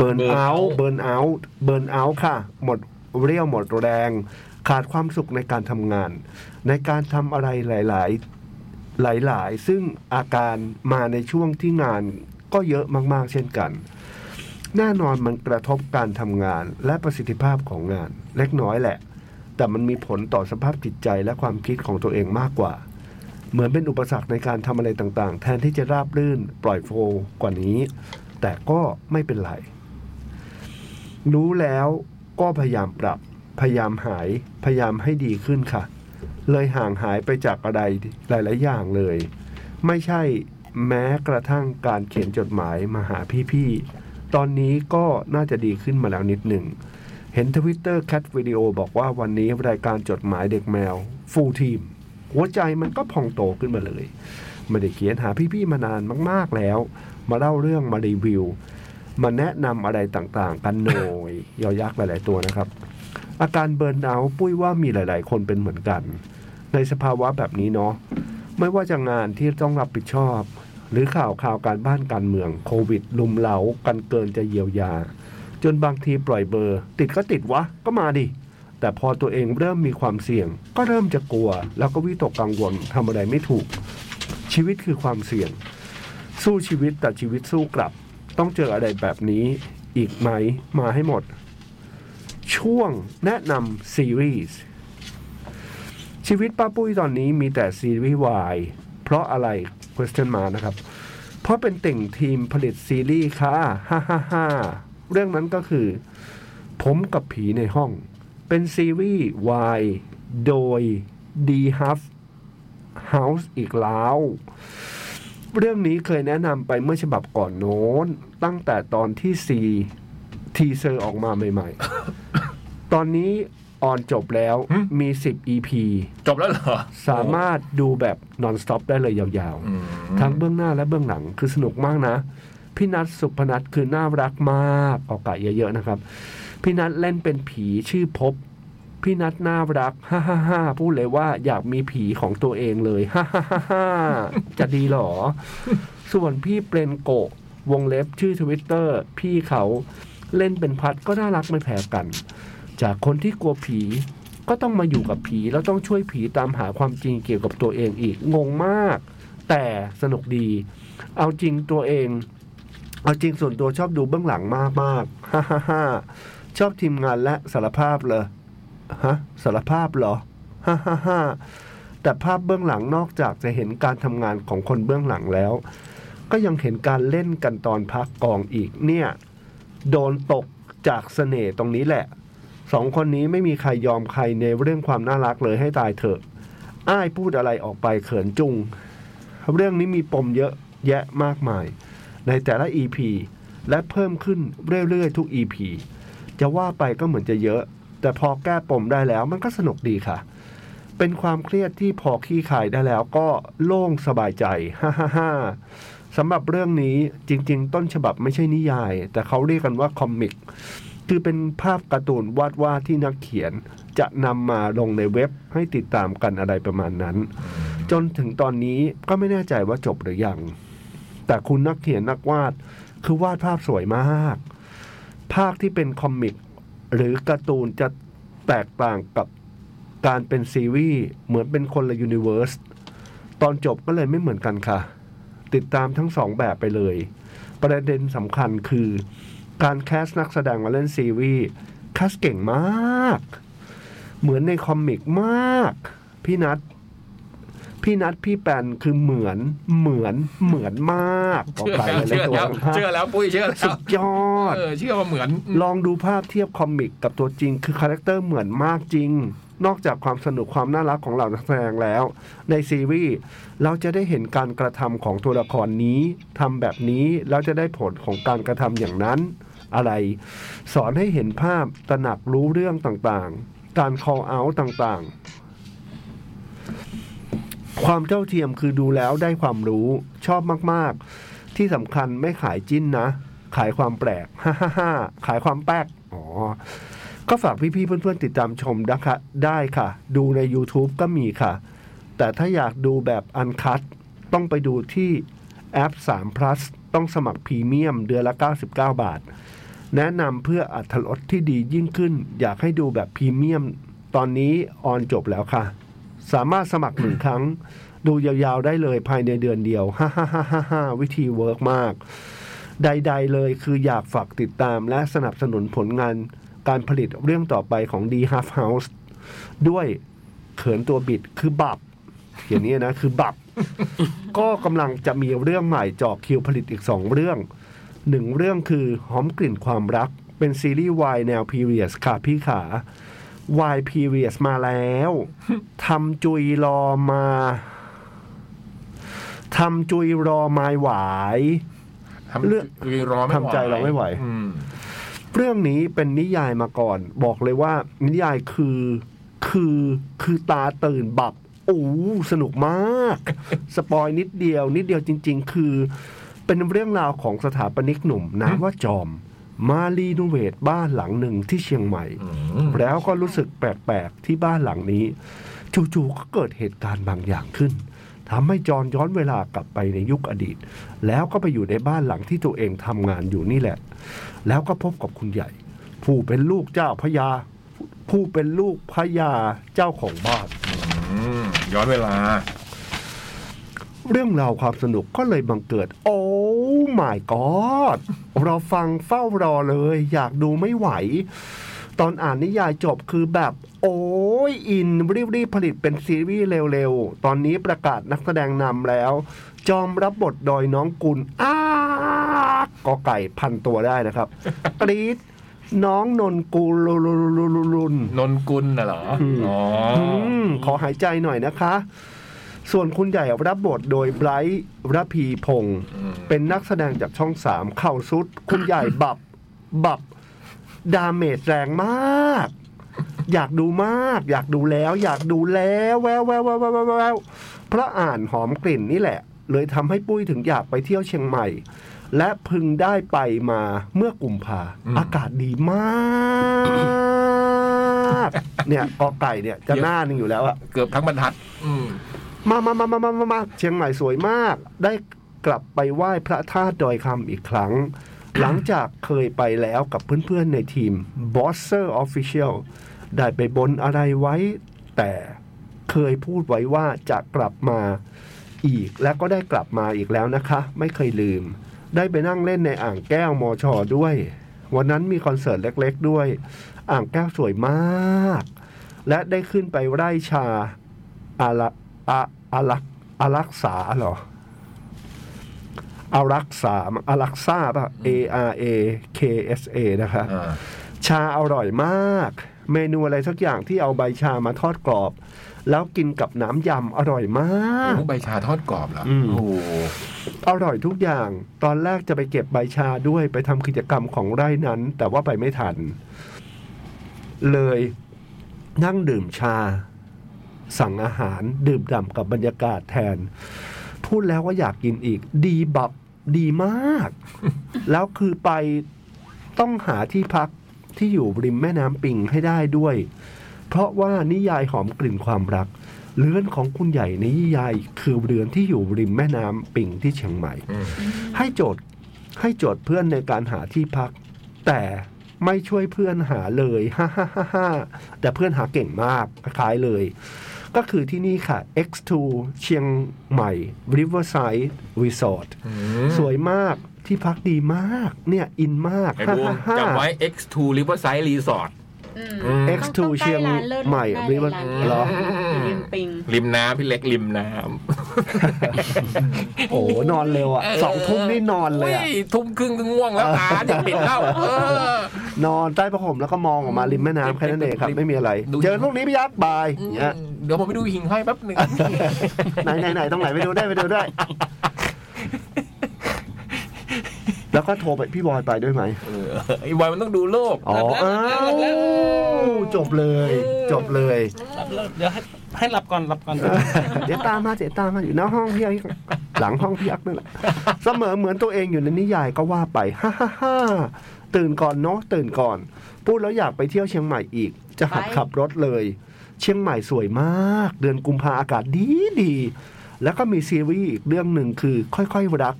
Speaker 2: burn out burn out burn out ค่ะ หมดเรี่ยวหมดแรง ขาดความสุขในการทำงาน ในการทำอะไรหลาย ๆ หลาย ๆ ซึ่งอาการมาในช่วงที่งานก็เยอะมาก ๆ เช่นกัน แน่นอนมันกระทบการทำงานและประสิทธิภาพของงาน เล็กน้อยแหละ แต่มันมีผลต่อสภาพจิตใจและความคิดของตัวเองมากกว่า เหมือนเป็นอุปสรรคในการทำอะไรต่าง ๆ แทนที่จะราบรื่นปล่อยโฟลว์กว่านี้ แต่ก็ไม่เป็นไร รู้แล้วก็พยายามปรับ พยายามหาย พยายามให้ดีขึ้นค่ะ เลยห่างหายไปจากอะไรหลาย ๆ อย่างเลย ไม่ใช่แม้กระทั่งการเขียนจดหมายมาหาพี่ ๆ ตอนนี้ก็น่าจะดีขึ้นมาแล้วนิดหนึ่ง เห็นทวิตเตอร์แคทวิดีโอบอกว่าวันนี้รายการจดหมายเด็กแมวฟูลทีมหัวใจมันก็พองโตขึ้นมาเลย ไม่ได้เขียนหาพี่ ๆ มานานมาก ๆ แล้ว มาเล่าเรื่องมารีวิว มาแนะนำอะไรต่างๆ กันหน่อย ยอยักษ์หลาย ๆ ตัวนะครับ อาการเบิร์นเอาท์ปุ้ยว่ามีหลาย ๆ คนเป็นเหมือนกัน ในสภาวะแบบนี้เนาะไม่ว่าจะงานที่ต้องรับผิดชอบ หรือข่าวข่าวการบ้านการเมืองโควิด ลุมเหลากันเกินจะเยียวยา จนบางทีปล่อยเบอร์ ติดก็ติดวะ ก็มาดิ แต่พอตัวเองเริ่มมีความเสี่ยง ก็เริ่มจะกลัว แล้วก็วิตกกังวลทำอะไรไม่ถูก ชีวิตคือความเสี่ยง สู้ชีวิตแต่ชีวิตสู้กลับ ต้องเจออะไรแบบนี้อีกไหมมาให้หมด ช่วงแนะนำซีรีส์ชีวิตป้าปุ้ยตอนนี้มีแต่ซีรีส์วายเพราะอะไร question mark นะครับ เพราะเป็นติ่งทีมผลิตซีรีส์ค่ะ ฮ่าฮ่าฮ่าเรื่องนั้นก็คือ ผมกับผีในห้อง เป็นซีรีส์วายโดย D Huff House อีกแล้ว เรื่องนี้เคยแนะนำไปเมื่อฉบับก่อนโน้น ตั้งแต่ตอนที่ 4 ทีเซอร์ออกมาใหม่ๆ ตอนนี้ออนจบแล้ว
Speaker 1: หึ
Speaker 2: มี 10 EP
Speaker 1: จบแล้วเหรอ
Speaker 2: สามารถดูแบบ non-stop ได้เลยยาว
Speaker 1: อืม
Speaker 2: ๆ ทั้งเบื้องหน้าและเบื้องหลังคือสนุกมากนะ พี่นัทสุพนัทคือน่ารักมากออกกะเยอะๆนะครับ พี่นัทเล่นเป็นผีชื่อพบ พี่นัทน่ารักฮ่าฮ่าฮ่าพูดเลยว่าอยากมีผีของตัวเองเลยฮ่าฮ่าฮ่าฮ่าจะดีเหรอ ส่วนพี่เปรนโกะวงเล็บชื่อทวิตเตอร์พี่เขาเล่นเป็นพัดก็น่ารักไม่แพ้กัน จากคนที่กลัวผี ก็ต้องมาอยู่กับผี แล้วต้องช่วยผีตามหาความจริงเกี่ยวกับตัวเองอีกงงมาก แต่สนุกดี เอาจริงตัวเอง เอาจริงส่วนตัวชอบดูเบื้องหลังมากมากๆฮ่าฮ่าฮ่าชอบทีมงานและสารภาพเลยฮะสารภาพเหรอฮ่าฮ่าฮ่าแต่ภาพเบื้องหลังนอกจากจะเห็นการทำงานของคนเบื้องหลังแล้ว ก็ยังเห็นการเล่นกันตอนพักกองอีกเนี่ย โดนตกจากเสน่ห์ตรงนี้แหละ สองคนนี้ไม่มีใครยอมใครในเรื่องความน่ารักเลยให้ตายเถอะ อ้ายพูดอะไรออกไปเขินจุง เรื่องนี้มีปมเยอะแยะมากมาย ในแต่ละ EP และเพิ่มขึ้นเรื่อยๆทุก EP จะว่าไปก็เหมือนจะเยอะ แต่พอแก้ปมได้แล้วมันก็สนุกดีค่ะ เป็นความเครียดที่พอขี้คายได้แล้วก็โล่งสบายใจ ฮ่าฮ่าฮ่าสำหรับเรื่องนี้จริง ๆ ต้นฉบับไม่ใช่นิยาย แต่เขาเรียกกันว่าคอมิก คือเป็นภาพการ์ตูนวาดวาดที่นักเขียน จะนำมาลงในเว็บให้ติดตามกันอะไรประมาณนั้น จนถึงตอนนี้ก็ไม่แน่ใจว่าจบหรือยัง แต่คุณนักเขียนนักวาดคือวาดภาพสวยมาก ภาคที่เป็นคอมิก หรือการ์ตูนจะแตกต่างกับการเป็นซีรีส์เหมือนเป็นคนละยูนิเวอร์สตอนจบก็เลยไม่เหมือนกันค่ะ ติดตามทั้งสองแบบไปเลย ประเด็นสำคัญคือ การแคสต์นักแสดงมาเล่นซีรีส์แคสต์เก่งมาก เหมือนในคอมิกมาก พี่นัทพี่นัทพี่แปนคือเหมือนเหมือนเหมือนมาก
Speaker 1: เชื่อ
Speaker 2: ไป
Speaker 1: แล้ว
Speaker 2: เลย
Speaker 1: เชื่อ
Speaker 2: ตัว
Speaker 1: แล้ว
Speaker 2: ทั้งภาค
Speaker 1: เชื่อแล้วปุ้ยเชื่อแล้
Speaker 2: สุ
Speaker 1: ว
Speaker 2: ดยอด
Speaker 1: เออเชื่อว่าเหมือน
Speaker 2: ลองดูภาพเทียบคอมิกกับตัวจริง คือคาแรคเตอร์เหมือนมากจริง นอกจากความสนุกความน่ารักของเหล่านักแสดงแล้ว ในซีรีส์เราจะได้เห็นการกระทำของตัวละครนี้ทำแบบนี้แล้วจะได้ผลของการกระทำอย่างนั้น อะไร สอนให้เห็นภาพตระหนักรู้เรื่องต่างๆ การ call out ต่างๆ ความเท่าเทียมคือดูแล้วได้ความรู้ชอบมากๆ ที่สำคัญไม่ขายจิ้นนะ ขายความแปลก ฮ่าฮ่าฮ่าขายความแป๊ก อ๋อ ก็ฝากพี่ๆเพื่อนๆ ติดตามชมนะคะได้ค่ะ ดูใน YouTube ก็มีค่ะ แต่ถ้าอยากดูแบบอันคัดต้องไปดูที่แอป 3 plus ต้องสมัครพรีเมียมเดือนละ 99 บาท แนะนำเพื่ออัตลดที่ดียิ่งขึ้น อยากให้ดูแบบพรีเมียม ตอนนี้ออนจบแล้วค่ะ สามารถสมัครหนึ่งครั้ง ดูยาวๆได้เลยภายในเดือนเดียว ฮ่าฮ่าฮ่าฮ่าฮ่าวิธีเวิร์กมาก ใด ๆ เลยคืออยากฝากติดตามและสนับสนุนผลงานการผลิตเรื่องต่อไปของ D Half House ด้วยเขินตัวบิดคือบับเขียนนี้นะคือบับ ก็กำลังจะมีเรื่องใหม่เจอคิวผลิตอีกสองเรื่อง หนึ่งเรื่องคือหอมกลิ่นความรัก เป็นซีรีส์วายแนวพีเรียสค่ะพี่ขาวายพีเรียสมาแล้วทำจุยรอมาทำจุยรอไม้หวาย
Speaker 1: ทำ
Speaker 2: เลือก
Speaker 1: รอไม่ไหว
Speaker 2: ทำใจเราไม่ไหว
Speaker 1: อืม
Speaker 2: เรื่องนี้เป็นนิยายมาก่อน บอกเลยว่า นิยายคือคือคือตาตื่นบับโอ้สนุกมาก สปอยนิดเดียว นิดเดียวจริง ๆ คือ เป็นเรื่องราวของสถาปนิกหนุ่มนามว่าจอม มารีโนเวทบ้านหลังหนึ่งที่เชียงใหม่ แล้วก็รู้สึกแปลกๆที่บ้านหลังนี้ จู่ๆก็เกิดเหตุการณ์บางอย่างขึ้นทำให้จอนย้อนเวลากลับไปในยุคอดีต แล้วก็ไปอยู่ในบ้านหลังที่ตัวเองทำงานอยู่นี่แหละ แล้วก็พบกับคุณใหญ่ ผู้เป็นลูกเจ้าพระยา ผู้เป็นลูกพระยาเจ้าของบ้าน
Speaker 1: อืมย้อนเวลา
Speaker 2: เรื่องราวความสนุกก็เลยบังเกิด โอ้ my god เราฟังเฝ้ารอเลย อยากดูไม่ไหว ตอนอ่านนิยายจบคือแบบ โอ้ยอินรีบรีบๆผลิตเป็นซีรีส์เร็วๆ ตอนนี้ประกาศนักแสดงนำแล้ว จอมรับบทโดยน้องกุลอ้ากอไก่พันตัวได้นะครับ กรีดน้องนนกุลลุน
Speaker 1: นนกุลน่ะเหรอ อ๋อ
Speaker 2: อืมขอหายใจหน่อยนะคะ ส่วนคุณใหญ่รับบทโดยไบรท์ระพีพงศ์เป็นนักแสดงจากช่องสามเข่าสุด คุณใหญ่บับ บับ ดาเมจแรงมาก อยากดูมาก อยากดูแล้ว อยากดูแล้วแววแววแววแววแววแววเพราะอ่านหอมกลิ่นนี่แหละ เลยทำให้ปุ้ยถึงอยากไปเที่ยวเชียงใหม่ และพึงได้ไปมาเมื่อกุมภาอากาศดีมาก เนี่ยกอไก่เนี่ยจะหน้าหนึ่งอยู่แล้วอะ
Speaker 1: เกือบทั้งบรรทัด อืม
Speaker 2: มามามามามามามาเชียงใหม่สวยมาก ได้กลับไปไหว้พระธาตุดอยคำอีกครั้ง หลังจากเคยไปแล้วกับเพื่อนๆในทีม b o s s e r Official ได้ไปบนอะไรไว้ แต่เคยพูดไว้ว่าจะกลับมาอีก และก็ได้กลับมาอีกแล้วนะคะ ไม่เคยลืม ได้ไปนั่งเล่นในอ่างแก้วมอชอด้วย วันนั้นมีคอนเสิร์ตเล็กๆด้วย อ่างแก้วสวยมาก และได้ขึ้นไปไร่ชา อารักอาอารักอารักษาเหรออารักษามั้งอารักษาป่ะ A R A K S A นะคะ
Speaker 1: อ่า
Speaker 2: ชาอร่อยมาก เมนูอะไรสักอย่างที่เอาใบชามาทอดกรอบ แล้วกินกับน้ำยำอร่อยมาก
Speaker 1: โอ้ใบชาทอดกรอบเหรออ
Speaker 2: ม
Speaker 1: โอ้โห
Speaker 2: อร่อยทุกอย่าง ตอนแรกจะไปเก็บใบชาด้วยไปทำกิจกรรมของไร่นั้น แต่ว่าไปไม่ทัน เลยนั่งดื่มชา สั่งอาหารดื่มด่ำกับบรรยากาศแทน พูดแล้วว่าอยากกินอีก ดีบับดีมาก แล้วคือไปต้องหาที่พักที่อยู่ริมแม่น้ำปิงให้ได้ด้วย เพราะว่านิยายหอมกลิ่นความรัก เรือนของคุณใหญ่ในนิยายคือเรือนที่อยู่ริมแม่น้ำปิงที่เชียงใหม่ ให้โจทย์ให้โจทย์เพื่อนในการหาที่พัก แต่ไม่ช่วยเพื่อนหาเลยฮ่าฮ่าฮ่าฮ่าแต่เพื่อนหาเก่งมากคล้ายๆเลย ก็คือที่นี่ค่ะ X2 เชียงใหม่ Riverside Resort
Speaker 1: อืม
Speaker 2: สวยมากที่พักดีมาก เนี่ย อินมาก
Speaker 1: ไอ้
Speaker 2: ฮ่า
Speaker 1: บูม
Speaker 2: ฮ่าฮ่า
Speaker 1: จำไว้ X2 Riverside Resort
Speaker 5: อืม
Speaker 1: อืม
Speaker 2: X2
Speaker 5: ต้องใกล้
Speaker 2: เชียง
Speaker 5: ร้านเลิศ
Speaker 2: ใหม่
Speaker 5: ได้
Speaker 2: r i
Speaker 5: เลย
Speaker 2: v e r
Speaker 5: ร้าน
Speaker 2: เหรอ
Speaker 5: ริมปิง
Speaker 1: ริมน้ำพี่เล็กริมน้
Speaker 2: โอ้โหนอนเร็วอ่ะสองทุ่มนี่นอน
Speaker 1: ำ
Speaker 2: เลย
Speaker 1: เฮ้ย
Speaker 2: อะ
Speaker 1: ทุ่มครึ่งก็ง่วงแล้วตาจะปิดแล้ว เออ
Speaker 2: นอนใต้ผ้าห่มแล้วก็มองออกมาริมแม่น้ำแค่นั้นเองครับ ไม่มีอะไร
Speaker 1: ดู
Speaker 2: เจอพวกนี้พี่ยักษ์บายอย่างเนี่ย
Speaker 1: เดี๋ยวผมไปดูหิ่งห้อยแป๊บหนึ่ง
Speaker 2: ไหนไหนไหนตรงไหนไปดูได้ไปดูได้ แล้วก็โทรไปพี่บอยไปด้วยไหม
Speaker 1: ไอ้บอยมันต้องดูโลก
Speaker 2: อ๋ออ้าวจบเลย จบเลย
Speaker 3: เดี๋ยวให้ให้รับก่อนรับก่อน
Speaker 2: เดี๋ยวตามมาเดี๋ยวตามมาอยู่หน้าห้องพี่ยักษ์หลังห้องพี่ยักษ์นั่นแหละเสมอเหมือนตัวเองอยู่ในนิยายก็ว่าไป ฮ่าฮ่าฮ่าตื่นก่อนเนาะตื่นก่อน พูดแล้วอยากไปเที่ยวเชียงใหม่อีก จะหัด
Speaker 5: ไป
Speaker 2: ขับรถเลย เชียงใหม่สวยมาก เดือนกุมภาอากาศดีดี แล้วก็มีซีรีส์อีกเรื่องหนึ่งคือค่อยๆรัก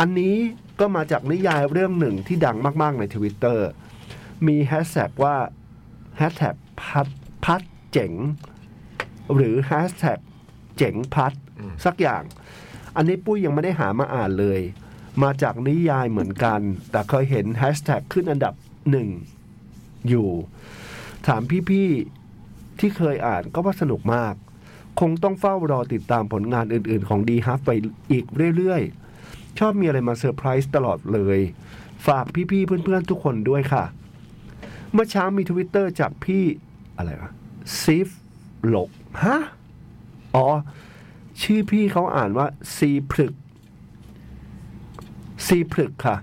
Speaker 2: อันนี้ก็มาจากนิยายเรื่องหนึ่งที่ดังมากๆในทวิตเตอร์มีแฮชแท็กว่าแฮชแท็กพัดพัดเจ๋ง หรือแฮชแท็กเจ๋งพัด
Speaker 1: อืม
Speaker 2: สักอย่าง อันนี้ปุ้ยยังไม่ได้หามาอ่านเลย มาจากนิยายเหมือนกัน แต่เคยเห็นแฮชแท็กขึ้นอันดับหนึ่งอยู่ ถามพี่ ๆ ที่เคยอ่านก็ว่าสนุกมาก คงต้องเฝ้ารอติดตามผลงานอื่น ๆ ของดีฮับไปอีกเรื่อย ๆ ชอบมีอะไรมาเซอร์ไพรส์ตลอดเลย ฝากพี่ ๆ เพื่อน ๆ ทุกคนด้วยค่ะ เมื่อเช้ามีทวิตเตอร์จากพี่อะไรวะซิฟหลก ฮะ อ๋อ ชื่อพี่เขาอ่านว่าซีพลึกซีพลึกค่ะ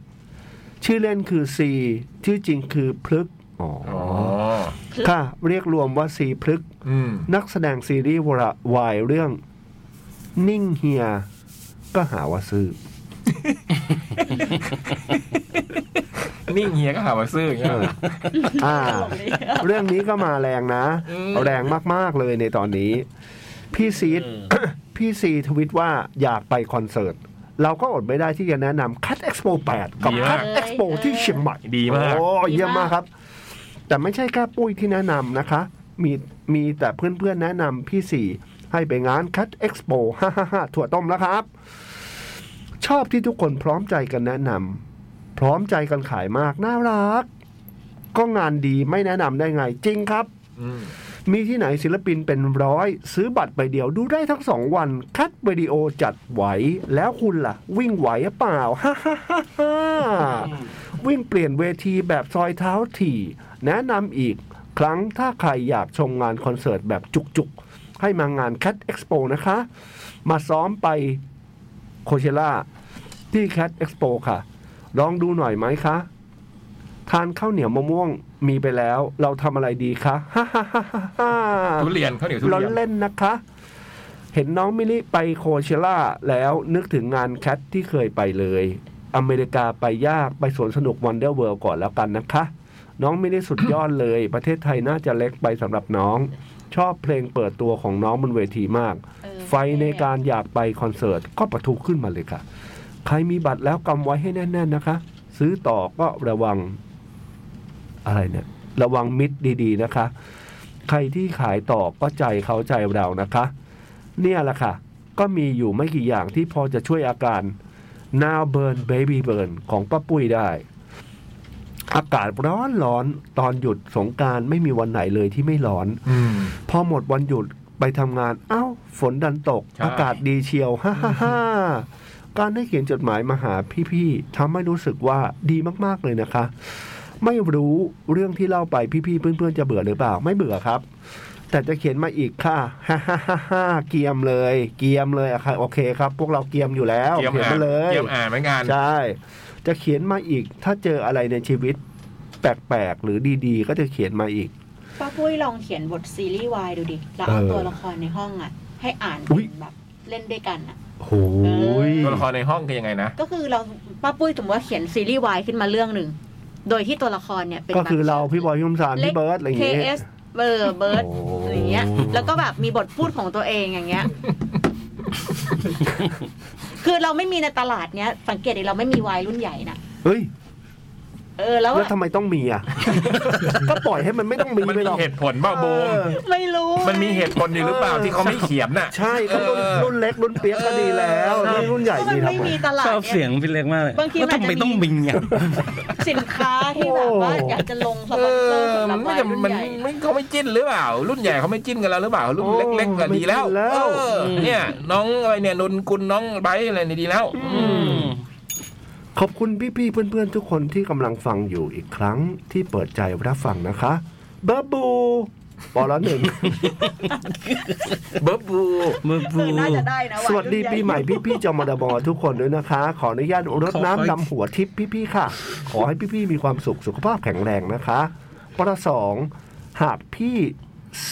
Speaker 2: ชื่อเล่นคือซีชื่อจริงคือพลึกอ๋ออ
Speaker 1: อ๋อ
Speaker 2: ค่ะ เรียกรวมว่าซีพลึก
Speaker 1: อืม
Speaker 2: นักแสดงซีรีส์วายเรื่อง นิ่งเฮีย ก็หาว่าซื้อ
Speaker 1: นิ่งเฮียก็หามาซื้ออย่างเงี้ย
Speaker 2: อ่า
Speaker 5: ตลกดี
Speaker 2: เรื่องนี้ก็มาแรงนะ แรงมาก ๆ เลยในตอนนี้ พี่ซีด พี่ซีทวิตว่าอยากไปคอนเสิร์ต เราก็อดไม่ได้ที่จะแนะนำคั t เอ็กซ์โป8กับ
Speaker 1: ดีมา
Speaker 2: คั
Speaker 1: ก
Speaker 2: t เอ็กซ์โปที่เชียงใหม่
Speaker 1: ดีมาก
Speaker 2: โอ้เยี่ยมมากครับ แต่ไม่ใช่แค่ปุ้ยที่แนะนำนะคะ มีมีแต่เพื่อนๆแนะนำพี่สี่ให้ไปงานคัดเอ็กซ์โปฮ่าฮ่าฮ่าถั่วต้มแล้วครับ ชอบที่ทุกคนพร้อมใจกันแนะนำพร้อมใจกันขายมากน่ารัก ก็งานดีไม่แนะนำได้ไงจริงครับ
Speaker 1: อืม
Speaker 2: มีที่ไหนศิลปินเป็นร้อย ซื้อบัตรไปเดียวดูได้ทั้งสองวันคัดวิดีโอจัดไหว แล้วคุณล่ะ วิ่งไหวหรือเปล่า ฮ่าฮ่าฮ่าฮ่าวิ่งเปลี่ยนเวทีแบบซอยเท้าถี่ แนะนำอีกครั้งถ้าใครอยากชมงานคอนเสิร์ตแบบจุกๆ ให้มางานแคดเอ็กซ์โปนะคะ มาซ้อมไปโคเชล่าที่แคดเอ็กซ์โปค่ะ ลองดูหน่อยไหมคะ ทานข้าวเหนียวมะม่วงมีไปแล้ว เราทำอะไรดีคะ ฮ่าฮ่าฮ่าฮ่าฮ่า
Speaker 1: ทุเรียนข้าวเหนียวทุ
Speaker 2: เรา
Speaker 1: เรียน
Speaker 2: เล่นนะคะ เห็นน้องมิลิไปโคเชล่าแล้วนึกถึงงานแคทที่เคยไปเลย อเมริกาไปยากไปสวนสนุกวันเดอร์เวิลด์ก่อนแล้วกันนะคะ น้องไม่ได้สุดยอดเลย ประเทศไทยน่าจะเล็กไปสำหรับน้อง ชอบเพลงเปิดตัวของน้องบนเวทีมาก
Speaker 5: เออ
Speaker 2: ไฟในการอยากไปคอนเสิร์ตก็ประทุขึ้นมาเลยค่ะ ใครมีบัตรแล้วกำไว้ให้แน่น ๆนะคะ ซื้อต่อก็ระวังอะไรเนี่ย ระวังมิดดีๆนะคะ ใครที่ขายต่อก็ใจเขาใจเรานะคะ เนี่ยแหละค่ะ ก็มีอยู่ไม่กี่อย่างที่พอจะช่วยอาการ now burn baby burn ของป้าปุ้ยได้ อากาศร้อนร้อนๆตอนหยุดสงกรารไม่มีวันไหนเลยที่ไม่ร้อน
Speaker 1: อืม
Speaker 2: พอหมดวันหยุดไปทำงาน เอ้า ฝนดันตก
Speaker 1: ใช่
Speaker 2: อากาศดีเชียว ฮ่าฮ่าฮ่าการได้เขียนจดหมายมาหาพี่ๆทำให้รู้สึกว่าดีมากๆเลยนะคะ ไม่รู้เรื่องที่เล่าไปพี่ๆเพื่อนๆจะเบื่อหรือเปล่า ไม่เบื่อครับ แต่จะเขียนมาอีกค่ะ ฮ่าฮ่าฮ่าฮ่าเกรียมเลย เกรียมเลยอะค่ะโอเคครับ พวกเราเกรียมอยู่แล้ว
Speaker 1: เกียม
Speaker 2: ขีน
Speaker 1: อ่าน
Speaker 2: มาเลย
Speaker 1: เกียมอ่านเหมือนกัน
Speaker 2: ใช่ จะเขียนมาอีก ถ้าเจออะไรในชีวิต แปลกๆหรือดีๆ ก็จะเขียนมาอีก
Speaker 5: ป้าปุ้ยลองเขียนบทซีรีส์วายดูดิ แล้วเอา
Speaker 2: เออ
Speaker 5: ตัวละครในห้องอ่ะ ให้อ่าน
Speaker 2: อุ๊ย
Speaker 5: แบบเล่นด้วยกันอ่ะ
Speaker 2: โหย
Speaker 1: ตัวละครในห้องคือยังไงนะ
Speaker 5: ก็คือเราป้าปุ้ยสมมติว่าเขียนซีรีส์วายขึ้นมาเรื่องหนึ่ง โดยที่ตัวละครเนี่ยเป็น
Speaker 2: ก็คือเรา
Speaker 5: แบบ
Speaker 2: พี่บอยพี่มสาร
Speaker 5: ล็
Speaker 2: พี่
Speaker 5: ก
Speaker 2: เบิร์ดอะไรอย่างเงี้ย
Speaker 5: KS เบอร์เบิร์ด
Speaker 2: โอ้
Speaker 5: อย่างเงี้ย แล้วก็แบบมีบทพูดของตัวเองอย่างเงี้ย คือเราไม่มีในตลาดเนี้ย สังเกตดิเราไม่มีวายรุ่นใหญ่นะ
Speaker 2: เฮ้ย
Speaker 5: เออแล้ว
Speaker 2: แล้ว
Speaker 5: อะ
Speaker 2: ทำไมต้องมีอ่ะ ก็ปล่อยให้มันไม่ต้องมี
Speaker 1: มัน
Speaker 2: ไป
Speaker 1: มี
Speaker 2: หรอก
Speaker 1: เหตุผลเปล่าโบม
Speaker 2: เออ
Speaker 5: ไม่รู้
Speaker 1: มันมีเหตุผลอยู่หรือเปล่าที่เขาไม่เขียนน่ะ
Speaker 2: ใช่ก็รุ่น
Speaker 1: เออ
Speaker 2: รุ่นเล็กรุ่นเปียกก็ดีแล้วรุ่นรุ่นใหญ่
Speaker 5: ก็
Speaker 2: มี
Speaker 5: มัน
Speaker 2: ทำ
Speaker 5: ไม่
Speaker 2: ไม
Speaker 5: มีตลาด
Speaker 3: ชอบ
Speaker 5: นี่
Speaker 3: เสียงพี่เล็กมากเลย
Speaker 5: บางที
Speaker 3: แล้ว
Speaker 5: มันอาจ
Speaker 3: ทำไม
Speaker 5: จะมี
Speaker 3: ต้องมิงอ่ะ
Speaker 5: สินค้าที่แบบว่า
Speaker 2: โอ้
Speaker 5: อยากจะลงส
Speaker 1: เอ
Speaker 5: ปอนเซอ
Speaker 1: อ
Speaker 5: ร์สำห
Speaker 1: มั
Speaker 5: รั
Speaker 1: น
Speaker 5: บ
Speaker 1: ไม่
Speaker 5: วาย
Speaker 1: จะ
Speaker 5: รุ่น
Speaker 1: มัน
Speaker 5: ใหญ่
Speaker 1: มันเขาไม่จิ้นหรือเปล่า รุ่นใหญ่เขาไม่จิ้นกันแล้วหรือเปล่า รุ่น
Speaker 2: โอ้
Speaker 1: เล็กๆก็
Speaker 2: ไม่
Speaker 1: ดีแล้ว
Speaker 2: จิ้นแล้ว
Speaker 1: เออเนี่ย น้องอะไรเนี่ยนนกุลน้องไบร์ทอะไรเนี่ยดีแล้ว อืม
Speaker 2: ขอบคุณพี่ๆเพื่อนๆ ทุกคนที่กำลังฟังอยู่อีกครั้งที่เปิดใจรับฟังนะคะเบอร์บูปอละหนึ่ง
Speaker 1: เบิร์บบู
Speaker 3: มือ
Speaker 5: เอ
Speaker 3: บู
Speaker 5: อน่าจะได้นะาย
Speaker 2: สวัสดี
Speaker 5: รุ่นญ่
Speaker 2: ปีใหม่พี่ๆจอมดบทุกคนด้วยนะคะ ขออนุญาตรด
Speaker 3: ขอให้
Speaker 2: น้ำดำหัวทิพย์พี่ๆค่ะ ขอให้พี่ๆมีความสุขสุขภาพแข็งแรงนะคะประสองหากพี่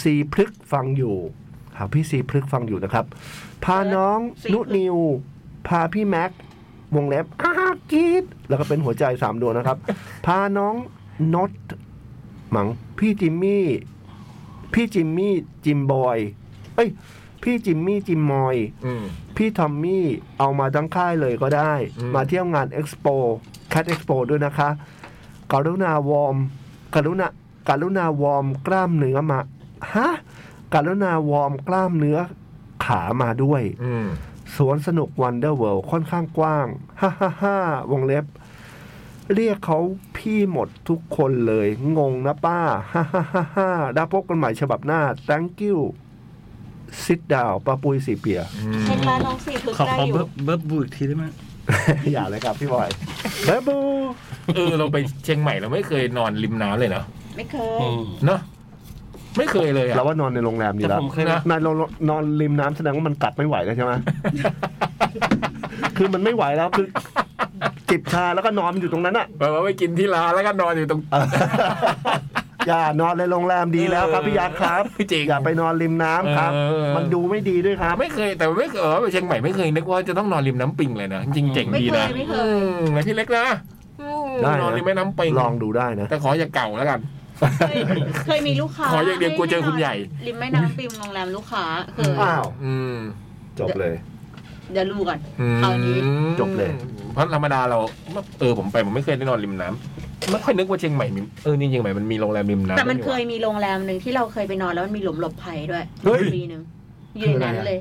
Speaker 2: ซีพลึกษ์ฟังอยู่ หากพี่ซีพลึกษ์ฟังอยู่นะครับ พาน้อง
Speaker 5: ซีพลึ
Speaker 2: นุ
Speaker 5: กษ์
Speaker 2: นิว พาพี่แม็กซ์วงเล็บอ้าวกรีดแล้วก็เป็นหัวใจสามดวง นะครับ พาน้องนอตมังพี่จิมมี่ พี่จิมมี่จิมบอย เอ้ย พี่จิมมี่จิมมอย
Speaker 1: อืม
Speaker 2: พี่ทอมมี่เอามาทั้งค่ายเลยก็ได้
Speaker 1: อืม
Speaker 2: มาเที่ยวงานเอ็กซ์โปแคดเอ็กซ์โปด้วยนะคะกรุณาวอร์มกรุณากรุณาวอร์มกล้ามเนื้อมาฮะกรุณาวอร์มกล้ามเนื้อขามาด้วย
Speaker 1: อืม
Speaker 2: สวนสนุกวันเดอร์เวิลด์ค่อนข้างกว้าง ฮ่าฮ่าฮ่าวงเล็บ เรียกเขาพี่หมดทุกคนเลย งงนะป้า ฮ่าฮ่าฮ่าฮ่าแล้วพบกันใหม่ฉบับหน้า thank you sit down ปาปุยสีเปีย
Speaker 5: เช็คร้านน้องสี่พึก
Speaker 3: ขอ
Speaker 5: ได้
Speaker 3: ขอ
Speaker 5: อยู่
Speaker 3: เบิร์บเบิร์บบูอีกทีได้ไหม
Speaker 2: อย่าเลยครับพี่บอยบ๊ายบู
Speaker 1: เออเราไปเชียงใหม่เราไม่เคยนอนริมน้ำเลยเนาะ
Speaker 5: ไม่เคย
Speaker 1: เนาะไม่เคยเลยอะ
Speaker 2: เราว่านอนในโรงแรมดี
Speaker 3: แต่
Speaker 2: แล้ว
Speaker 3: ผมเคย
Speaker 1: นะ
Speaker 2: นายนอนนอนริมน้ำแสดงว่ามันกัดไม่ไหวแล้วใช่ไหม คือมันไม่ไหวแล้วคือจิบชาแล้วก็นอนอยู่ตรงนั้นอ่ะ
Speaker 1: แบบว่าไปกินที่ร้านแล้วก็นอนอยู่ตรง
Speaker 2: อย่านอนในโรงแรมดีแล้วครับพี่ยักษ์ครับ
Speaker 1: พี่เจ๋ง
Speaker 2: อย่าไปนอนริมน้ำครับ
Speaker 1: เออ
Speaker 2: มันดูไม่ดีด้วยครับ
Speaker 1: ไม่เคยแต่ไม่เคยเออไปเชียงใหม่ไม่เคยนึกว่าจะต้องนอนริมน้ำปิงเลยนะจริงๆเจ๋งดีนะ
Speaker 5: ไม่เคยไม่เคย
Speaker 1: อืมนะพี่เล็กนะอืม
Speaker 2: ได้นะ
Speaker 1: นอนริมแม่น้ำปิง
Speaker 2: ลองดูได้นะ
Speaker 1: แต่ขออย่าเก่าแล้วกัน
Speaker 5: เคยเคยมีลูกค้า
Speaker 1: ขออย่างเดียวกลัวเจอคุณใหญ่
Speaker 5: ริมแม่น้ำปิมโรงแรมลูกค้าเคย
Speaker 2: อ้าว
Speaker 1: อืม
Speaker 2: จบเลย
Speaker 5: เดี๋ยวรู้ก่อน
Speaker 1: อืม
Speaker 5: คราวนี้
Speaker 2: จบเลย
Speaker 1: เพราะธรรมดาเรา เออผมไปผมไม่เคยได้นอนริมน้ำ ไม่ค่อยนึกว่าเชียงใหม่มีเออนี่เชียงใหม่มันมีโรงแรมริมน้ำ
Speaker 5: แต่มันเค
Speaker 1: ด้วย ย
Speaker 5: มีโรงแรมหนึ่งที่เราเคยไปนอนแล้วมันมีหลุมหลบภัยด้วย
Speaker 1: เฮ้ย
Speaker 5: ปีหนึ่งอยู่ในนั้นเลย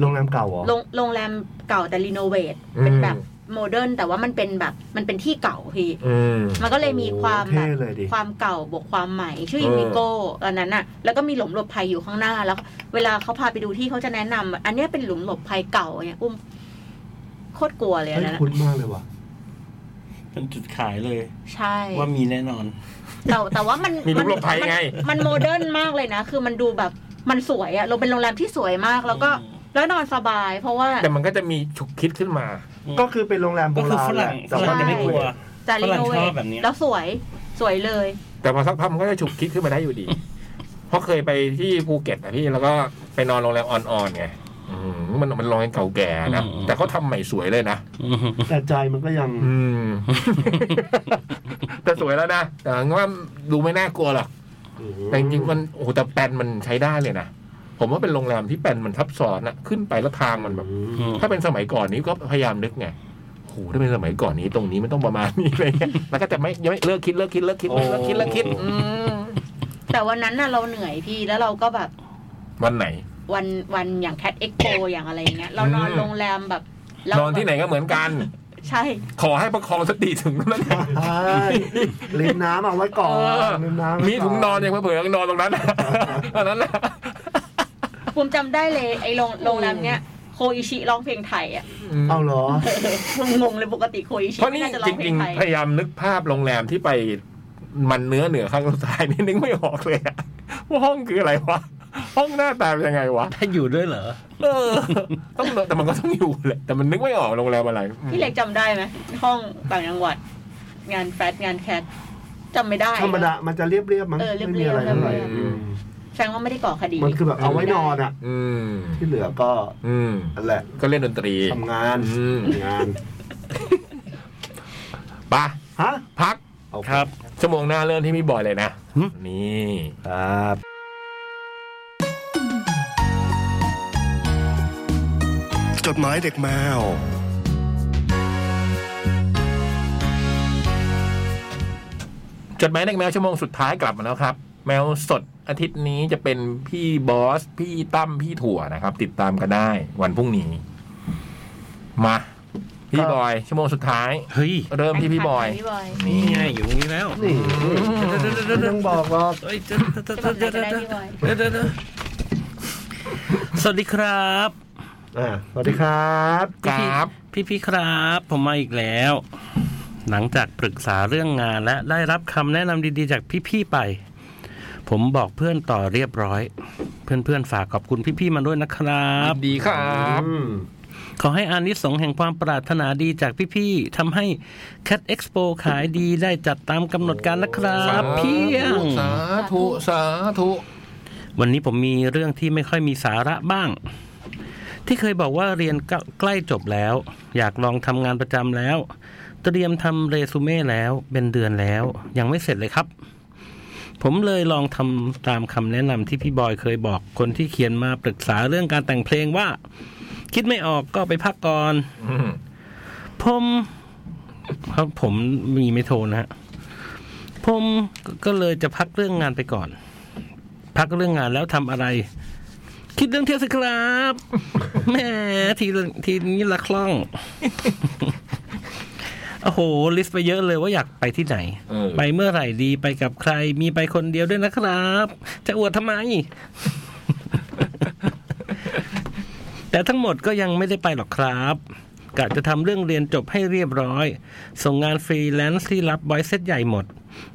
Speaker 2: โรงแรมเก่าเหรอ
Speaker 5: โรงโรงแรมเก่าแต่รีโนเวท
Speaker 1: อืม
Speaker 5: เป็นแบบโมเดิร์นแต่ว่ามันเป็นแบบมันเป็นที่เก่าพี่
Speaker 1: อืม
Speaker 5: มันก็เลยมีความ
Speaker 2: โอ้
Speaker 5: แบ
Speaker 2: เท่
Speaker 5: บ
Speaker 2: เลยดิ
Speaker 5: ความเก่าบวกความใหม่ ชื่อ
Speaker 1: เออ
Speaker 5: อิ
Speaker 1: อิ
Speaker 5: มิโก้อันนั้นน่ะ แล้วก็มีหลุมหลบภัยอยู่ข้างหน้าแล้ว เวลาเขาพาไปดูที่เขาจะแนะนำอันเนี้ยเป็นหลุมหลบภัยเก่าเนี่ยอุ้มโคตรกลัวเลยอัน
Speaker 2: เฮ้ย
Speaker 5: นนน่ะ
Speaker 2: คุ้นมากเลยว่ะ
Speaker 3: เป็นจุดขายเลย
Speaker 5: ใช่
Speaker 3: ว่ามีแน่นอน
Speaker 5: แต่แต่ว่ามัน
Speaker 1: มีหลุมหลบภัยไง
Speaker 5: มันมันโมเดิร์นมากเลยนะ คือมันดูแบบมันสวยอะเราเป็นโรงแรมที่สวยมาก แล้วก็
Speaker 3: อืม
Speaker 5: แล้วนอนสบาย เพราะว่า
Speaker 1: แต่มันก็จะมีฉุกคิดขึ้นมา
Speaker 2: ก็คือเป็นโรงแรมโบ
Speaker 3: ก็คือ
Speaker 2: ราณ
Speaker 3: ฝ
Speaker 2: แห
Speaker 3: รั่
Speaker 2: ละ
Speaker 3: ง
Speaker 2: แต่
Speaker 3: ฝรั่
Speaker 2: ว่าง
Speaker 3: จะไม่กลัว
Speaker 5: จะ
Speaker 3: ฝ
Speaker 5: รี
Speaker 3: รั่ง
Speaker 5: โนเว
Speaker 3: ชอ
Speaker 5: ท
Speaker 3: บแบบเนี้ย
Speaker 5: แล้วสวยสวยเลย
Speaker 1: แต่พอสักพักมันก็จะฉุกคิดขึ้นมาได้อยู่ดี เพราะเคยไปที่ภูเก็ตอะพี่แล้วก็ไปนอนโรงแรมออนๆไงอืมมันมันโรงแรมเก่าแก่นะ
Speaker 3: อืม
Speaker 1: แต่เขาทำใหม่สวยเลยนะ
Speaker 3: อืม
Speaker 2: แต่ใจมันก็ยัง
Speaker 1: อืม แต่สวยแล้วนะแต่ว่าดูไม่น่ากลัวหรอกแต่จริงๆมันโอ้โหแต่แปลนมันใช้ได้เลยนะผมว่าเป็นโรงแรมที่แปลนมันทับซ้อนอะขึ้นไปแล้วทางมันแบบ
Speaker 3: อืม
Speaker 1: ถ้าเป็นสมัยก่อนนี้ก็พยายามนึกไงโหถ้าเป็นสมัยก่อนนี้ตรงนี้มันต้องประมาณนี้อะไรเงี้ยแล้วก็แต่ไม่ยังไม่เลิกคิดเลิกคิดเลิกคิดเลิกคิดเลิกคิดอืม
Speaker 5: แต่วันนั้นน่ะเราเหนื่อยพี่แล้วเราก็แบบ
Speaker 1: วันไหน
Speaker 5: วันวันอย่างแคดเอ็กโปอย่างอะไรอย่างเงี้ยเรานอน
Speaker 1: อืม
Speaker 5: โรงแรมแบบเรา
Speaker 1: นอนที่ไหนก็เหมือน กัน
Speaker 5: ใช่
Speaker 1: ขอให้ประคองสติถึงนั้นนะ
Speaker 2: ใช่ริมน้ำเอาไว้ก่อนริมน้ำ
Speaker 1: มีถุงนอนยังเผื่อๆยังนอนตรงนั้นนะอันนั้นนะ
Speaker 5: ผมจำได้เลยไอ้โรงโรงแรมเนี้ยโคอิชิร้องเพลงไทยอ่ะ
Speaker 2: เอาเหรอ
Speaker 5: งงเลยปกติโคอิชิ
Speaker 1: เพราะ
Speaker 5: ไม่
Speaker 1: นี่
Speaker 5: น่าจะร้
Speaker 1: จ
Speaker 5: องเพล
Speaker 1: ริ
Speaker 5: ง
Speaker 1: ง
Speaker 5: ไทย
Speaker 1: ๆ พยายามนึกภาพโรงแรมที่ไปมันเนื้อเหนือข้างซ้ายนี่นึกไม่ออกเลยอะว่าห้องคืออะไรวะห้องหน้าตาเป็นยังไงวะ
Speaker 3: ถ้าอยู่ด้วยเหรอ
Speaker 1: เออต้องแต่มันก็ต้องอยู่แหละแต่มันนึกไม่ออกโรงแรมอะไรอืม
Speaker 5: พี่เล็กจำได้ไหมห้องต่างจังหวัด งานแฟลตงานแคทจำไม่ได้
Speaker 2: ธรรมดา มันจะเรียบเรียบๆมั้ง
Speaker 5: เออเรียบ
Speaker 2: ไม่มี
Speaker 5: ๆ
Speaker 2: อะไรเท่าไหร่
Speaker 5: เรียบ
Speaker 1: ๆ
Speaker 2: อืม
Speaker 5: แสดงว่าไม่ได้ก่อคดี
Speaker 2: มันคือแบบเอาไว้นอนอ่ะ
Speaker 1: อืม
Speaker 2: ที่เหลือก็
Speaker 1: อืม
Speaker 2: นั่นแหละ
Speaker 1: ก็เล่นดนตรี
Speaker 2: ทำงาน
Speaker 1: อืม
Speaker 2: ทำงาน
Speaker 1: ไปะ
Speaker 2: ฮะ
Speaker 1: พัก
Speaker 2: โอเ
Speaker 3: ครับ
Speaker 1: ชั่วโมงหน้าเริ่มที่พี่บอยเลยนะ
Speaker 3: หึ
Speaker 1: นี่
Speaker 2: ครับ
Speaker 9: จดหมายเด็กแมว
Speaker 1: จดหมายเด็กแมวชั่วโมงสุดท้ายกลับมาแล้วครับ แมวสดอาทิตย์นี้จะเป็นพี่บอส พี่ตั้มพี่ถั่วนะครับ ติดตามกันได้วันพรุ่งนี้ มา พี่บอยชั่วโมงสุดท้าย
Speaker 3: เฮ้ย
Speaker 1: เริ่ม
Speaker 5: แคท
Speaker 1: ที่พี่บอย
Speaker 5: พี่บอย
Speaker 3: นี่ไงอยู่ตรงนี้แล้ว
Speaker 2: นี่ไม่ต้องบอกหรอก
Speaker 3: เอ้ยเดี๋
Speaker 5: จะแบบไหนก็ได้พี่บอย
Speaker 3: ยวเดี๋ยวเดี๋ยวสวัสดีครับ
Speaker 2: อ่าสวัสดีครับ
Speaker 1: ครับ
Speaker 3: พี่พี่ๆครับ ผมมาอีกแล้ว หลังจากปรึกษาเรื่องงานและได้รับคำแนะนำดีๆจากพี่ๆไป ผมบอกเพื่อนต่อเรียบร้อย เพื่อนๆฝากขอบคุณพี่ๆมาด้วยนะครับ
Speaker 1: ดีครับ
Speaker 2: อืม
Speaker 3: ขอให้อานิสงส์แห่งความปรารถนาดีจากพี่ๆทำให้ Cat Expo ขายดีได้จัดตามกำหนดการนะครับ เพียง
Speaker 1: สาธุสาธุ
Speaker 3: วันนี้ผมมีเรื่องที่ไม่ค่อยมีสาระบ้าง ที่เคยบอกว่าเรียนใกล้ใกล้จบแล้ว อยากลองทำงานประจำแล้ว เตรียมทำเรซูเม่แล้วเป็นเดือนแล้ว ยังไม่เสร็จเลยครับ ผมเลยลองทำตามคำแนะนำที่พี่บอยเคยบอกคนที่เขียนมาปรึกษาเรื่องการแต่งเพลงว่า คิดไม่ออกก็ไปพักก่อน
Speaker 1: อืม
Speaker 3: ผมครับผมมีไม่โทรนะฮะผมก็เลยจะพักเรื่องงานไปก่อน พักเรื่องงานแล้วทำอะไร คิดเรื่องเที่ยวสิครับ แหมทีทีนี้ละคล่อง โอ้โหลิสต์ไปเยอะเลยว่าอยากไปที่ไหน
Speaker 1: เออ
Speaker 3: ไปเมื่อไหร่ดีไปกับใคร มีไปคนเดียวด้วยนะครับ จะอวดทำไม แต่ทั้งหมดก็ยังไม่ได้ไปหรอกครับกะจะทำเรื่องเรียนจบให้เรียบร้อย ส่งงานฟรีแลนซ์ที่รับไว้เซตใหญ่หมด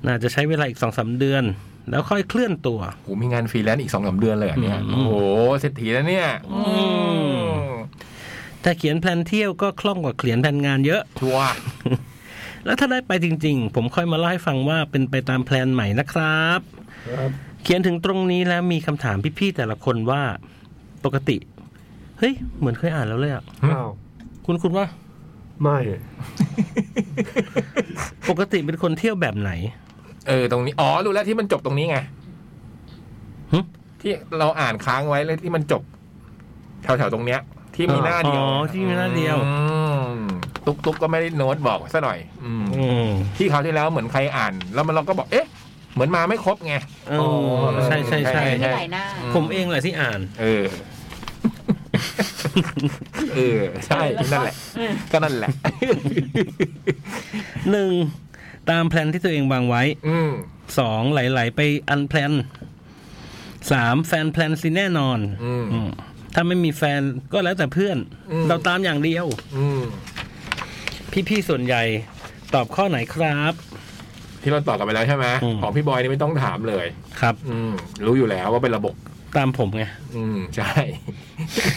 Speaker 3: น่าจะใช้เวลาอีกสองสาเดือน แล้วค่อยเคลื่อนตัว
Speaker 1: โหมีงานฟรีแลนซ์อีกสองสาเดือนเลยเหรอเนี่ย
Speaker 3: อืม
Speaker 1: โอ้โหเศรษฐีแล้วเนี่ย
Speaker 3: แต่เขียนแพลนเที่ยวก็คล่องกว่าเขียนแผนงานเยอะ
Speaker 1: ชัวร์
Speaker 3: แล้วถ้าได้ไปจริงๆ ผมค่อยมาเล่าให้ฟังว่าเป็นไปตามแพลนใหม่นะครับ
Speaker 2: ครับ
Speaker 3: เขียนถึงตรงนี้แล้วมีคำถามพี่ๆแต่ละคนว่าปกติ เฮ้ย เหมือนเคยอ่านแล้วเลยอ่ะ
Speaker 2: อ้าว
Speaker 3: คุณคุณว่า
Speaker 2: ไม่
Speaker 3: ปกติเป็นคนเที่ยวแบบไหน
Speaker 1: เออตรงนี้ อ๋อ รู้แล้วที่มันจบตรงนี้ไง
Speaker 3: หึ
Speaker 1: ที่เราอ่านค้างไว้แล้วที่มันจบแถวๆตรงเนี้ย ที่มีหน้าเดียว
Speaker 3: อ๋อที่มีหน้าเดียว
Speaker 1: อืม ตุ๊กตุ๊กก็ไม่ได้โน้ตบอกซะหน่อย อืม
Speaker 3: อืม
Speaker 1: ที่คราวที่แล้วเหมือนใครอ่าน แล้วมันเราก็บอกเอ๊ะ เหมือนมาไม่ครบไง
Speaker 3: เออใช่ใช่ใช่
Speaker 5: มีหลายหน้า
Speaker 3: ผมเองแหละที่อ่าน
Speaker 1: เอ อ เออ ใช่นั่นแหละ
Speaker 5: อืม
Speaker 1: ก็นั่นแหละ
Speaker 3: หนึ่งตามแพลนที่ตัวเองวางไว้
Speaker 1: อืม
Speaker 3: สองไหลๆไปอันแพลนสามแฟนแพลนสิแน่นอน
Speaker 1: อืม
Speaker 3: อืมถ้าไม่มีแฟนก็แล้วแต่เพื่อน
Speaker 1: อืม
Speaker 3: เราตามอย่างเดียว
Speaker 1: อืม
Speaker 3: พี่ๆส่วนใหญ่ ตอบข้อไหนครับ
Speaker 1: ที่เราตอบกันไปแล้วใช่ไหม
Speaker 3: อืม
Speaker 1: ของพี่บอยนี่ไม่ต้องถามเลย
Speaker 3: ครับ
Speaker 1: อืม รู้อยู่แล้วว่าเป็นระบบ
Speaker 3: ตามผมไง
Speaker 1: อืม ใช่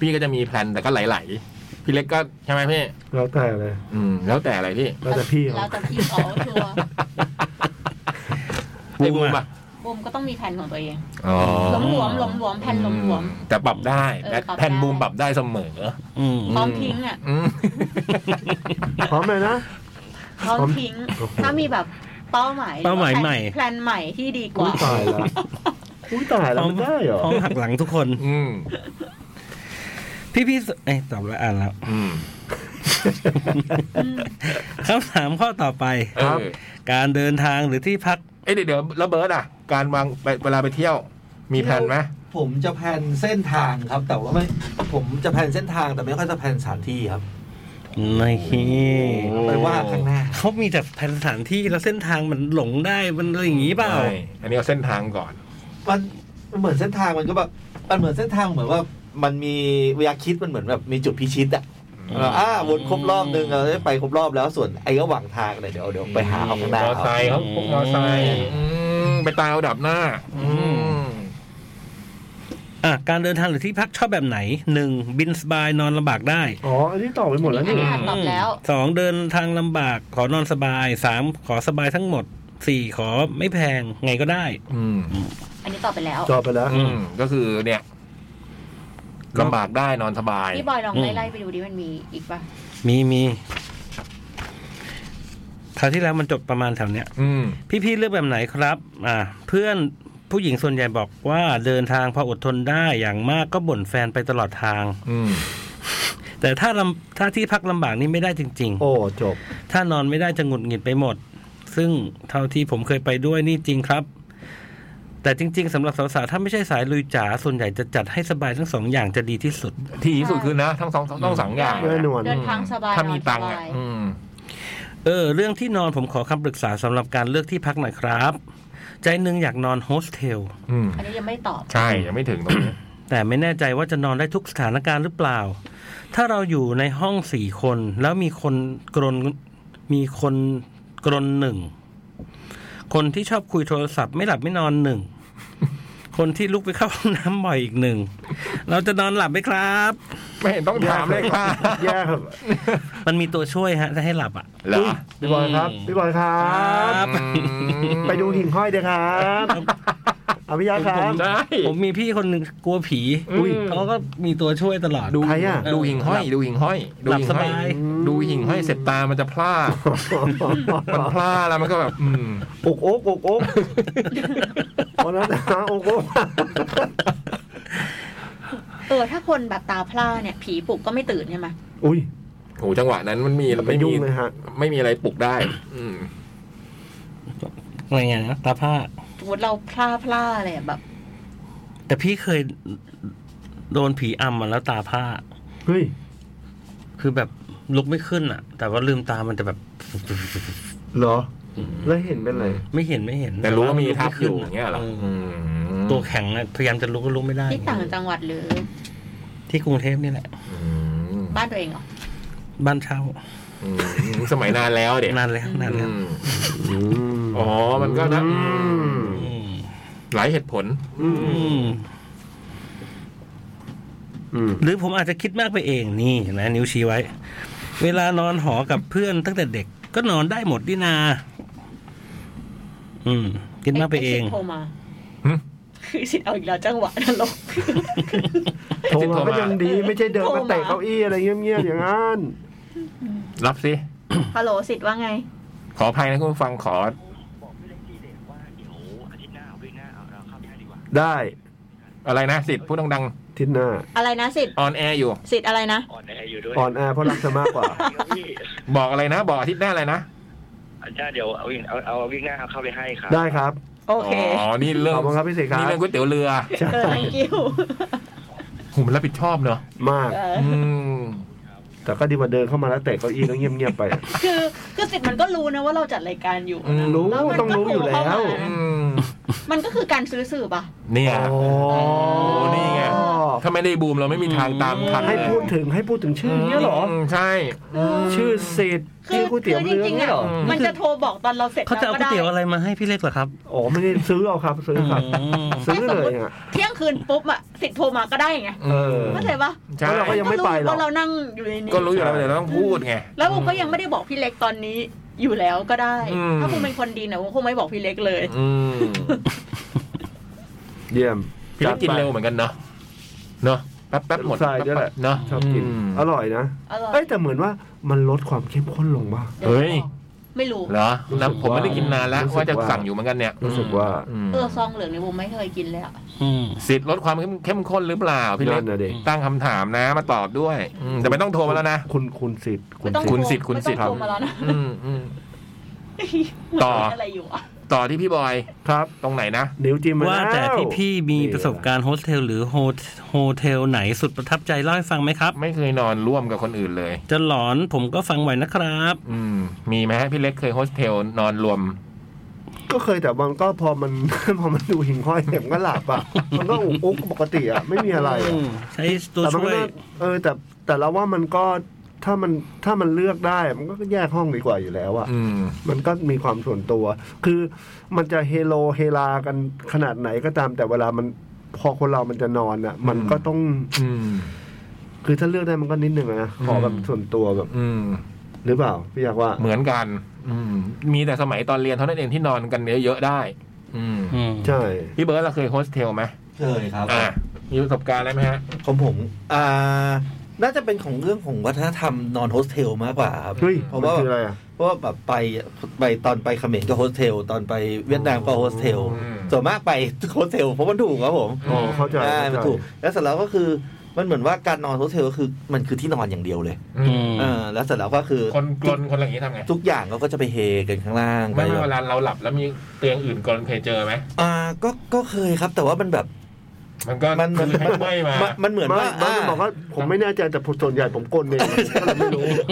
Speaker 1: พี่ก็จะมีแพลนแต่ก็ไหลๆพี่เล็กก็ใช่ไหมพี่
Speaker 2: แล้วแต่เลย
Speaker 1: อืม แล้วแต่อะไร พี่
Speaker 2: แล้วแต่พี่
Speaker 5: แล้
Speaker 2: เขา
Speaker 5: วแต่พี่เขาชัวร์
Speaker 1: ไอ้บูมอ่ะ
Speaker 5: บูมก็ต้องมีแผนของตัวเอง
Speaker 1: อ๋อ
Speaker 5: หลวมหลวมหลวมหลวมแผนหลวมหลวม
Speaker 1: แต่ปรับได้
Speaker 5: เออปรับได้
Speaker 1: แผ่นบูมปรับได้เสมอ
Speaker 3: อืม
Speaker 5: พร้อมทิ้งอ่ะ
Speaker 1: อืม
Speaker 2: พร้อมเลยนะ
Speaker 5: พร้อมทิ้ง
Speaker 2: โอ้โห
Speaker 5: ถ้ามีแบบเป้าหมาย
Speaker 3: เป้าหมาย
Speaker 5: รือว่
Speaker 3: ใหม่
Speaker 5: แผนใหม่ที่ดีก
Speaker 2: อุ้ยตา
Speaker 5: ว่า
Speaker 2: ยละอุ้ยตาย
Speaker 3: พ
Speaker 2: แล้ว
Speaker 3: ร้อม
Speaker 2: มันได้เหรอ
Speaker 3: พร้อมหักหลังทุกคน
Speaker 1: อืม
Speaker 3: พี่ๆส่วนเอ้ยตอบแล้วอ่านแล้ว
Speaker 1: อืม
Speaker 3: คำถามข้อต่อไป
Speaker 1: เออ
Speaker 3: การเดินทางหรือที่พัก
Speaker 1: เอ้ยเดี๋ยวเดี๋ยวแล้วเบิร์ดอ่ะ การวางไปเวลาไปเที่ยว มีแผนไหม
Speaker 4: ผมจะแพลนเส้นทางครับ แต่ว่าไม่ผมจะแพลนเส้นทางแต่ไม่ค่อยจะแพลนสถานที่ครับ
Speaker 3: ในที่
Speaker 4: ไปว่าข้างหน้า
Speaker 3: เขามีแต่แผนสถานที่แล้วเส้นทางมันหลงได้มันอะไรอย่างนี้เปล่า
Speaker 1: ใช่อันนี้เอาเส้นทางก่อน
Speaker 4: มันมันเหมือนเส้นทางมันก็แบบมันเหมือนเส้นทางเหมือนว่ามันมีเวลาคิดมันเหมือนแบบมีจุดพิชิตอะเราอ่าวนครบรอบนึงเราได้ไปครบรอบแล้วส่วนไอ้ระหว่างทางเนี่ยเดี๋ยวเดี๋ยวไปหาเอาข้างหน้าม
Speaker 1: อไซค์เขาพวกมอไซค์
Speaker 3: อืม
Speaker 1: อืมไปตายเอาดับหน้า อืม
Speaker 3: อ่ะการเดินทางหรือที่พักชอบแบบไหนหนึ่งบินสบายนอนลำบากได้
Speaker 2: อ๋อ อันนี้ตอบไปหมดแล้วนี่
Speaker 5: อ่ะตอบแล้ว
Speaker 3: สองเดินทางลำบากขอนอนสบายสามขอสบายทั้งหมดสี่ขอไม่แพงไงก็ได้
Speaker 1: อืม
Speaker 5: อันนี้ตอบไปแล้ว
Speaker 2: ตอบไปแล้ว
Speaker 1: อืมก็คือเนี่ยลำบากได้นอนสบาย
Speaker 5: พี่บอยลอง
Speaker 3: อืม
Speaker 5: ไล่ๆไปดูดิมันมีอีกป่ะ
Speaker 3: มีมีคราวที่แล้วมันจบประมาณแถวเนี้ย
Speaker 1: อืม
Speaker 3: พี่ๆเลือกแบบไหนครับ อ่า เพื่อนผู้หญิงส่วนใหญ่บอกว่าเดินทางพออดทนได้อย่างมากก็บ่นแฟนไปตลอดทาง
Speaker 1: อืม
Speaker 3: แต่ถ้าลำถ้าที่พักลำบากนี่ไม่ได้จริง
Speaker 2: โอ้ จบ
Speaker 3: ๆ ถ้านอนไม่ได้จะหงุดหงิดไปหมด ซึ่งเท่าที่ผมเคยไปด้วยนี่จริงครับ แต่จริง ๆสำหรับสาวๆถ้าไม่ใช่สายลุยจ๋าส่วนใหญ่จะจัดให้สบายทั้งสองอย่างจะดีที่สุด
Speaker 1: ที่ดีสุดคือนะ ทั้งสองต้องสองอย่าง
Speaker 2: แน่นอน
Speaker 5: เดินทางสบาย
Speaker 1: ถ้ามี
Speaker 5: นอนส
Speaker 1: ตังค์
Speaker 5: บา
Speaker 1: อ่ะ
Speaker 5: ย
Speaker 1: อืม
Speaker 3: เออ เรื่องที่นอนผมขอคำปรึกษาสำหรับการเลือกที่พักหน่อยครับ ใจหนึ่งอยากนอนโฮสเทล
Speaker 1: อืม
Speaker 5: อันนี้ยังไม่ตอบ
Speaker 1: ใช่ ยังไม่ถึงตรงนี้
Speaker 3: แต่ไม่แน่ใจว่าจะนอนได้ทุกสถานการณ์หรือเปล่า ถ้าเราอยู่ในห้องสี่คน แล้วมีคนกรนมีคนกรนหนึ่ง คนที่ชอบคุยโทรศัพท์ไม่หลับไม่นอนหนึ่ง คนที่ลุกไปเข้าห้องน้ำบ่อยอีกหนึ่ง เราจะนอนหลับไหมครับ
Speaker 1: ไม่เห็นต้องถามเลยค่ะ
Speaker 2: แย่ครับ
Speaker 3: มันมีตัวช่วยฮะถ้าให้หลับอ่ะ
Speaker 1: เหรอ
Speaker 2: พี่บอยครับ พี่บอยครับ
Speaker 1: อืม
Speaker 2: ไปดูหิ่งห้อยเด้ครับเอาพี่ยาครั
Speaker 1: ผ
Speaker 2: บ
Speaker 1: มได้
Speaker 3: ผมมีพี่คนหนึ่งกลัวผี
Speaker 1: อืม
Speaker 3: เขาก็มีตัวช่วยตลอด
Speaker 1: ดู
Speaker 2: ใครอ่ะ
Speaker 1: ดูหิ่งห้อย ดูหิ่งห้อยดู
Speaker 3: หลับ
Speaker 1: หิ่ง
Speaker 3: ส
Speaker 1: ห้อบ
Speaker 3: ายย
Speaker 1: ดูหิ่งห้อยเสร็จตามันจะพลาด มันพลาดแล้วมันก็แบบ อืม
Speaker 2: โอกโอกโอกโอกวันนั้นนะโอกโอก
Speaker 5: เออ ถ้าคนแบบตาพร่าเนี่ย ผีปลุกก็ไม่ตื่นใช่ไหม
Speaker 2: อุ้ย
Speaker 1: โหจังหวะนั้นมันมี
Speaker 2: ไม่
Speaker 1: ไม่
Speaker 2: ยุ่
Speaker 1: มี
Speaker 2: งเลยฮะ
Speaker 1: ไม่มีอะไรปลุกได้ อืม
Speaker 3: อะไรเงี้ยนะตาผ้า
Speaker 5: สมมติเราพร่าพร่าอะไรอะแบบ
Speaker 3: แต่พี่เคยโดนผีอำมาแล้วตาผ้า
Speaker 2: เฮ้ย
Speaker 3: คือแบบลุกไม่ขึ้นอ่ะ แต่ว่าลืมตามันจะแบบ
Speaker 2: เหรอ แล้วเห็นเป็นไร
Speaker 3: ไม่เห็นไม่เห็น
Speaker 1: แต่รู้ว่ามี
Speaker 3: ลุก
Speaker 1: ทับ
Speaker 3: ไ
Speaker 1: อยู่อย่างเงี้ยเหรอ
Speaker 3: อ
Speaker 1: ม
Speaker 3: ตัวแข็งอะพยายามจะลุกก็ลุกไม่ได้
Speaker 5: ที่ต่างจังหวัดหรือ
Speaker 3: ที่กรุงเทพนี่แหละ
Speaker 1: อืม
Speaker 5: บ้านตัวเองเหรอ
Speaker 3: บ้านเช่า
Speaker 1: อืมสมัยนานแล้วเด็ก
Speaker 3: นานแล้วนานแล้ว
Speaker 1: อ๋อ มันก็นะอืม
Speaker 3: อืม
Speaker 1: หลายเหตุผล
Speaker 3: อืม
Speaker 2: อืม
Speaker 3: หรือผมอาจจะคิดมากไปเองนี่เห็นะนิ้วชี้ไว้ เวลานอนหอกับเพื่อนตั้งแต่เด็กก็นอนได้หมดดินา อืม คิดมากไปเอง
Speaker 5: สิทธิ์โทรมา
Speaker 1: หึ
Speaker 5: คือสิทธิ์เอาอีกแล้วจังหวะนรก
Speaker 2: โทรมาก็ยังดีไม่ใช่เดิน
Speaker 5: โทร
Speaker 2: มา
Speaker 5: มา
Speaker 2: เตะเก้าอี้อะไรเงี้ยบๆอย่างนั้น
Speaker 1: รับสิ
Speaker 5: ฮัลโหลสิทธิ์ว่าไง
Speaker 1: ขออภัยนะคุณผู้ฟังขอ
Speaker 2: ได้
Speaker 1: อะไรนะสิทธิ์พูดดัง
Speaker 2: ทิศหน้า
Speaker 5: อะไรนะสิทธิ์
Speaker 1: ออนแอร์อยู่
Speaker 5: สิทธิ์อะไรนะ
Speaker 10: อ่อนแออยู่ด้วย
Speaker 2: ออนแอร์เพราะรักเธอมากกว่า
Speaker 10: พี่
Speaker 1: บอกอะไรนะ บอกอาทิตย์หน้าอะไรนะ
Speaker 10: อาจารย์เดี๋ยวเอาอีกเอาเอาวิ่งหน้าเอาเข้าไปให้ครับ
Speaker 2: ได้ครับ
Speaker 5: โอเค
Speaker 1: อ๋อนี่เรื่อง
Speaker 2: ขอบคุณครับพี่สิครับ
Speaker 1: นี่เรื่องก๋วยเตี๋ยวเรือ
Speaker 2: ใช่
Speaker 5: thank you
Speaker 1: หูมันรับผิดชอบเนอะ
Speaker 2: มาก
Speaker 5: เออ
Speaker 1: อืม
Speaker 2: แต่ก็ดีกว่าเดินเข้ามาแล้วเตะเก้าอี้แล้วเงียบๆไป
Speaker 5: คือคือสิทธิ์มันก็รู้นะว่าเราจัดรายการอยู่
Speaker 1: อืม
Speaker 2: รู้
Speaker 5: แล้วมันก็
Speaker 2: ต้องรู้อยู่แล้ว
Speaker 5: ถูกเข้ามา
Speaker 1: อืม
Speaker 5: มันก็คือการซื้อสื่อป่ะ
Speaker 1: เนี่ย
Speaker 2: โอ้
Speaker 1: นี่ไง ถ้าไม่ได้บูมเราไม่มีทางตามทัน
Speaker 2: ให้พูดถึงให้พูดถึงชื่อเนี้ยเหรอ
Speaker 1: มใช่
Speaker 2: ชื่อสิทธิ์
Speaker 5: คื
Speaker 2: ชื่
Speaker 5: อ
Speaker 2: อก๋วย
Speaker 5: คื
Speaker 2: เตี๋ยว
Speaker 5: อจ
Speaker 2: เรือ
Speaker 5: ริงๆ
Speaker 2: เนี่ย
Speaker 5: อ่ะ
Speaker 2: เหรอ
Speaker 5: มันจะโทรบอกตอนเราเสร็จ
Speaker 3: เขาจะเอา
Speaker 5: แล้ว
Speaker 3: ก๋วย
Speaker 5: ได้
Speaker 3: เตี๋ยวอะไรมาให้พี่เล็กเหรอครับ
Speaker 2: อ๋อไม่ได้ซื้อเอาครับ ซื้อครับ
Speaker 3: อื
Speaker 2: ซื้อเลยอ่ะ
Speaker 5: เที่ยงคืนปุ๊บอ่ะสิทธิ์โทรมาก็ได้ไง
Speaker 2: เออ
Speaker 5: เข้าใจปะ
Speaker 1: ใช่
Speaker 2: แล้วเราก็ยัง ไม่ไปหรอก
Speaker 5: ว่าเรานั่งอยู่ในนี้
Speaker 1: ก็รู้อยู่แล้วแต่เราต้องพูดไง
Speaker 5: แล้วผมก็ยังไม่ได้บอกพี่เล็กตอนนี้อยู่แล้วก็ได้
Speaker 1: อืม
Speaker 5: ถ้าผมเป็นคนดีเนี่ยผมคงไม่บอกพี่เล็กเลย
Speaker 1: อืม
Speaker 2: เยี่ยม
Speaker 1: พี่เล็กกินเร็วเหมือนกันเนาะเนาะแป๊บแป๊บๆหมด
Speaker 2: ทรายด้วยแหละ
Speaker 1: เนาะ
Speaker 2: ชอบกิน
Speaker 1: ม
Speaker 2: อร่อยนะ
Speaker 5: อร่อย
Speaker 2: เอ้ยแต่เหมือนว่ามันลดความเข้มข้นลงบ้าง
Speaker 1: เฮ้ย
Speaker 5: ไม่รู้
Speaker 1: เหรอนะผมไม่ได้กินนานแล้ว
Speaker 2: รู้สึก
Speaker 1: ว่าจะ
Speaker 2: ว่า
Speaker 1: สั่งอยู่เหมือนกันเนี่ย
Speaker 2: รู้สึกว่า
Speaker 1: อืม
Speaker 5: เออซองเหลืองในวงไม่เคยกินเลยอะ
Speaker 3: ม
Speaker 1: สิทธิ์ลดความเข้มเข้มข้นหรือเปล่าพี่เล็ก
Speaker 2: นั่นนะเด็ก
Speaker 1: ตั้งคำถามนะมาตอบด้วยอืมแต่ไม่ต้องโทรมาแล้วนะ
Speaker 2: คุณคุณสิทธิ์คุ
Speaker 5: ไม่
Speaker 2: ณ
Speaker 5: ต้อง
Speaker 2: สิท
Speaker 5: โท
Speaker 2: ธิ์
Speaker 5: ร
Speaker 1: คุณสิทธิ์คุณสิทธิ์
Speaker 5: ไม่ต้องโทรมาแล้วนะ
Speaker 1: อืมอืม ต่อ
Speaker 5: อะไรอยู่อะ
Speaker 1: ต่อที่พี่บอย
Speaker 2: ครับ
Speaker 1: ตรงไหนนะ
Speaker 2: นิ้วจิ้มมะน
Speaker 3: ว่าแต่พี่พี่ๆมีประสบการณ์โฮสเทลหรือโฮโฮเทลไหนสุดประทับใจเล่าให้ฟังไหมครับ
Speaker 1: ไม่เคยนอนร่วมกับคนอื่นเลย
Speaker 3: จะหลอนผมก็ฟังไหวนะครับ
Speaker 1: อืม มีไหมฮะพี่เล็กเคยโฮสเทลนอนรวม
Speaker 2: ก็เคยแต่บางก็พอมัน พอมันดูหิ่งห้อยเนี่ยมันก็หลับอ่ะ มันก็อุกอุ๊กปกติอ่ะ ไม่มีอะไรอะ
Speaker 3: ใช้ตัว
Speaker 2: แต่มัน
Speaker 3: ช่ว
Speaker 2: ก็
Speaker 3: ย
Speaker 2: น่าเออ แต่แต่เราว่ามันก็ถ้ามันถ้ามันเลือกได้ มันก็แยกห้องดีกว่าอยู่แล้วอ่ะ
Speaker 1: อืม
Speaker 2: มันก็มีความส่วนตัว คือมันจะเฮโลเฮลากันขนาดไหนก็ตาม แต่เวลามันพอคนเรามันจะนอนอ่ะ มันก็ต้อง
Speaker 1: อืม
Speaker 2: คือถ้าเลือกได้มันก็นิดหนึ่งอะนะ ขอแบบส่วนตัวแบบ
Speaker 1: อืม
Speaker 2: หรือเปล่า พี่อยากว่า
Speaker 1: เหมือนกัน อืม มีแต่สมัยตอนเรียนเท่านั้นเองที่นอนกันเยอะๆได้ อืม
Speaker 3: อืม
Speaker 2: ใช่
Speaker 1: พี่เบิร์ดเราเคยโฮสเทลไหม
Speaker 4: เคยครับ
Speaker 1: อ่า มีประสบการณ์อะไรไหมฮะ
Speaker 4: ของผมอ่าน่าจะเป็นของเรื่องของวัฒนธรรมนอนโฮสเทลมากกว่าครับ
Speaker 2: เฮ้ย
Speaker 4: เพราะ
Speaker 2: มัน
Speaker 4: ว่า
Speaker 2: คืออะไรอ่ะ
Speaker 4: เพราะว่าแบบไปไปตอนไปเขมรก็โฮสเทล ตอนไปเวียดนามก็โฮสเทล
Speaker 1: อืม
Speaker 4: ส่วนมากไปโฮสเทลเพราะมันถูกครับผม
Speaker 2: อ๋อ เข้าใจ
Speaker 4: อ่ามัน
Speaker 2: เข้าใจ
Speaker 4: ถูก แล้วเสร็จแล้วก็คือมันเหมือนว่าการนอนโฮสเทลก็คือมันคือที่นอนอย่างเดียวเลย
Speaker 1: อืม
Speaker 3: ม
Speaker 4: เออแล้วเสร็จแล้วก็คือ
Speaker 1: คนกลนคนอะไรอย่างนี้ทำไง
Speaker 4: ทุกอย่างเขาก็จะไปเฮกันข้างล่าง
Speaker 1: ไม่ไม่
Speaker 4: แบบ
Speaker 1: เวลาเราหลับแล้วมีเตียงอื่นกลนเคยเจอไหม
Speaker 4: อ่าก็ก็เคยครับแต่ว่ามันแบบ
Speaker 1: มันก็
Speaker 4: มันมัน
Speaker 1: คือให้
Speaker 4: มัน
Speaker 1: ไม่มา
Speaker 4: มันมันเหมือน
Speaker 2: ไม่
Speaker 4: ว่า
Speaker 2: ไม่ต้องบอกว่าผมไม่แน่ใจแต่ผมส่วนใหญ่ผมกลนเองก็เลยไม่รู้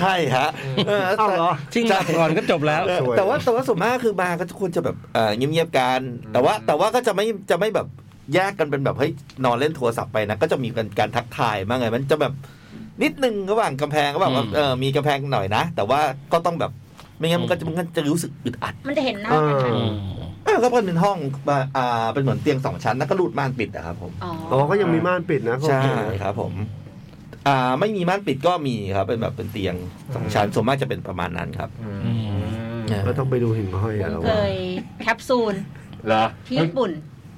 Speaker 4: ใช่ฮะเออ
Speaker 2: เอ้า
Speaker 4: แต่
Speaker 2: เหรอ
Speaker 3: จริงหลับก่อนก็จบแล้ว
Speaker 4: เออ
Speaker 2: สวย
Speaker 4: แต่ว่าแต่ว่าส่วนมากคือมาก็ทุกคนจะแบบเอ่อเงียบๆกันแต่ว่าแต่ว่าก็จะไม่จะไม่แบบแยกกันเป็นแบบเฮ้ยนอนเล่นโทรศัพท์ไปนะก็จะมีการการทักทายบ้างไงมันจะแบบนิดนึงระหว่างกำแพงก็แบบว่า
Speaker 3: อืม
Speaker 4: เออมีกำแพงหน่อยนะ แต่ว่าก็ต้องแบบไม่งั้นมันก็จะมันก็จะรู้สึกอึดอัด
Speaker 5: มันจะเห็นหน้า
Speaker 2: เอ
Speaker 5: กัน
Speaker 2: อ
Speaker 5: อะ
Speaker 4: เออก็เป็นห้องมาอ่าเป็นเหมือนเตียงสองชั้นแล้วก็รูดม่านปิดนะครับผม
Speaker 5: อ๋อ
Speaker 2: อ๋อก็ยังมีม่านปิดนะก็โอ
Speaker 4: ใช่
Speaker 2: เค
Speaker 4: ครับผม อ่า ไม่มีม่านปิดก็มีครับ เป็นแบบเป็นเตียงสองชั้นส่วนมากจะเป็นประมาณนั้นครับ
Speaker 1: อืม
Speaker 2: ก็ต้องไปดูหิ่งห้อยอะเรา
Speaker 5: เค
Speaker 2: ว่าย
Speaker 5: แคปซูล
Speaker 1: เหรอ
Speaker 5: ที่ญี่ปุ่น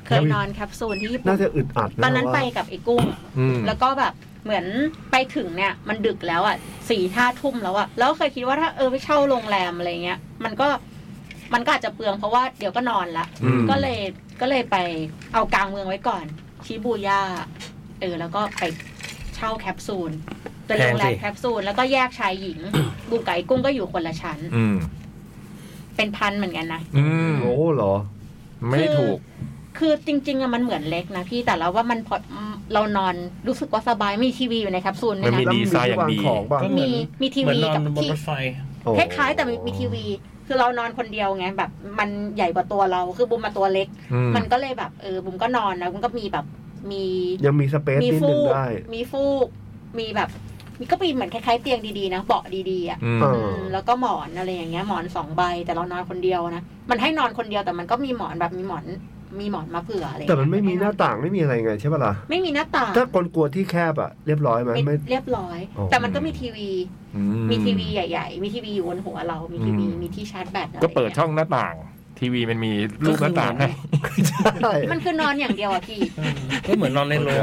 Speaker 5: เคยนอนแคปซูลที่ญี่ปุ่
Speaker 2: น่าน จะอึดอัดะ
Speaker 5: ตอนนั้น
Speaker 2: ว่า
Speaker 5: ไปกับไอ้กุ้ง
Speaker 1: อืม
Speaker 5: แล้วก็แบบเหมือนไปถึงเนี่ยมันดึกแล้วอ่ะสี่ห้าทุ่มแล้วอ่ะแล้วเคยคิดว่าถ้าเออไปเช่าโรงแรมอะไรเงี้ย มันก็มันก็อาจจะเปลืองเพราะว่าเดี๋ยวก็นอนละ
Speaker 1: อืม
Speaker 5: ก็เลยก็เลยไปเอากลางเมืองไว้ก่อน ชิบูย่าเออแล้วก็ไปเช่าแคปซูลเป็นโรงแรม
Speaker 3: แพงสิ
Speaker 5: แคปซูลแล้วก็แยกชาย หญิง กุ้งไก่กุ้งก็อยู่คนละชั้น
Speaker 1: อืม
Speaker 5: เป็นพันเหมือนกันนะ
Speaker 1: อืม
Speaker 2: โอ้เหรอ
Speaker 1: ไม่ถูก
Speaker 5: คือจริง ๆอะมันเหมือนเล็กนะพี่แต่เราว่ามันพอเรานอนรู้สึกว่าสบายมีทีวีอยู่ในแคปซูลด้วย
Speaker 1: มันมี
Speaker 5: นะ
Speaker 1: ดีไซน์อย่างดี
Speaker 2: แล้วมีที่วางของบ้าง
Speaker 3: ก็เหมื
Speaker 5: มี
Speaker 3: อน
Speaker 5: มีที
Speaker 3: เหมือน
Speaker 5: วี
Speaker 3: นอน
Speaker 5: กับบ
Speaker 3: น
Speaker 5: ที่
Speaker 3: รถไฟ
Speaker 2: โอ้
Speaker 5: คล้ายๆแต่มีมีทีวี คือเรานอนคนเดียวไงแบบ มันใหญ่กว่าตัวเราคือบุมมาตัวเล็ก
Speaker 1: อืม
Speaker 5: มันก็เลยแบบเออบุมก็นอนนะบุมก็มีแบบมี
Speaker 2: ยังมีสเปซ
Speaker 5: มี
Speaker 2: นิด
Speaker 5: ฟู
Speaker 2: นึง
Speaker 5: ก
Speaker 2: ได้
Speaker 5: มีฟูก มีแบบมีก็มีเหมือนคล้ายๆเตียงดีๆนะเบาะดีๆอ่ะ
Speaker 1: อืม
Speaker 2: เออ
Speaker 5: อืมแล้วก็หมอนอะไรอย่างเงี้ยหมอนสองใบแต่เรานอนคนเดียวนะมันให้นอนคนเดียวแต่มันก็มีหมอนแบบมีหมอนมีหมอนมาเผื่ออะไรอย่าง
Speaker 2: แต่
Speaker 5: เงี้ย
Speaker 2: มันไม่มีหน้าต่างไม่มีอะไรไงใช่ปะล่ะ
Speaker 5: ไม่มีหน้าต่าง
Speaker 2: ถ้าคนกลัวที่แคบอะเรียบร้อยไหม
Speaker 5: ไม่
Speaker 2: ไม่
Speaker 5: เรียบร้อย
Speaker 2: อ๋อ
Speaker 5: แต่มันก็มีทีวี
Speaker 1: อื
Speaker 5: มีทีวีใหญ่ๆ มีทีวีอยู่บนหัวเรา มีทีวี
Speaker 1: อืม
Speaker 5: มีที่ชาร์จแบตอะไร
Speaker 1: ก็เปิด
Speaker 5: อย่างงี้ย
Speaker 1: ช่องหน้าต่าง ทีวีมันมีลูกหน้าต่างให้
Speaker 2: ใช่
Speaker 5: มันคือนอนอย่างเดียวอะ พี่
Speaker 3: ก็เหมือนนอนในโรง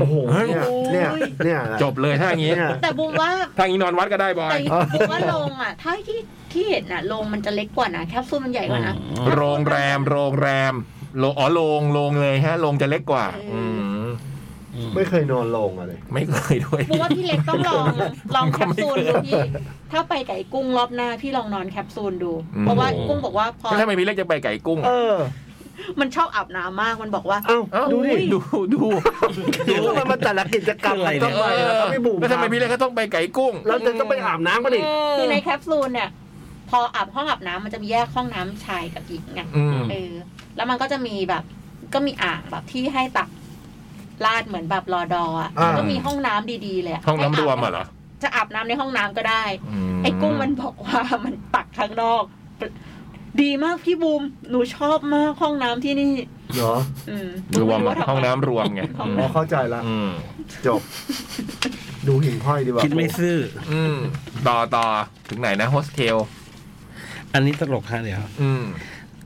Speaker 2: โอ้โห
Speaker 1: เฮ้ย
Speaker 2: เนี่ยเนี่ยเนี่ย
Speaker 1: จบเลยถ้าอย่างนี้
Speaker 2: เนี่ย
Speaker 5: แต่บุมว่า
Speaker 1: ถ้าอย่างนี้นอนวัดก็ได้บอ
Speaker 5: แต่
Speaker 1: ย
Speaker 5: บุมว่าโรงอะถ้าที่ที่เห็นอะโรงมันจะเล็กกว่านะแคปซูลมันใหญ่กว่านะ
Speaker 1: โรงแรม โรงแรมโรงอ๋อโรงโรงเลยฮะโรงจะเล็กกว่า
Speaker 5: เอออื
Speaker 1: อืม
Speaker 2: ไม่เคยนอนลงอะเลย
Speaker 1: ไม่เคยด้วย
Speaker 5: บอกว่าพี่เล็กต้องลองลองแคปซูลดู พี่ ถ้าไปไก่กุ้งรอบหน้าพี่ลองนอนแคปซูลดู
Speaker 1: อืม
Speaker 5: เพราะว่ากุ้งบอกว่าพอ
Speaker 1: แล้วทำไมพี่เล็กจะไปไก่กุ้ง
Speaker 2: เอ
Speaker 1: อะ
Speaker 2: อ
Speaker 5: มันชอบอาบน้ำมากมันบอกว่า
Speaker 2: เอ้า
Speaker 1: เอ้า
Speaker 2: ดูดิ
Speaker 1: ดูดู
Speaker 2: ดูทำไมมันแต่ละกิจกรรมมันต้องไปแล้วครับพี่บุ๋ม
Speaker 1: แล้วทำไมพี่เล็กก็ต้องไปไก่กุ้ง
Speaker 2: แล้วจะต้องไปอาบน้ำกันอีก
Speaker 5: คือในแคปซูลเนี่ย พออาบห้องอาบน้ำมันจะมีแยกห้องน้ำชายกับหญิงไง
Speaker 1: อืม
Speaker 5: เออ แล้วมันก็จะมีแบบ ก็มีอ่างแบบที่ให้ตักลาดเหมือนแบบรอดออ่ะ
Speaker 2: อ่า
Speaker 5: ก็มีห้องน้ำดีๆเลยะ
Speaker 1: ห้องน้ำรวมอะเหรอ
Speaker 5: จะอาบน้ำในห้องน้ำก็ได้
Speaker 1: ม
Speaker 5: ไอ้กุ้งมันบอกว่า มันตักข้างนอก ดีมากพี่บูมหนูชอบมากห้องน้ำที่นี่
Speaker 2: เหรอ
Speaker 5: อืม
Speaker 1: รวมอะ
Speaker 5: ไา
Speaker 1: ห้
Speaker 5: ทำไ
Speaker 1: องน้ำรวมไงอืม
Speaker 2: อ๋อเข้าใจละ
Speaker 1: อืม
Speaker 2: จบ ดูหิ่งห้อยดีกว่า
Speaker 3: คิดไม่ซื่อ
Speaker 1: อืมต่อต่อถึงไหนนะโฮสเทล
Speaker 3: อันนี้ตลกฮะเดี๋ยว
Speaker 1: อืม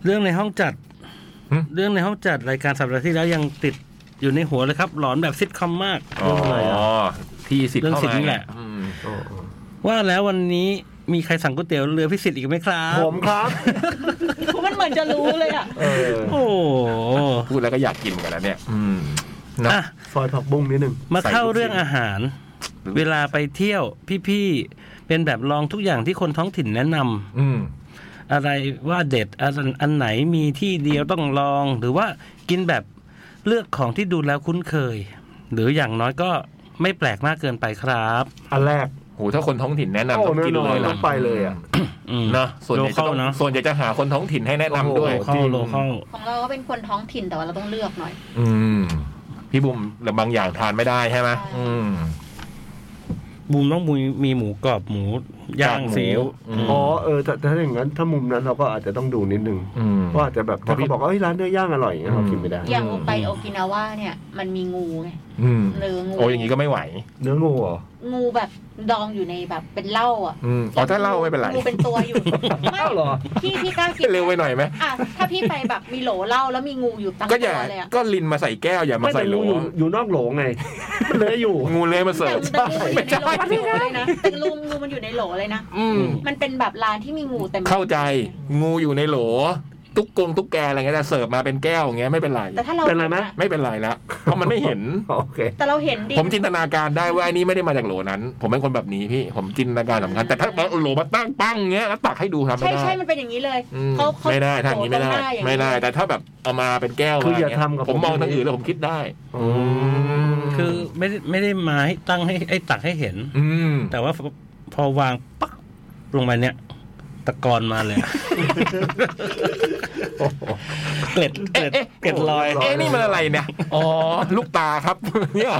Speaker 3: เรื่องในห้องจัด
Speaker 1: หึ
Speaker 3: เรื่องในห้องจัดรายการสัปดาห์ที่แล้วยังติดอยู่ในหัวเลยครับ หลอนแบบซิทคอมมาก
Speaker 1: อ๋อที่สิทธิ์
Speaker 3: เรื่อง
Speaker 1: เข้า
Speaker 3: สิทธิ์
Speaker 1: มา
Speaker 3: นี่แหละ
Speaker 1: อืม
Speaker 2: โอ้โอ้
Speaker 3: ว่าแล้ววันนี้มีใครสั่งก๋วยเตี๋ยวเรือพิสิทธิ์อีกไหมครับ
Speaker 2: ผมครับ
Speaker 5: มันเหมือนจะรู้เลยอ่ะ
Speaker 2: เออ
Speaker 3: โอ้โห
Speaker 1: พูดแล้วก็อยากกินกันแล้วเนี่ย อืมเนอะ
Speaker 3: อ่ะ
Speaker 2: ซอยผักบุ้งนิดหนึ่ง
Speaker 3: มา
Speaker 1: ใส่
Speaker 3: เข้า
Speaker 1: ลูกชิ้น
Speaker 3: เรื่องอาหาร เวลาไปเที่ยวพี่ๆเป็นแบบลองทุกอย่างที่คนท้องถิ่นแนะนำ
Speaker 1: อืม
Speaker 3: อะไรว่าเด็ดอันอันไหนมีที่เดียวต้องลอง หรือว่ากินแบบเลือกของที่ดูแล้วคุ้นเคย หรืออย่างน้อยก็ไม่แปลกมากเกินไปครับ
Speaker 2: อันแรก
Speaker 1: โหถ้าคนท้องถิ่นแนะนำ
Speaker 2: โอ้
Speaker 1: ต้องกิน
Speaker 2: แน่นอน
Speaker 1: เลย
Speaker 2: ต้องไปเลยอะ
Speaker 3: อืม
Speaker 1: เนาะส่วนให
Speaker 3: โล
Speaker 1: ญ่
Speaker 3: เค
Speaker 1: จะ
Speaker 3: อล
Speaker 1: ต้อง
Speaker 3: เนาะ
Speaker 1: ส่วนใหญ่จะหาคนท้องถิ่นให้แนะนำด้วย
Speaker 3: เข้าโลเคอล
Speaker 5: ของเราก็เป็นคนท้องถิ่นแต่ว่าเราต้องเลือกหน่อย
Speaker 1: อืม พี่บุ๋มแต่บางอย่างทานไม่ได้ใช่ไหมอืม
Speaker 3: บูมต้องมีมีหมูกรอบหมูย่าง
Speaker 1: กากหมู
Speaker 3: ซีอิ๊ว
Speaker 1: อืม
Speaker 2: อ๋อเออแต่แต่ถ้าอย่างนั้นถ้ามุมนั้นเราก็อาจจะต้องดูนิดนึง
Speaker 1: อืม
Speaker 2: ว่าอาจจะแบบถ้าเขาบอกว่าเอ้ยร้านเนื้อย่างอร่อยอย่างเงี้ยเรากินไม่ได้
Speaker 5: อย่างไป
Speaker 1: อืม
Speaker 5: โอกินาว่าเนี่ย มันมีงูไง
Speaker 1: อืม
Speaker 5: เนื้องู
Speaker 1: โอ้อย่างนี้ก็ไม่ไหว
Speaker 2: เนื้องูเหรอ
Speaker 5: งูแบบดองอยู่ในแบบเป็นเหล้าอ่ะ
Speaker 1: อืมอ๋อถ้าเล่าไม่เป็นไร
Speaker 5: งูเป็นตัว อยู่ไม่หรอพี่พี่กล้าคิด
Speaker 1: เร็วไปหน่อยไหม
Speaker 5: อ่ะถ้าพี่ไปแบบมีโหลเหล้าแล้วมีงูอยู่ตั้ง
Speaker 1: ก็
Speaker 5: ตั
Speaker 1: อย่าว
Speaker 5: เลยอ่ะ
Speaker 1: ก็ลินมาใส่แก้วอย่ามา
Speaker 2: ไม่
Speaker 1: ใส่
Speaker 2: แต่
Speaker 1: โหล
Speaker 2: งูอยู่อยู่นอกโหลไง มันเหลยอยู่
Speaker 1: งูเลื้อยมาเสิร์ฟ
Speaker 5: แต่งูมันอยู่
Speaker 1: ไม่
Speaker 5: ใน
Speaker 1: ใช่
Speaker 5: โหลเลยนะแต่งูงูมันอยู่ในโหลเลยนะ
Speaker 1: อืม
Speaker 5: มันเป็นแบบร้านที่มีงูเต็ม
Speaker 1: เข้าใจงูอยู่ในโหล ตุ๊กกงตุ๊กแกอะไรเงี้ยแต่เสิร์ฟมาเป็นแก้วอย่างเงี้ยไม่เป็นไร
Speaker 5: แต่ถ้าเรา
Speaker 2: เป็นไรไหม
Speaker 1: ไม่เป็นไรละเพราะมันไม่เห็น
Speaker 2: โอเค
Speaker 5: แต่เราเห็นดิ
Speaker 1: ผมจินตนาการได้ว่าไอ้นี่ไม่ได้มาจากโหลนั้น ผมเป็นคนแบบนี้พี่ ผมจินตนาการสำคัญแต่ถ้าเอาโหลมาตั้งปั้งเงี้ยแล้วตักให้ดูทำไม่
Speaker 5: ใช่
Speaker 1: ได้
Speaker 5: ใช่มันเป็นอย่างนี้เลย
Speaker 1: อืม
Speaker 5: เขาเขา
Speaker 1: ไม่ได้ทำอย่างนี้ไม่ได้
Speaker 5: โหลตรงหาอย่าง
Speaker 1: ไม่
Speaker 5: นี้
Speaker 1: ได้ แต่ถ้าแบบเอามาเป็นแก้ว
Speaker 2: คืออ
Speaker 1: ะ
Speaker 2: ย่า
Speaker 1: ไรเงี้
Speaker 2: ทำกับ
Speaker 1: ผม
Speaker 2: ผม
Speaker 1: มอง
Speaker 2: อย่าง
Speaker 1: ทาง
Speaker 2: นี้
Speaker 1: อื่นแล้วผมคิดได้
Speaker 2: อืม
Speaker 3: คือไม่ได้ไม่ได้มาให้ตั้งให้ไอ้ตักให้เห็น
Speaker 1: อืม
Speaker 3: แต่ว่าพอวางปักลงไปเนี่ย ตะกอนมาเลย
Speaker 2: โอ้โห
Speaker 3: เกล็ดเกล็ดเกล็ดลอย
Speaker 1: เอ๊ะนี่มันอะไรเนี่ยอ๋อลูกตาครับ เนี่ย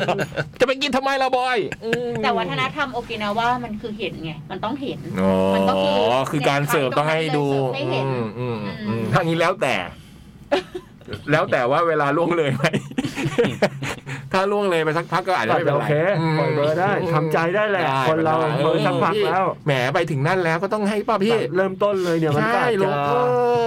Speaker 1: จะไปกินทำไมล่ะบอยอืม
Speaker 5: แต่วัฒนธรรมโอกินาว่ามันคือเห็นไง มันต้องเห็น
Speaker 1: อ๋อ
Speaker 5: มันก็คือ
Speaker 1: คือการเสิร์ฟต้องให้ดู
Speaker 5: ให้เห็น
Speaker 1: อืมอืม
Speaker 5: อื
Speaker 1: อืม
Speaker 5: ม
Speaker 1: ถ้างี้แล้วแต่ แล้วแต่ว่าเวลาล่วงเลยไหม ถ้าล่วงเลยไปสักพักก็อาจจะไม่เป็นไร
Speaker 2: โอเคปล่อยเบอร์ได้ทำใจได้แหละ
Speaker 1: ด้
Speaker 2: คนเรา
Speaker 1: ได้
Speaker 2: เบอร์สักพักแล้ว
Speaker 1: แหมไปถึงนั่นแล้วก็ต้องให้ป่ะพี่
Speaker 2: เริ่มต้นเลยเนี่ยมันก็
Speaker 1: ใช่
Speaker 2: อาจ
Speaker 1: ล
Speaker 2: จะ
Speaker 1: งเออ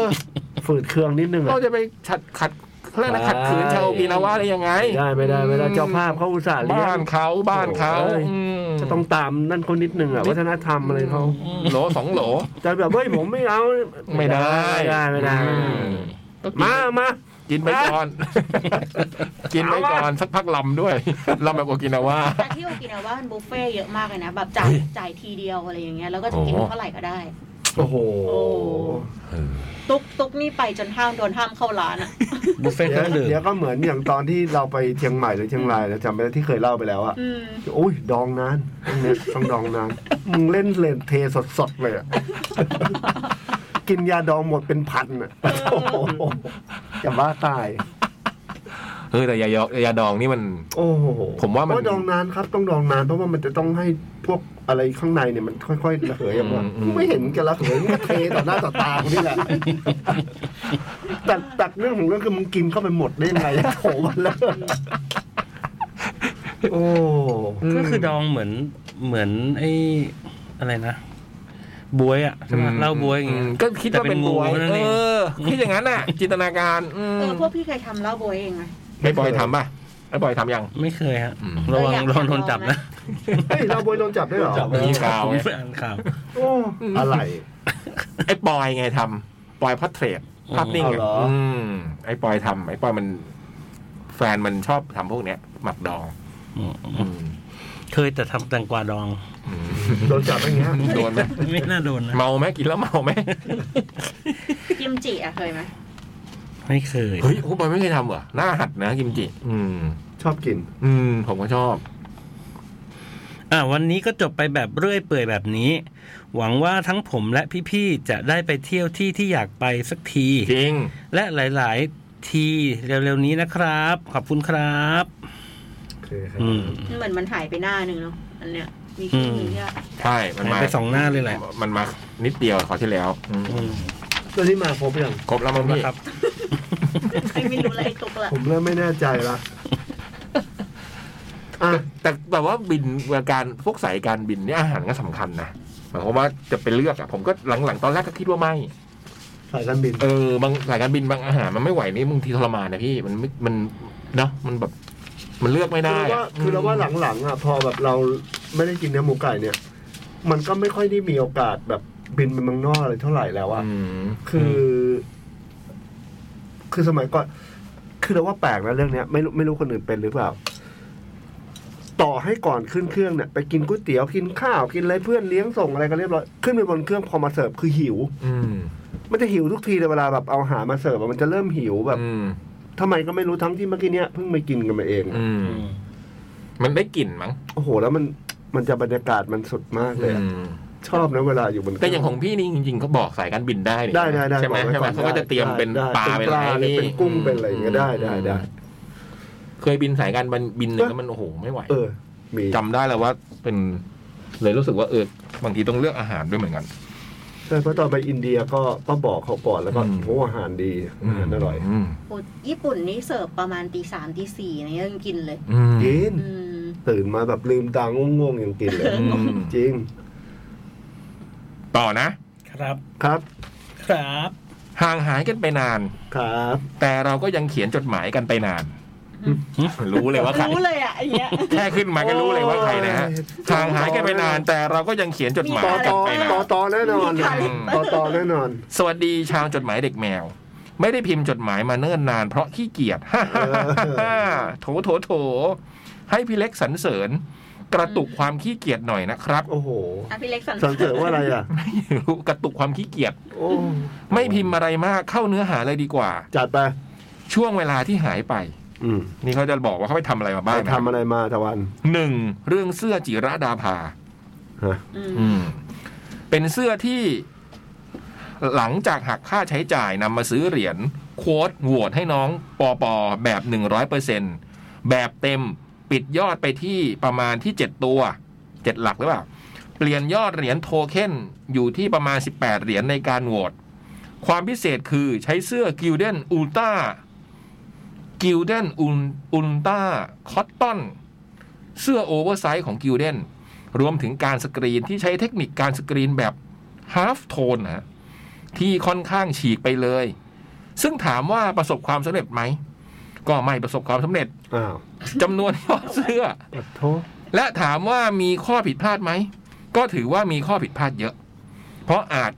Speaker 2: ฝืดเครื่องนิดนึงอะ
Speaker 1: เราจะไปขัดขัดเขาเรื่องนะขัดขืนชาวปีนาว่าได้ยังไง
Speaker 2: ไม่ได้ไม่ได้ไม่ได้เจ้าภาพเขาอุตส่าห์เลี้ย
Speaker 1: บ้าง นเขาบ้านเขา
Speaker 2: โอ้ย
Speaker 1: อืม
Speaker 2: จะต้องตามนั่นเขานิดนึงอ่ะวัฒนธรรมอะไรเขา
Speaker 1: โหลสองโหล
Speaker 2: จะแบบเฮ้ยผมไม่เอา
Speaker 1: ไม่ได้
Speaker 2: ไม่ได้ไม่ได้
Speaker 1: อืม
Speaker 2: มามา
Speaker 1: กินไปก่อน กินไปก่อนสักพักลำด้วย ลำแบบโอกินาว่า
Speaker 5: แต่ที่โอกินาว่ามันบุฟเฟ่เยอะมากเลยนะ แบบจ่ายจ่ายทีเดียวอะไรอย่างเงี้ย แล้วก็จะกิน
Speaker 1: โอ้
Speaker 5: เท่าไหร่ก็ได้
Speaker 2: โอ้โห
Speaker 5: โอ้ตุ๊กตุ๊กนี่ไปจนห้ามโดนห้ามเข้าร้านอะ
Speaker 3: บุฟเฟ่ต์เค
Speaker 2: เดี๋ยว
Speaker 3: รื่องดื่ม
Speaker 2: เดี๋ยวก็เหมือนอย่างตอนที่เราไปเชียงใหม่หรือเชียงรายเราจำไม่ได้ที่เคยเล่าไปแล้วอ่ะ
Speaker 5: อืม
Speaker 2: โอ้ยดองนานต้องเนี้ยต้องดองนานมึงเล่นเลนเทสดๆเลยอะกินยาดองหมดเป็นพันอ่ะโอ้โหอย่าบ้าตาย
Speaker 1: เออแต่ยายายาดองนี่มัน
Speaker 2: โอ้โห
Speaker 1: ผมว่ามัน
Speaker 2: ต้องดองนานครับต้องดองนานเพราะว่ามันจะต้องให้พวกอะไรข้างในเนี่ยมันค่อยๆระเหยออกมาไม่เห็นกันระเหยมันก็เทต่อหน้าต่อตาคนนี่แหละแต่แต่เรื่องของเรื่องคือมึงกินเข้าไปหมดได้ยังไงโถวันละโอ้
Speaker 3: ก็คือดองเหมือนเหมือนไอ้อะไรนะบวยอ่ะใช่ไหมเหล่าบวยอย่างเงี้ย
Speaker 1: มก็คิดว่าเป็นบวย
Speaker 3: แต่เป็นงูนั่น
Speaker 1: เอ
Speaker 3: เอ
Speaker 1: อ
Speaker 3: ง
Speaker 1: คิดอย่างนั้นน่ะ จินตนาการอืม
Speaker 5: เออพวกพี่เคยทำเหล้าโบยเองไหม
Speaker 1: ไอ้บอยทำป่ะไอ้บอยทำยัง
Speaker 3: ไม่เคยฮะ
Speaker 1: อืม
Speaker 3: ระวัง
Speaker 5: เราอยาก
Speaker 3: ระวังโดน
Speaker 5: ลอง
Speaker 3: จับ
Speaker 5: นะ
Speaker 3: นะ
Speaker 2: เฮ้ยเราบวยโดนจับได้เหรอ
Speaker 1: มีกาว
Speaker 3: ผม
Speaker 1: ไง
Speaker 3: ไม่อ่านข่าว
Speaker 2: โอ้อะไร
Speaker 1: ไอ้ปอยไงทำปอยพัทเทรดภาพนิ่ง
Speaker 2: เอาเหรออื
Speaker 1: มไอ้ปอยทำไอ้ปอยมัน แฟนมันชอบทำพวกเนี้ยหมักดอง
Speaker 3: อืมเคยแต่ทำแตงกวาดอง
Speaker 2: โดนจับอย่างเงี้ย
Speaker 1: โดนไหม
Speaker 3: ไม่น่าโดนนะ
Speaker 1: เมาไหมกินแล้วเมาไหม
Speaker 5: กิมจิอะเคยไหม
Speaker 3: ไม่เคย
Speaker 1: เฮ้ยโอ้บอยไม่เคยทำเหรอหน้าหัดนะกิมจิอืม
Speaker 2: ชอบกิน
Speaker 1: อืม ผมก็ชอบ
Speaker 3: อ่าวันนี้ก็จบไปแบบเรื่อยเปื่อยแบบนี้ หวังว่าทั้งผมและพี่ๆจะได้ไปเที่ยวที่ที่อยากไปสักที
Speaker 1: จริง
Speaker 3: และหลายๆทีเร็วๆนี้นะครับ ขอบคุณครับ
Speaker 2: โอเคครับ
Speaker 3: อืม
Speaker 5: เหมือนมันหายไปหน้าหนึ่งเนาะอันเนี้ยมี
Speaker 3: อื
Speaker 5: ชื่อ
Speaker 3: ม
Speaker 5: มีเยอะ
Speaker 1: ใช่ มันมา
Speaker 3: ไปสองหน้าเลยแหละ
Speaker 1: มันมานิดเดียวขอที่แล้วอืม
Speaker 3: อืม
Speaker 4: ตัวนี้มาครบยัง
Speaker 1: ครบแล้วมั้งพี่
Speaker 3: ครับ
Speaker 5: ไม่รู้อะไรตกละ
Speaker 2: ผมเริ่มไม่แน่ใจละอ่ะ
Speaker 1: แต่แต่ว่าบินการพวกสายการบินเนี่ยอาหารก็สำคัญนะหมายความว่าจะไปเลือกอะผมก็หลังๆตอนแรกก็คิดว่าไม่
Speaker 2: สายการบิน
Speaker 1: เออบางสายการบินบางอาหารมันไม่ไหวนี่บางทีทรมานนะพี่มันไม่มันเนาะมันแบบ มันเลือกไม่
Speaker 2: คือ
Speaker 1: ได้
Speaker 2: เราว่า
Speaker 1: อะ
Speaker 2: คือเราว่าหลังๆอ่ะพอแบบเราไม่ได้กินเนื้อหมูไก่เนี่ย มันก็ไม่ค่อยได้มีโอกาสแบบบินไปเมืองนอกอะไรเท่าไหร่แล้วอ่ะ
Speaker 1: อืม
Speaker 2: คือ คือสมัยก่อน คือเราว่าแปลกนะเรื่องเนี้ย ไม่รู้ไม่รู้คนอื่นเป็นหรือเปล่า ต่อให้ก่อนขึ้นเครื่องเนี่ยไปกินก๋วยเตี๋ยวกินข้าวกินอะไรเพื่อนเลี้ยงส่งอะไรกันเรียบร้อยขึ้นไปบนเครื่องพอมาเสิร์ฟคือหิว
Speaker 1: อืม
Speaker 2: มันจะหิวทุกทีเลยเวลาแบบเอาอาหารมาเสิร์ฟอะมันจะเริ่มหิวแบบ
Speaker 1: อืม
Speaker 2: ทำไมก็ไม่รู้ทั้งที่เมื่อกี้เนี้ยเพิ่งไปกินกันมาเองอะ
Speaker 1: อืมมันได้กลิ่นมั้ง
Speaker 2: โอ้โห แล้วมันมันจะบรรยากาศมันสุดมากเลยอะ
Speaker 1: อืม
Speaker 2: ชอบนะเวลาอยู่บนเครื่
Speaker 1: แต่อย่างของพี่นี่จริงๆก็บอกสายการบินได้นี่
Speaker 2: ได้ได้ได้
Speaker 1: ใช่ไหม
Speaker 2: บอกว้
Speaker 1: ใช่ไหม
Speaker 2: ก่อน
Speaker 1: เขาก็จะเตรียม
Speaker 2: ได้
Speaker 1: เป็น
Speaker 2: ได้
Speaker 1: ปลา
Speaker 2: เป็น
Speaker 1: เป็น
Speaker 2: ป
Speaker 1: อะไร
Speaker 2: ลาเลย
Speaker 1: นี่
Speaker 2: เป็นกุ้งเป็นอะไรอย่างเงี้ยได้ได้ได้
Speaker 1: เคยบินสายการบินบินหนึ่งแล้วมันโอ้โหไม่ไหว
Speaker 2: เออ มี
Speaker 1: จำได้แล้วว่าเป็นเลยรู้สึกว่าเออบางทีต้องเลือกอาหารด้วยเหมือนกัน
Speaker 2: ใช่เพราะตอนไปอินเดียก็ก็บอกเขาก่อนแล้วก็
Speaker 1: อืม
Speaker 2: โอ้อาหารดีอาหารอร่อย
Speaker 1: ม
Speaker 5: โอ้ญี่ปุ่นนี่เสิร์ฟประมาณตีสามตีสี่เนี่ยยังกินเลย
Speaker 1: อืม
Speaker 2: กิน
Speaker 5: อืม
Speaker 2: ตื่นมาแบบลืมตาง่วงๆยังกินเลย
Speaker 1: อืม
Speaker 2: จริง
Speaker 1: ต่อนะ
Speaker 3: ครับ
Speaker 2: ครับ
Speaker 3: ครับ
Speaker 1: ห่างหายกันไปนาน
Speaker 2: ครับ
Speaker 1: แต่เราก็ยังเขียนจดหมายกันไปนาน
Speaker 5: อืม
Speaker 1: รู้เลยว่าใคร
Speaker 5: รู้เลยอะไอ้เงี้ย
Speaker 1: แค่ขึ้นมาก็รู้เลยว่าใครนะฮะ
Speaker 2: โอ้ย
Speaker 1: ห่างหายกันไปนาน แต่เราก็ยังเขียนจดหมาย
Speaker 2: ต่อ
Speaker 1: กั
Speaker 2: ต่
Speaker 1: น
Speaker 2: อ
Speaker 1: ไปนา
Speaker 2: ต่อน ต่อแน่นอน
Speaker 5: มีค่ะ
Speaker 2: ต่อต่อแน่นอน
Speaker 1: สวัสดีชาวจดหมายเด็กแมว ไม่ได้พิมพ์จดหมายมาเนิ่นนานเพราะขี้เกียจ ฮ่าฮ่าฮ่าฮ่าโถโถโถ ให้พี่เล็กสรรเสริญ กระตุกความขี้เกียจหน่อยนะครับ
Speaker 2: โอ้โห
Speaker 5: อ่ะพี่เล็กสั่น
Speaker 2: สังเกตว่าอะไรอ่ะ
Speaker 1: ไม่รู้กระตุกความขี้เกียจ
Speaker 2: โอ้
Speaker 1: ไม่พิมพ์อะไรมากเข้าเนื้อหาเลยดีกว่า
Speaker 2: จัดไป
Speaker 1: ช่วงเวลาที่หายไป
Speaker 2: อืม
Speaker 1: นี่เขาจะบอกว่าเขาไปทำอะไรมา
Speaker 2: ไป
Speaker 1: บ้างนะ
Speaker 2: ทำอะไรมาตะวัน
Speaker 1: หนึ่งเรื่องเสื้อจิระดาภา
Speaker 2: ฮะ
Speaker 5: อืม
Speaker 1: อืม เป็นเสื้อที่หลังจากหักค่าใช้จ่ายนำมาซื้อเหรียญโค้ดโหวตให้น้องปอปอแบบหนึ่งร้อยเปอร์เซ็นแบบเต็มปิดยอดไปที่ประมาณที่เจ็ดตัวเจ็ดหลักหรือเปล่า เปลี่ยนยอดเหรียญโทเค็นอยู่ที่ประมาณ 18 เหรียญในการโหวต ความพิเศษคือใช้เสื้อกิลเดนอุลต a ากิลเดนอุลต a าคอตตอน เสื้อโอเวอร์ไซส์ของกิลเดนรวมถึงการสกรีนที่ใช้เทคนิคการสกรีนแบบฮาฟโทนนะฮะที่ค่อนข้างฉีกไปเลย ซึ่งถามว่าประสบความสำเร็จไหม ก็ไม่ประสบความสำเร็จ
Speaker 2: อ้าว
Speaker 1: จำนวนยอดเสื้อ
Speaker 2: ขอโทษ
Speaker 1: และถามว่ามีข้อผิดพลาดไหม ก็ถือว่ามีข้อผิดพลาดเยอะ เพราะอาจ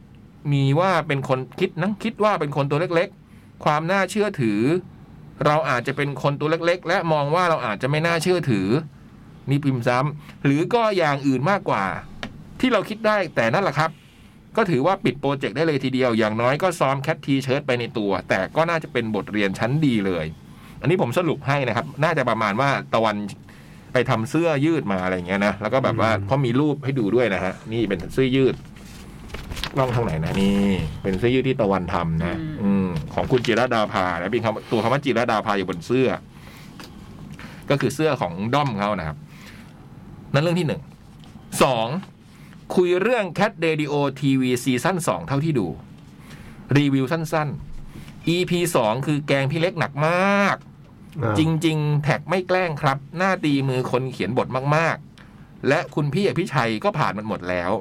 Speaker 1: มีว่าเป็นคนคิดนังคิดว่าเป็นคนตัวเล็กๆ ความน่าเชื่อถือ เราอาจจะเป็นคนตัวเล็กๆ และมองว่าเราอาจจะไม่น่าเชื่อถือ นี่พิมพ์ซ้ำหรือก็อย่างอื่นมากกว่า ที่เราคิดได้แต่นั่นแหละครับ ก็ถือว่าปิดโปรเจกต์ได้เลยทีเดียว อย่างน้อยก็ซ้อมแคททีเชิร์ตไปในตัว แต่ก็น่าจะเป็นบทเรียนชั้นดีเลย อันนี้ผมสรุปให้นะครับ น่าจะประมาณว่าตะวันไปทำเสื้อยืดมาอะไรอย่างเงี้ยนะ แล้วก็แบบว่า
Speaker 2: อืม
Speaker 1: เขาะมีรูปให้ดูด้วยนะฮะ นี่เป็นเสื้อยืดกล้องทางไหนนะนี่ เป็นเสื้อยืดที่ตะวันทำนะ อืม ของคุณจิรดาภานะเป็นคำตัวคำว่าจิรดาภาอยู่บนเสื้อ ก็คือเสื้อของด้อมเขานะครับ นั่นเรื่องที่หนึ่งสองคุยเรื่อง Cat Radio TV ซีซั่น2เท่าที่ดู รีวิวสั้นๆ EP 2 คือแกงพี่เล็กหนักมาก
Speaker 2: อ้าว
Speaker 1: จริง ๆ แท็กไม่แกล้งครับ หน้าตีมือคนเขียนบทมากๆ และคุณพี่อภิชัยก็ผ่านมันหมดแล้ว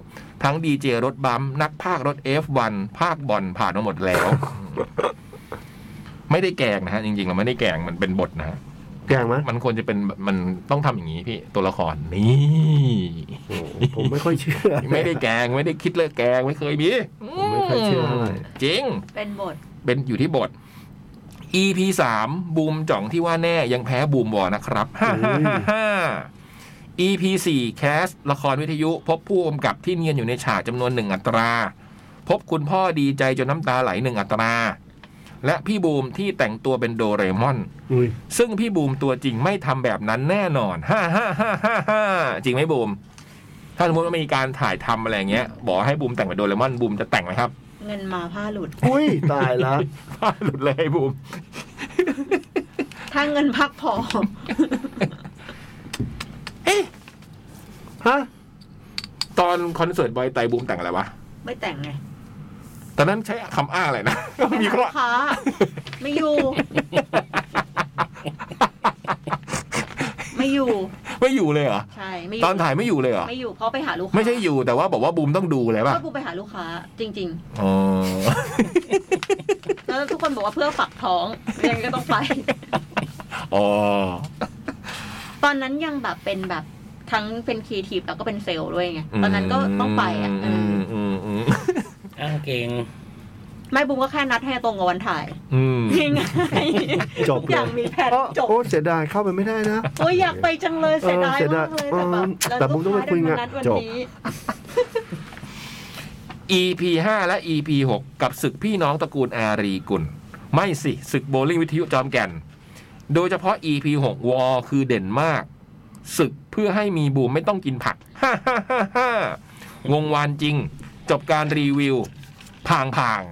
Speaker 1: ทั้งดีเจรถบัมป์นักภาครถ F1 ภาคบอลผ่านมาหมดแล้ว ไม่ได้แกล้งนะฮะ จริงๆเราไม่ได้แกล้งมันเป็นบทนะฮะ
Speaker 2: แกล้งไหม
Speaker 1: มันควรจะเป็นแบบมันต้องทำอย่างนี้พี่ตัวละครนี่
Speaker 2: โอ้โหผมไม่ค่อยเชื่อ
Speaker 1: ไม่ได้แกล้งไม่ได้คิดเลิกแกล้งไม่เคยมี
Speaker 2: ผมไม่เคยเชื่อเท่าไหร่
Speaker 1: จริง
Speaker 5: เป็นบท
Speaker 1: เป็นอยู่ที่บท EP สามบูมจ่องที่ว่าแน่ยังแพ้บูมวอนะครับ ฮ่าฮ่าฮ่าฮ่า EP สี่แคสละครวิทยุ พบผู้กำกับที่เนียนอยู่ในฉากจำนวนหนึ่งอัตรา พบคุณพ่อดีใจจนน้ำตาไหลหนึ่งอัตรา และพี่บูมที่แต่งตัวเป็นโดเรมอน
Speaker 2: อุ้ย
Speaker 1: ซึ่งพี่บูมตัวจริงไม่ทำแบบนั้นแน่นอน ฮ่าฮ่าฮ่าฮ่าฮ่าจริงไหมบูม ถ้าสมมติว่ามีการถ่ายทำอะไรอย่างเงี้ย บอกให้บูมแต่งเป็นโดเรมอนบูมจะแต่งไหมครับ
Speaker 5: เงินมาผ้าหลุด
Speaker 2: อุ้ยตายละ
Speaker 1: ผ้าหลุดเลยบูม
Speaker 5: ถ้าเงินพักพอ
Speaker 2: ฮะ
Speaker 1: ตอนคอนเสิร์ตบอยไตรบูมแต่งอะไรวะ
Speaker 5: ไม่แต่งไง
Speaker 1: ตอนนั้นใช้คำอ้างอะไร นะ มีเคราะห์
Speaker 5: ค้า ไม่อยู่ ไม่อยู่
Speaker 1: ไม่อยู่เลยเหรอ
Speaker 5: ใช่ ไม่อ
Speaker 1: ต
Speaker 5: ยู่
Speaker 1: อนถ่ายไม่อยู่เลยเหรอ
Speaker 5: ไม่อยู่เพราะไปหาลูกค้า
Speaker 1: ไม่ใช่อยู่แต่ว่าบอกว่าบูมต้องดูเลยป่ะ
Speaker 5: ก็กูไปหาลูกค้า จริง
Speaker 1: อ๋อ
Speaker 5: ๆ แล้วทุกคนบอกว่าเพื่อฝักท้องยังไงก็ต้องไป
Speaker 1: อ๋อ
Speaker 5: ตอนนั้นยังแบบเป็นแบบทั้งเป็นครีเอทีฟแล้วก็เป็นเซลล์ด้วยไง ตอนนั้นก็ต้องไปอ่ะเอ
Speaker 1: อืม
Speaker 5: อ
Speaker 1: อืมอืม
Speaker 3: อ้างเกง
Speaker 5: ไม่บุ้มก็แค่นัดให้ตรงกับวันถ่าย
Speaker 1: อืม
Speaker 5: ยัง ไง
Speaker 2: จ
Speaker 5: ทุ
Speaker 2: บ
Speaker 5: กอ
Speaker 2: เล
Speaker 5: ย่าง
Speaker 2: ย
Speaker 5: มีแผน
Speaker 2: โอ้
Speaker 5: จบ
Speaker 2: โอ้เสียดายเข้าไปไม่ได้นะ
Speaker 5: โอ้ยอยากไปจังเลยเสียดาย
Speaker 2: เออเสียดาม
Speaker 5: าย กเลยแต่
Speaker 2: เออ
Speaker 5: แบบแล้ว
Speaker 2: แต่ผมต้องไปคุยงาน
Speaker 5: ลูกค้า
Speaker 2: จบ
Speaker 5: ดันมานัดวันนี้
Speaker 1: EP ห้าและ EP หกกับศึกพี่น้องตระกูลอารีกุล ไม่สิ ศึกโบลิ่งวิทยุจอมแก่น โดยเฉพาะ EP หกวอคือเด่นมาก ศึกเพื่อให้มีบูมไม่ต้องกินผัก ฮ่าฮ่าฮ่าฮ่าวงวานจริง จบการรีวิวพางพาง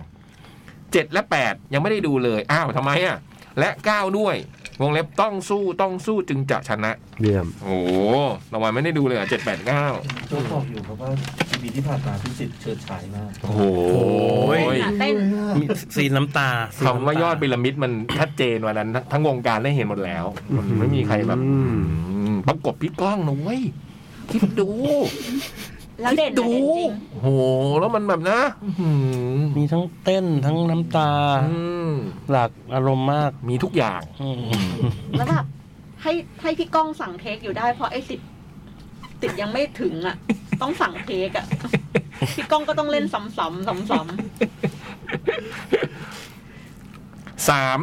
Speaker 1: เจ็ดและแปดยังไม่ได้ดูเลย อ้าวทำไมอ่ะ และเก้าด้วย วงเล็บต้องสู้ต้องสู้จึงจะชนะ
Speaker 2: เยี่ยม
Speaker 1: โอ้โหรางวัลไม่ได้ดูเลยอ่ะเจ็ดแปดเก้า
Speaker 4: ทดสอบอยู่ครับว่าทีวีที่ผ่านมาพิสิทธิ์เฉิดฉายมาก
Speaker 1: โอ้โห
Speaker 5: อยากเต้น
Speaker 3: มีซีนน้ำตาซีนน้ำต
Speaker 1: คำว่ายอดพีระมิดมันชัดเจนวันนั้น ทั้งทั้งวงการได้เห็นหมดแล้ว มันไม่มีใครแบบ
Speaker 2: อืม
Speaker 1: อืมประกบพี่ก้องนะเว้ยคิดดู
Speaker 5: แล้วเด่น
Speaker 1: คิ
Speaker 5: อะ
Speaker 1: ดู
Speaker 5: เด่นจริง
Speaker 1: โอ้โห แล้วมันแบบนะ อื้อหือ
Speaker 3: มีทั้งเต้นทั้งน้ำตา
Speaker 1: อืม
Speaker 3: หลากอารมณ์มาก
Speaker 1: มีทุกอย่าง
Speaker 3: อืม
Speaker 5: แล้วแบบให้ให้พี่ก้องสั่งเทคอยู่ได้เพราะไอ้ติดติดยังไม่ถึงอ่ะ ต้องสั่งเทคอ่ะ พี่ก้องก็ต้องเล่นซ้ำๆซ้ำ
Speaker 1: สาม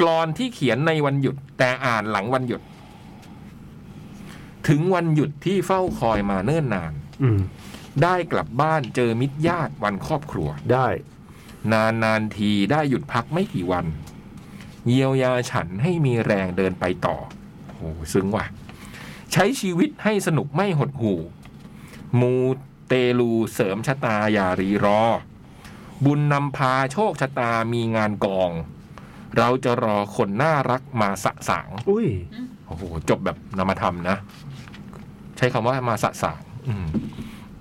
Speaker 1: กรอนที่เขียนในวันหยุด แต่อ่านหลังวันหยุด ถึงวันหยุดที่เฝ้าคอยมาเนิ่นนาน
Speaker 2: อืม
Speaker 1: ได้กลับบ้านเจอมิตรญาติวันครอบครัว
Speaker 2: ได้
Speaker 1: นานนานๆทีได้หยุดพักไม่กี่วัน เยียวยาฉันให้มีแรงเดินไปต่อโอ้โหซึ้งว่ะ ใช้ชีวิตให้สนุกไม่หดหู่ มูเตลูเสริมชะตาอย่ารีรอ บุญนำพาโชคชะตามีงานกอง เราจะรอคนน่ารักมาสะสาง
Speaker 2: อุ้ย
Speaker 1: โอ้โห จบแบบนามธรรมนะ ใช้คำว่ามาสะสางอืม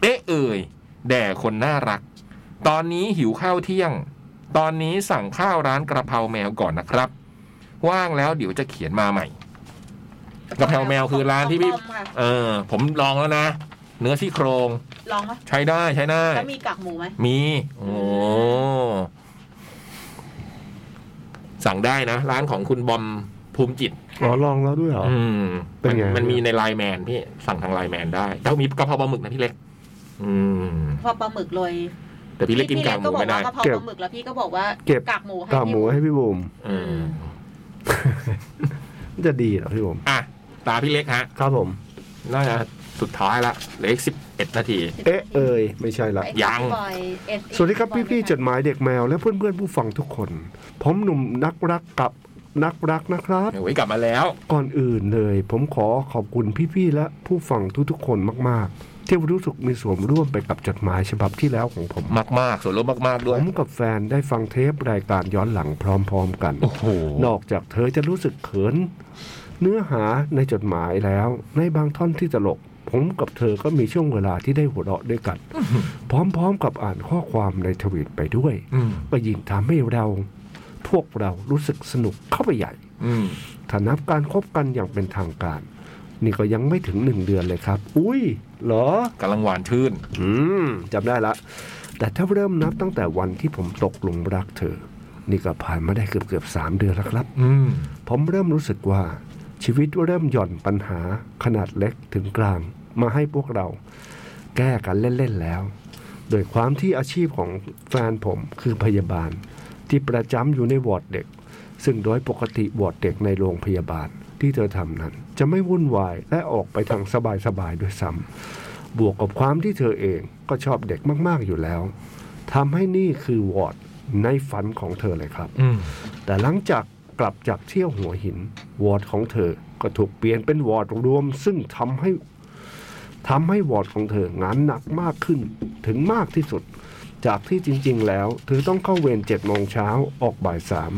Speaker 1: เอ๊ะเอ่ย แด่คนน่ารัก ตอนนี้หิวข้าวเที่ยง ตอนนี้สั่งข้าวร้านกระเพราแมวก่อนนะครับ ว่างแล้วเดี๋ยวจะเขียนมาใหม่
Speaker 5: ๆ
Speaker 1: กระเพราแมวคือร้านที่พี่
Speaker 5: ของปลอมค่ะ
Speaker 1: เออ ผมลองแล้วนะ เนื้อซี่โครง
Speaker 5: ลองปะ
Speaker 1: ใช้ได้ใช้ได้
Speaker 5: แล้วมีกากหมูไหม
Speaker 1: มี โอ้สั่งได้นะ ร้านของคุณบอมภูมิจิต
Speaker 2: อ๋อลองแล้วด้วยเหรอ
Speaker 1: อืม
Speaker 2: เป็นไง
Speaker 1: มัมันมีในไลน์แมนพี่สั่งทางไลน์แมนได้แต่มีกะเพราปลาหมึกนะพี่เล็ก อืม
Speaker 5: พอปลาหมึกเลย
Speaker 1: แต่พี่เล็กกินกากหมูไม่ได้
Speaker 5: พี่เล็กก็บอกว่ากระเพราปลาหมึกแล้วพี่ก็บอกว่า
Speaker 2: เก็บ
Speaker 5: กากหมูให้
Speaker 2: กากหมูให้พี่บุ๋ม
Speaker 1: อืม
Speaker 2: จะดีเหรอพี่บุ๋ม
Speaker 1: อ่ะ ตาพี่เล็กฮะ
Speaker 2: ครับผม
Speaker 1: น่าจะสุดท้ายละเหลืออีกสิบเอ็ดนาที
Speaker 2: เอ๊ะเอ่ยไม่ใช่ละ
Speaker 5: ไอ้
Speaker 1: ยัง
Speaker 5: พี่บอย SE
Speaker 2: สวัสดีครับ
Speaker 5: อย
Speaker 2: พี่
Speaker 5: ไม่
Speaker 2: ๆจดหมายเด็กแมวและเพื่อนๆผู้ฟังทุกคน ผมหนุ่มนักรักกับนักรักนะครับ
Speaker 1: เดี๋ยวไว้กลับมาแล้ว
Speaker 2: ก่อนอื่นเลย ผมขอขอบคุณพี่ๆและผู้ฟังทุกๆคนมากๆ ที่รู้สึกมีส่วนร่วมไปกับจดหมายฉบับที่แล้วของผม
Speaker 1: มากมากๆส่วนลดมาก ๆ
Speaker 2: ผ
Speaker 1: ด้วย
Speaker 2: มกับแฟนได้ฟังเทปรายการย้อนหลังพร้อมๆกัน
Speaker 1: โอ้โห
Speaker 2: นอกจากเธอจะรู้สึกเขิน เนื้อหาในจดหมายแล้ว ในบางท่อนที่ตลก ผมกับเธอก็มีช่วงเวลาที่ได้หัวเราะด้วยกัน พร้อมๆกับอ่านข้อความในทวีตไปด้วย
Speaker 1: อืม
Speaker 2: ก็ยิ่งทำให้เรา พวกเรารู้สึกสนุกเข้าไปใหญ่
Speaker 1: อืม
Speaker 2: ถ้านับการคบกันอย่างเป็นทางการ นี่ก็ยังไม่ถึงหนึ่งเดือนเลยครับ อุ้ยเหรอ
Speaker 1: กำลังหวานชื่น
Speaker 2: อืมจำได้ละ แต่ถ้าเริ่มนับตั้งแต่วันที่ผมตกหลุมรักเธอ นี่ก็ผ่านมาได้เกือบเกือบๆสามเดือนแล้วครับ
Speaker 1: อืม
Speaker 2: ผมเริ่มรู้สึกว่า ชีวิตเริ่มหย่อนปัญหาขนาดเล็กถึงกลาง มาให้พวกเรา แก้กันเล่น ๆ แล้ว โดยความที่อาชีพของแฟนผมคือพยาบาล ที่ประจำอยู่ในวอร์ดเด็ก ซึ่งโดยปกติวอร์ดเด็กในโรงพยาบาลที่เธอทำนั้น จะไม่วุ่นวายและออกไปทางสบายๆด้วยซ้ำบวกกับความที่เธอเองก็ชอบเด็กมากๆอยู่แล้วทำให้นี่คือวอร์ดในฝันของเธอเลยครับ
Speaker 1: อืม
Speaker 2: แต่หลังจากกลับจากเที่ยวหัวหิน วอร์ดของเธอก็ถูกเปลี่ยนเป็นวอร์ดรวม ซึ่งทำให้ทำให้วอร์ดของเธองานหนักมากขึ้นถึงมากที่สุด จากที่จริง ๆ แล้ว เธอต้องเข้าเวรเจ็ดโมงเช้าออกบ่ายสาม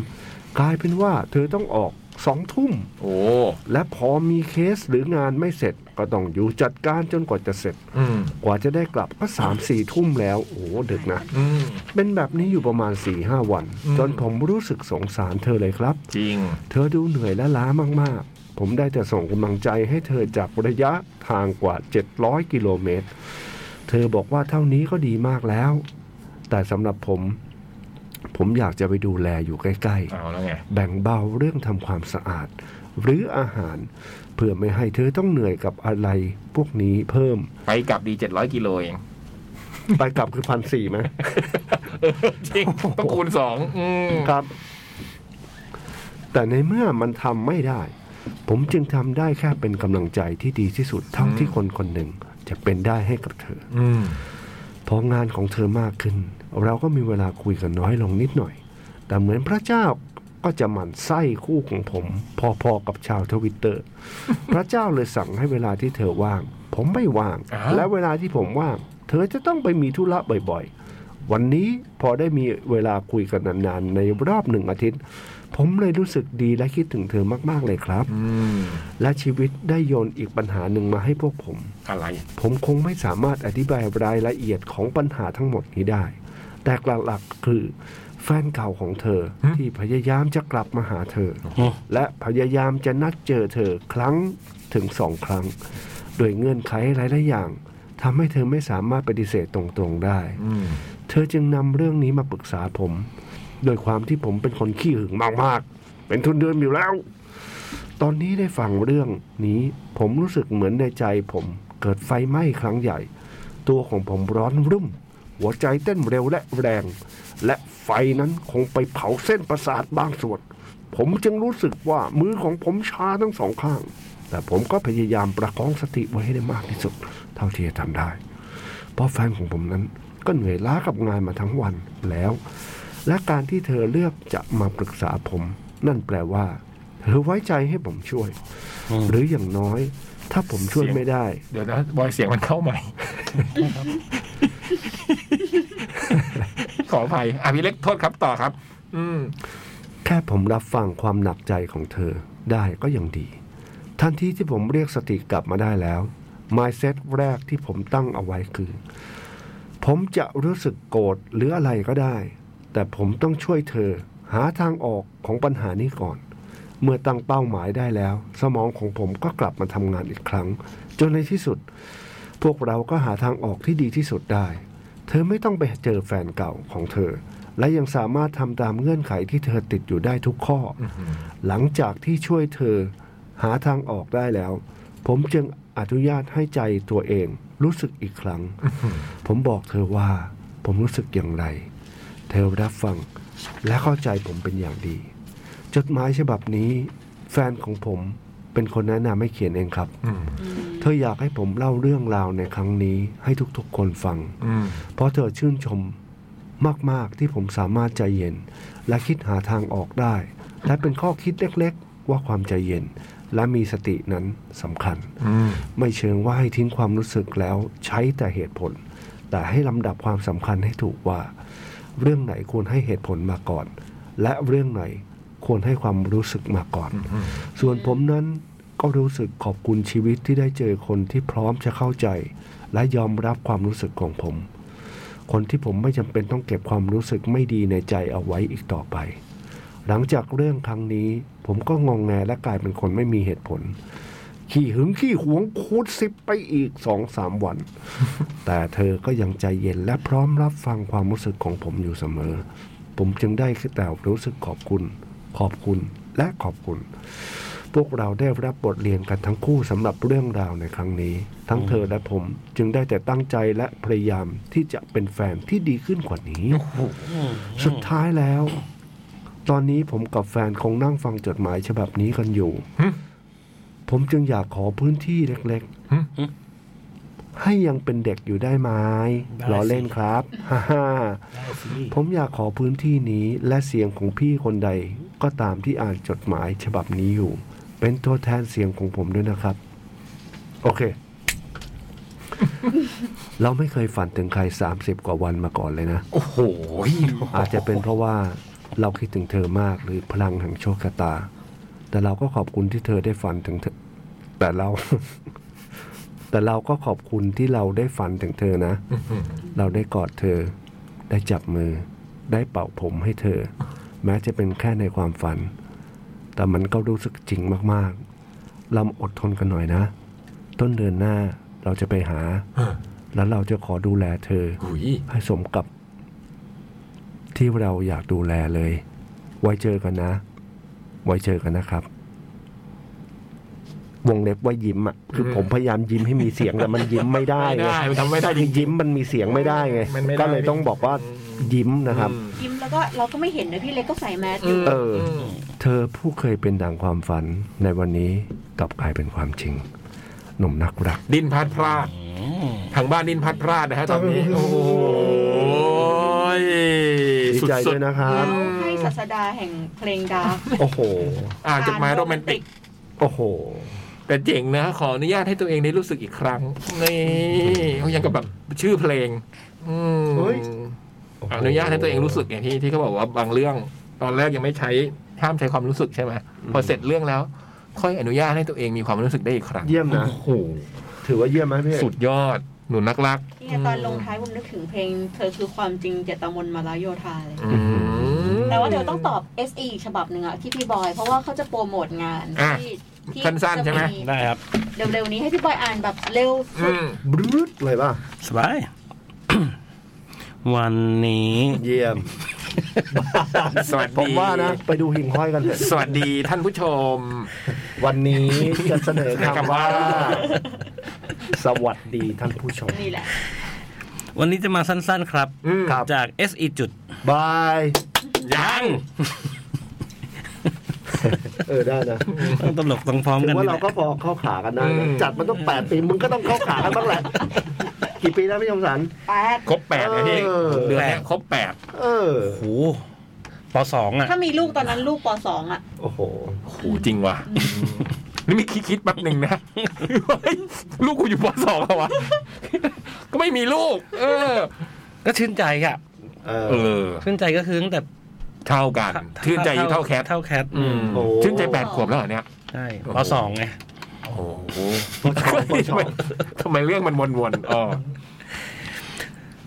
Speaker 2: กลายเป็นว่าเธอต้องออกสองทุ่ม
Speaker 1: โอ้
Speaker 2: และพอมีเคสหรืองานไม่เสร็จ ก็ต้องอยู่จัดการจนกว่าจะเสร็จ
Speaker 1: อืม
Speaker 2: กว่าจะได้กลับก็สามสี่ทุ่มแล้วโอ้โหดึกนะ
Speaker 1: อืม
Speaker 2: เป็นแบบนี้อยู่ประมาณ4ี่ห้าวัน
Speaker 1: อืม
Speaker 2: จนผมรู้สึกสงสารเธอเลยครับ
Speaker 1: จริง
Speaker 2: เธอดูเหนื่อยและล้ามาก ๆ ผมได้แต่ส่งกำลังใจให้เธอจากระยะทางกว่า 700 กิโลเมตร เธอบอกว่าเท่านี้ก็ดีมากแล้ว แต่สำหรับผม ผมอยากจะไปดูแลอยู่ใกล้ ๆ
Speaker 1: เอาแล้วไง
Speaker 2: แบ่งเบาเรื่องทำความสะอาด หรืออาหาร เพื่อไม่ให้เธอต้องเหนื่อยกับอะไรพวกนี้เพิ่ม
Speaker 1: ไปกลับดีเจ็ดร้อยกิโลเอง
Speaker 2: ไปกลับคือพันสี่ไหม
Speaker 1: จริง ต้องคูณสองอืม
Speaker 2: ครับ แต่ในเมื่อมันทำไม่ได้ ผมจึงทำได้แค่เป็นกำลังใจที่ดีที่สุดเท่าที่คนคนหนึ่งจะเป็นได้ให้กับเธอ
Speaker 1: อืม
Speaker 2: พองานของเธอมากขึ้น เราก็มีเวลาคุยกันน้อยลงนิดหน่อย แต่เหมือนพระเจ้าก็จะหมั่นไส้คู่ของผม พอๆกับชาวทวิตเตอร์ พระเจ้าเลยสั่งให้เวลาที่เธอว่าง ผมไม่ว่าง
Speaker 1: อ้าว
Speaker 2: และเวลาที่ผมว่าง เธอจะต้องไปมีธุระบ่อยๆ วันนี้พอได้มีเวลาคุยกันนานๆ ในรอบหนึ่งอาทิตย์ ผมเลยรู้สึกดีและคิดถึงเธอมากๆเลยครับ
Speaker 1: อืม
Speaker 2: และชีวิตได้โยนอีกปัญหาหนึ่งมาให้พวกผม
Speaker 1: อะไร
Speaker 2: ผมคงไม่สามารถอธิบายรายละเอียดของปัญหาทั้งหมดนี้ได้ แต่หลักๆคือ แฟนเก่าของเธอที่พยายามจะกลับมาหาเธอ
Speaker 3: ห
Speaker 2: และพยายามจะนัดเจอเธอครั้งถึงสองครั้ง โดยเงื่อนไขหลายๆอย่างทำให้เธอไม่สามารถปฏิเสธตรงๆได้
Speaker 1: อืม
Speaker 2: เธอจึงนำเรื่องนี้มาปรึกษาผม โดยความที่ผมเป็นคนขี้หึงมากๆ เป็นทุนเดิมอยู่แล้ว ตอนนี้ได้ฟังเรื่องนี้ ผมรู้สึกเหมือนในใจผมเกิดไฟไหม้ครั้งใหญ่ ตัวของผมร้อนรุ่ม หัวใจเต้นเร็วและแรง และไฟนั้นคงไปเผาเส้นประสาทบางส่วน ผมจึงรู้สึกว่ามือของผมชาทั้งสองข้าง แต่ผมก็พยายามประคองสติไว้ให้ได้มากที่สุด เท่าที่จะทำได้ เพราะแฟนของผมนั้นก็เหนื่อยล้ากับงานมาทั้งวันแล้ว และการที่เธอเลือกจะมาปรึกษาผม นั่นแปลว่า เธอไว้ใจให้ผมช่วย
Speaker 3: อืม
Speaker 2: หรืออย่างน้อย ถ้าผมช่วย
Speaker 1: เสียง
Speaker 2: ไม่ได้
Speaker 1: เดี๋ยวนะบอยเสียงมันเข้าใหม่ ขออภัยอ่ะพี่เล็กโทษครับต่อครับ อืม
Speaker 2: แค่ผมรับฟังความหนักใจของเธอได้ก็ยังดี ทันทีที่ผมเรียกสติกลับมาได้แล้ว mindset แรกที่ผมตั้งเอาไว้คือ ผมจะรู้สึกโกรธหรืออะไรก็ได้ แต่ผมต้องช่วยเธอหาทางออกของปัญหานี้ก่อน เมื่อตั้งเป้าหมายได้แล้ว สมองของผมก็กลับมาทำงานอีกครั้ง จนในที่สุด พวกเราก็หาทางออกที่ดีที่สุดได้ เธอไม่ต้องไปเจอแฟนเก่าของเธอ และยังสามารถทำตามเงื่อนไขที่เธอติดอยู่ได้ทุกข้ออหลังจากที่ช่วยเธอหาทางออกได้แล้ว ผมจึงอนุญาตให้ใจตัวเองรู้สึกอีกครั้ง ผมบอกเธอว่าผมรู้สึกอย่างไร เธอรับฟังและเข้าใจผมเป็นอย่างดี จดหมายฉบับนี้ แฟนของผมเป็นคนแนะนำให้เขียนเองครับ
Speaker 1: อืม
Speaker 2: เธออยากให้ผมเล่าเรื่องราวในครั้งนี้ให้ทุกๆคนฟัง
Speaker 1: อืม
Speaker 2: เพราะเธอชื่นชมมาก ๆ ที่ผมสามารถใจเย็น และคิดหาทางออกได้ และเป็นข้อคิดเล็ก ๆ ว่าความใจเย็น และมีสตินั้นสำคัญ
Speaker 1: อืม
Speaker 2: ไม่เชิงว่าให้ทิ้งความรู้สึกแล้วใช้แต่เหตุผล แต่ให้ลำดับความสำคัญให้ถูกว่า เรื่องไหนควรให้เหตุผลมาก่อน และเรื่องไหนควรให้ความรู้สึกมาก่อน ส่วนผมนั้นก็รู้สึกขอบคุณชีวิตที่ได้เจอคนที่พร้อมจะเข้าใจ และยอมรับความรู้สึกของผม คนที่ผมไม่จำเป็นต้องเก็บความรู้สึกไม่ดีในใจเอาไว้อีกต่อไป หลังจากเรื่องครั้งนี้ ผมก็งองแงและกลายเป็นคนไม่มีเหตุผล ขี้หึงขี้หวงคูดสิบไปอีกสองสามวัน แต่เธอก็ยังใจเย็นและพร้อมรับฟังความรู้สึกของผมอยู่เสมอ ผมจึงได้แต่รู้สึกขอบคุณ ขอบคุณและขอบคุณ พวกเราได้รับบทเรียนกันทั้งคู่สำหรับเรื่องราวในครั้งนี้ ทั้งเธอและผมจึงได้แต่ตั้งใจและพยายามที่จะเป็นแฟนที่ดีขึ้นกว่านี้ สุดท้ายแล้ว ตอนนี้ผมกับแฟนคงนั่งฟังจดหมายฉบับนี้กันอยู่
Speaker 1: หึ
Speaker 2: ผมจึงอยากขอพื้นที่เล็ก
Speaker 1: หึ
Speaker 2: ๆ ให้ยังเป็นเด็กอยู่ได้ไหม
Speaker 3: ได้
Speaker 2: ล้อ
Speaker 3: สิ
Speaker 2: เล่น ครับฮ่าฮ่า
Speaker 3: ได้สิ
Speaker 2: ผมอยากขอพื้นที่นี้และเสียงของพี่คนใดก็ตามที่อ่านจดหมายฉบับนี้อยู่ เป็นตัวแทนเสียงของผมด้วยนะครับ โอเค เราไม่เคยฝันถึงใคร 30 กว่าวันมาก่อนเลยนะ
Speaker 1: โอ้โห
Speaker 2: อาจจะเป็นเพราะว่าเราคิดถึงเธอมากหรือพลังแห่งโชคชะตา แต่เราก็ขอบคุณที่เธอได้ฝันถึงเธอแต่เรา แต่เราก็ขอบคุณที่เราได้ฝันถึงเธอนะ เราได้กอดเธอ ได้จับมือ ได้เป่าผมให้เธอ แม้จะเป็นแค่ในความฝัน แต่มันก็รู้สึกจริงมากๆ เราอดทนกันหน่อยนะ ต้นเดือนหน้าเราจะไปหา แล้วเราจะขอดูแลเธอ
Speaker 1: หุย
Speaker 2: ให้สมกับ ที่เราอยากดูแลเลย ไว้เจอกันนะ ไว้เจอกันนะครับ วงเล็บว่ายิ้มอ่ะ คือผมพยายามยิ้มให้มีเสียงแต่มันยิ้มไม่ได้
Speaker 1: ไม่
Speaker 2: ไง
Speaker 1: ได้มันทำไม่ได้จ
Speaker 2: คื
Speaker 1: ริ
Speaker 2: อง ยิ้มมันมีเสียงไม่ได้ไง
Speaker 1: มันไม่ได้
Speaker 2: ก็เลยต้องบอกว่า ยิ้มนะครับ
Speaker 5: ยิ้มแล้วก็เราก็ไม่เห็นนะพี่เล็กก็ใส่แมสอ
Speaker 1: อื
Speaker 5: ยู่
Speaker 1: ม
Speaker 2: เออ
Speaker 1: ม
Speaker 2: เธอผู้เคยเป็นดังความฝัน ในวันนี้กลับกลายเป็นความจริง หนุ่มนักรัก
Speaker 1: ดินพัดพลาดทางบ้านดินพัดพลาดนะฮะตอนนี้ โอ้โหย
Speaker 2: ดีใจ
Speaker 1: สุ
Speaker 2: ด้
Speaker 1: ด
Speaker 2: วยนะครับ
Speaker 5: เราให้ศาสดาแห่งเพลงดาร์ก
Speaker 2: โอ้โห
Speaker 1: ๆอ่านจดหมายโรแมนติก
Speaker 2: โอ้โห
Speaker 1: แต่เจ๋งนะ ขออนุญาตให้ตัวเองได้รู้สึกอีกครั้ง นี่เขายังกับแบบชื่อเพลง อืม
Speaker 2: เฮ้ย
Speaker 1: อนุญาตให้ตัวเองรู้สึกอย่างที่ที่เขาบอกว่าบางเรื่อง ตอนแรกยังไม่ใช้ห้ามใช้ความรู้สึกใช่ไหมพอเสร็จเรื่องแล้ว ค่อยอนุญาตให้ตัวเองมีความรู้สึกได้อีกครั้ง
Speaker 2: เยี่ยมนะ
Speaker 1: โอ้โห
Speaker 2: ถือว่าเยี่ยมไหมพี่
Speaker 1: สุดยอดหนุนนักรัก
Speaker 5: นี่ไงตอนลงท้ายผมนึกถึงเพลง เธอคือความจริงเจตมนมาลาโยธาเลย
Speaker 1: อืม
Speaker 5: แต่ว่าเดี๋ยวต้องตอบ SE อีกฉบับหนึ่งอะที่พี่บอย เพราะว่าเขาจะโปรโมทงาน
Speaker 1: อ่ะ
Speaker 5: ที่ที่
Speaker 1: สั้นๆใช่ไหม
Speaker 5: จะ
Speaker 3: ได้ครับ
Speaker 5: เร็วๆนี้ให้พี่บอยอ่านแบบเร็วสุ
Speaker 1: อื
Speaker 5: ด
Speaker 1: ม
Speaker 2: บรึ๊ดเลยป่ะ
Speaker 3: สบาย วันนี้
Speaker 2: เยี่ยม
Speaker 1: สวัสดี
Speaker 2: ผมว่านะ ไปดูหิ่งห้อยกันเถอะ
Speaker 1: สวัสดีท่านผู้ชม
Speaker 2: วันนี้จะเสนอคำว่า
Speaker 1: คำว่า
Speaker 2: สวัสดีท่านผู้ชม
Speaker 5: นี่แหละ
Speaker 3: วันนี้จะมาสั้นๆครับ
Speaker 1: อืม
Speaker 2: ครับ
Speaker 3: จาก SE จุด
Speaker 2: บาย
Speaker 1: ยัง
Speaker 2: เออได้นะ
Speaker 3: ต้องตลกต้องพร้อม
Speaker 2: ถื
Speaker 3: กัน
Speaker 2: อว่า
Speaker 3: นี่แห
Speaker 2: เรา
Speaker 3: ละ
Speaker 2: ก็พอเข้าขากันได้นะจัดมันต้องแปดปีมึงก็ต้องเข้าขากันบ้างแหละกี่ปีแล้วพี่ยมสัน
Speaker 5: แปด
Speaker 1: ครบแปดนะพี่
Speaker 2: เออ
Speaker 1: เดือนเนี้ยครบแปด
Speaker 2: เออ
Speaker 3: โอ้โหปสองอ่ะ
Speaker 5: ถ้ามีลูกตอนนั้นลูกปสองอะ
Speaker 2: โอ้โห
Speaker 1: โหจริงว่ะ นี่มีคิดคิดแป๊บหนึ่งนะ เฮ้ยลูกกูอยู่ปสองแล้ววะ ก็ไม่มีลูก เออ
Speaker 3: ก็ชื่นใจอ่ะ
Speaker 2: เอ
Speaker 1: เอ
Speaker 2: อ
Speaker 1: อ
Speaker 3: ชื่นใจก็คือตั้งแต่
Speaker 1: เท่ากัน ชื่นใจอยู่เท่าแคท
Speaker 3: เท่าแคท
Speaker 1: อืม
Speaker 2: โอ้
Speaker 1: ชื่นใจแปดขวบแล้วเหรอเนี่ย
Speaker 3: ใช่
Speaker 1: โอ้โห
Speaker 3: ปสองไง
Speaker 1: โอ้โห
Speaker 2: ชอบ
Speaker 1: ทำไมเรื่องมันวนๆอ๋อ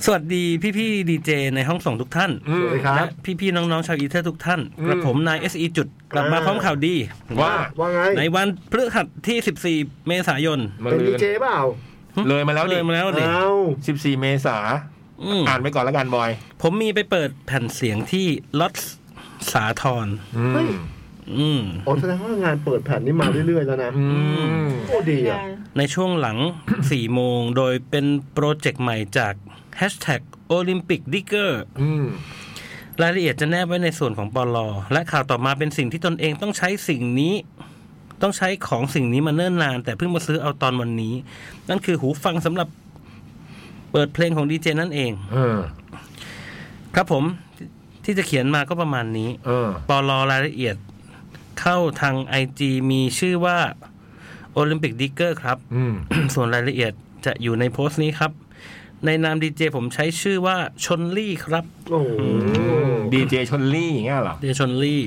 Speaker 3: สวัสดีพี่ๆดีเจในห้องส่งทุกท่าน
Speaker 1: อืม
Speaker 2: สวัสดีครับ
Speaker 3: และพี่ ๆ น้อง ๆ ชาวอีเทอร์ทุกท่าน
Speaker 1: อืม
Speaker 3: กระผมนาย SE จุดกลับมาพร้อมข่าวดี
Speaker 1: ว่า
Speaker 2: ว่าไง
Speaker 3: ในวันพฤหัสที่ 14 เมษายน
Speaker 1: มา
Speaker 2: เป็น
Speaker 1: ลื
Speaker 2: ดี
Speaker 1: น
Speaker 2: เจเปล่า
Speaker 1: เลยมาแล้ว
Speaker 3: เล
Speaker 1: ดิ
Speaker 3: ยมาแล้วดิ
Speaker 2: เอา
Speaker 1: สิบสี่เมษา
Speaker 3: อืม
Speaker 1: อ่านไปก่อนแล้วกันบอย
Speaker 3: ผมมีไปเปิดแผ่นเสียงที่ลอตสาทร
Speaker 1: อืม
Speaker 3: อืม
Speaker 2: โอ้แสดงว่างานเปิดแผ่นนี้มาเรื่อยๆแล้วนะ
Speaker 1: อืม
Speaker 2: โอ้ดีอ่ะ
Speaker 5: งาน
Speaker 3: ในช่วงห ลัง 4 โมงโดยเป็นโปรเจกต์ใหม่จาก Hashtag Olympic Digger
Speaker 1: อืม
Speaker 3: รายละเอียดจะแนบไว้ในส่วนของปลอและข่าวต่อมาเป็นสิ่งที่ตนเองต้องใช้สิ่งนี้ ต้องใช้ของสิ่งนี้มาเนิ่นนาน แต่เพิ่งมาซื้อเอาตอนวันนี้ นั่นคือหูฟังสำหรับเปิดเพลงของดีเจนั่นเอง
Speaker 1: เออ
Speaker 3: ครับผมที่ที่จะเขียนมาก็ประมาณนี้
Speaker 1: เออ
Speaker 3: ปลอรายละเอียดเข้าทาง IG มีชื่อว่า Olympic Digger ครับ
Speaker 1: อืม
Speaker 3: ส่วนรายละเอียดจะอยู่ในโพสต์นี้ครับ ในนามดีเจผมใช้ชื่อว่าชนลี่ครับ
Speaker 2: โอ้โห
Speaker 1: ดีเจชนลี่อย่างเงี้ยเหรอ
Speaker 3: เดชนลี่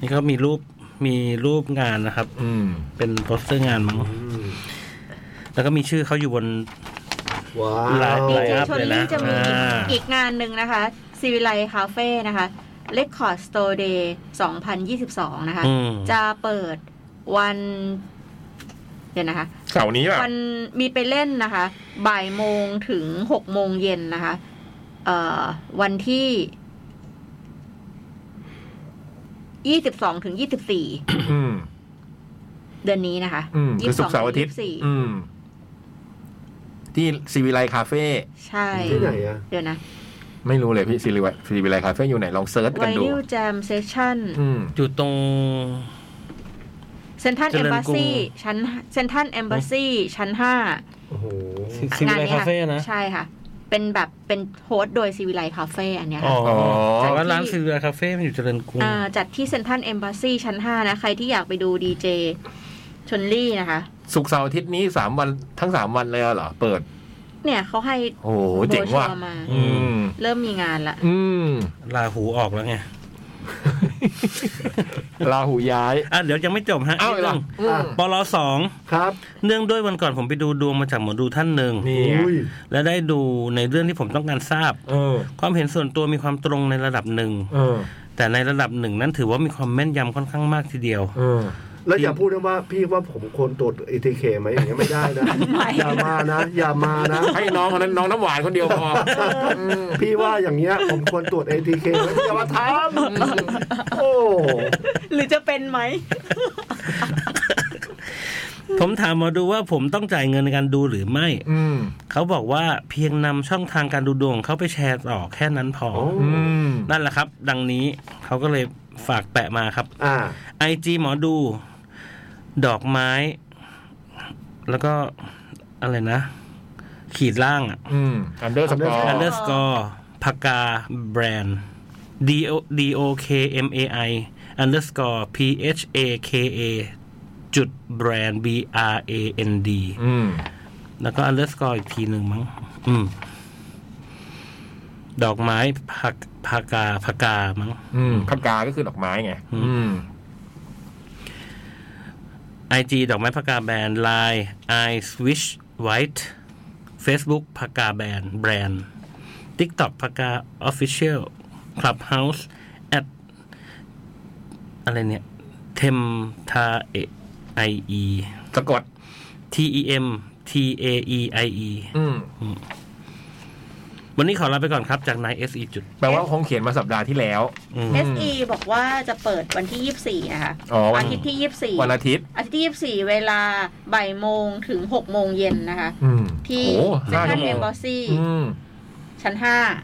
Speaker 3: นี่ก็มีรูปมีรูปงานนะครับ
Speaker 1: อืม
Speaker 3: เป็นโปสเตอร์งานมั้งแล้วก็มีชื่อเขาอยู่บน
Speaker 2: ว้า
Speaker 3: หลาย
Speaker 2: ว
Speaker 5: ดีเจ
Speaker 3: Line up
Speaker 5: ชน
Speaker 3: เลย
Speaker 5: ลี่
Speaker 3: นะ
Speaker 5: จะมีอีก
Speaker 3: อ่า
Speaker 5: อีกงานหนึ่งนะคะซีวิไลคาเฟ่นะคะเลคคอร์ดสโตร์เดย์2022 นะคะ
Speaker 3: อืม
Speaker 5: จะเปิดวัน เดี๋ยวนะคะ
Speaker 1: เสาร์นี้แบบ
Speaker 5: วันมีไปเล่นนะคะ บ่ายโมงถึงหกโมงเย็นนะคะ เอ่อ วันที่ ยี่สิบสองถึงยี่สิบสี่
Speaker 1: อืม
Speaker 5: เดือนนี้นะคะ
Speaker 1: อืมคือศุก
Speaker 5: 22
Speaker 1: ร์เสาร์อาทิตย์
Speaker 5: ถึง24
Speaker 1: อืม ที่ซีวิไลคาเฟ่
Speaker 5: ใช่
Speaker 2: ที่ไหนอ่ะ
Speaker 5: เดี๋ยวนะ
Speaker 1: ไม่รู้เลยพี่ซีรีส์ซีรีส์ไรคาเฟ่อยู่ไหนลองเซิร์ช
Speaker 5: ไว
Speaker 1: กันดู
Speaker 5: นิลแจมเซสชั่น
Speaker 1: อืม
Speaker 3: อยู่ตรง
Speaker 5: เซนทัน
Speaker 3: เจ
Speaker 5: เอม
Speaker 3: ริญ
Speaker 5: บา
Speaker 3: กรุ
Speaker 5: y
Speaker 3: ง
Speaker 5: ชั้นเซนทันเอมบา y ชั้นห้า
Speaker 2: โอ้โห
Speaker 3: ซิมิ
Speaker 5: งาน
Speaker 3: ไล
Speaker 5: นี้
Speaker 3: คา
Speaker 5: ค่ะ
Speaker 3: เฟ่นะ
Speaker 5: ใช่ค่ะ เป็นแบบเป็นโฮสต์โดยซีวิไลคาเฟ่อันเนี้ย
Speaker 3: อ๋
Speaker 5: ค่ะ
Speaker 3: อ
Speaker 1: อ๋อ
Speaker 3: แต่ว่าร้าน
Speaker 5: ที่
Speaker 3: ซิมิไลคาเฟ่มันอยู่เจริญกรุง
Speaker 5: อ่าจัดที่เซนทันเอมบา y ชั้นห้านะ ใครที่อยากไปดูดีเจชนลี่นะคะ
Speaker 1: สุกร์เสาร์อาทิตย์นี้สามวันทั้งสามวันเลยเหรอ เปิด
Speaker 5: เนี่ยเขาให้
Speaker 1: โอ้โห
Speaker 5: โบร
Speaker 1: เจ๋ง
Speaker 5: ชัว
Speaker 1: ว่ะ
Speaker 5: ร์มา
Speaker 1: อืม
Speaker 5: เริ่มมีงานละ
Speaker 1: อืม
Speaker 3: ลาหูออกแล้วไง
Speaker 1: ลาหูย้าย
Speaker 3: อ่ะเดี๋ยวยังไม่จบฮะ
Speaker 1: เอ้า
Speaker 3: นิดนึง
Speaker 1: เหรออืม
Speaker 3: ปลสอง
Speaker 2: ครับ
Speaker 3: เนื่องด้วยวันก่อนผมไปดูดวงมาจากหมอดูท่านหนึ่ง
Speaker 1: นี่ไง
Speaker 2: อุ้ย
Speaker 3: และได้ดูในเรื่องที่ผมต้องการทราบ
Speaker 1: เออ
Speaker 3: ความเห็นส่วนตัวมีความตรงในระดับหนึ่ง
Speaker 1: เออ
Speaker 3: แต่ในระดับหนึ่งนั้นถือว่ามีความแม่นยำค่อนข้างมากทีเดียว
Speaker 1: เออ
Speaker 2: แล้วอย่าพูดนะว่าพี่ว่าผมควรตรวจเอทีเคไหมอย่างเงี้ยไม่ได้นะ อย่ามานะ อย่ามานะ
Speaker 1: ให้น้องคนนั้นน้องน้ำหวานคนเดียวพอ
Speaker 2: พี่ว่าอย่างเงี้ยผมควรตรวจ ATK ไหมอย่ามาถามโอ้
Speaker 5: หรือจะเป็นไหม
Speaker 3: ผมถามหมอดูว่าผมต้องจ่ายเงินในการดูหรือไม่
Speaker 1: อืม
Speaker 3: เขาบอกว่าเพียงนำช่องทางการดูดวงของเขาไปแชร์ต่อแค่นั้นพอ
Speaker 1: อืม
Speaker 3: นั่นแหละครับ ดังนี้เขาก็เลยฝากแปะมาครับ
Speaker 2: อ่า
Speaker 3: ไอจีหมอดู ดอกไม้ แล้วก็อะไรนะ ขีดล่างอะ
Speaker 1: อืม อันเดอร์สกอร์
Speaker 3: underscore พากาแบรนด์ d o d o k m a i underscore p h a k a จุดแบรนด์ b r a n d
Speaker 1: อืม
Speaker 3: แล้วก็ underscore อีกทีหนึ่งมั้ง อืม ดอกไม้ผักพากาพากามั้ง
Speaker 1: อืมผักกาก็คือดอกไม้ไง
Speaker 3: อืม
Speaker 1: อืม
Speaker 3: IG ดอกไม้พากาแบรนด์ Line I Switch White Facebook พากาแบรนด์แบรนด์ TikTok พากา Official Clubhouse at อะไรเนี่ย t e m t a i e
Speaker 1: สะกด
Speaker 3: t e m t a e i e
Speaker 1: อืม
Speaker 3: วันนี้ขอลาไปก่อนครับจากนาย SE จุด
Speaker 1: แปลว่าคงเขียนมาสัปดาห์ที่แล้ว
Speaker 3: อืม
Speaker 5: SE บอกว่าจะเปิดวันที่ 24 นะคะ
Speaker 1: อ๋อวัน
Speaker 5: ทิตย์ที่ 24
Speaker 1: วันอาทิตย์
Speaker 5: อาทิตย์ที่ 24 เวลาบ่ายโมงถึง 6 โมงเย็นนะคะ
Speaker 1: อืม
Speaker 5: ที่
Speaker 1: โอ้
Speaker 5: เซน
Speaker 1: ห้า
Speaker 5: ทรั
Speaker 1: ชั่
Speaker 5: ล
Speaker 1: วโมง
Speaker 5: เอ b มบ s ซี่
Speaker 1: อืม
Speaker 5: ชั้น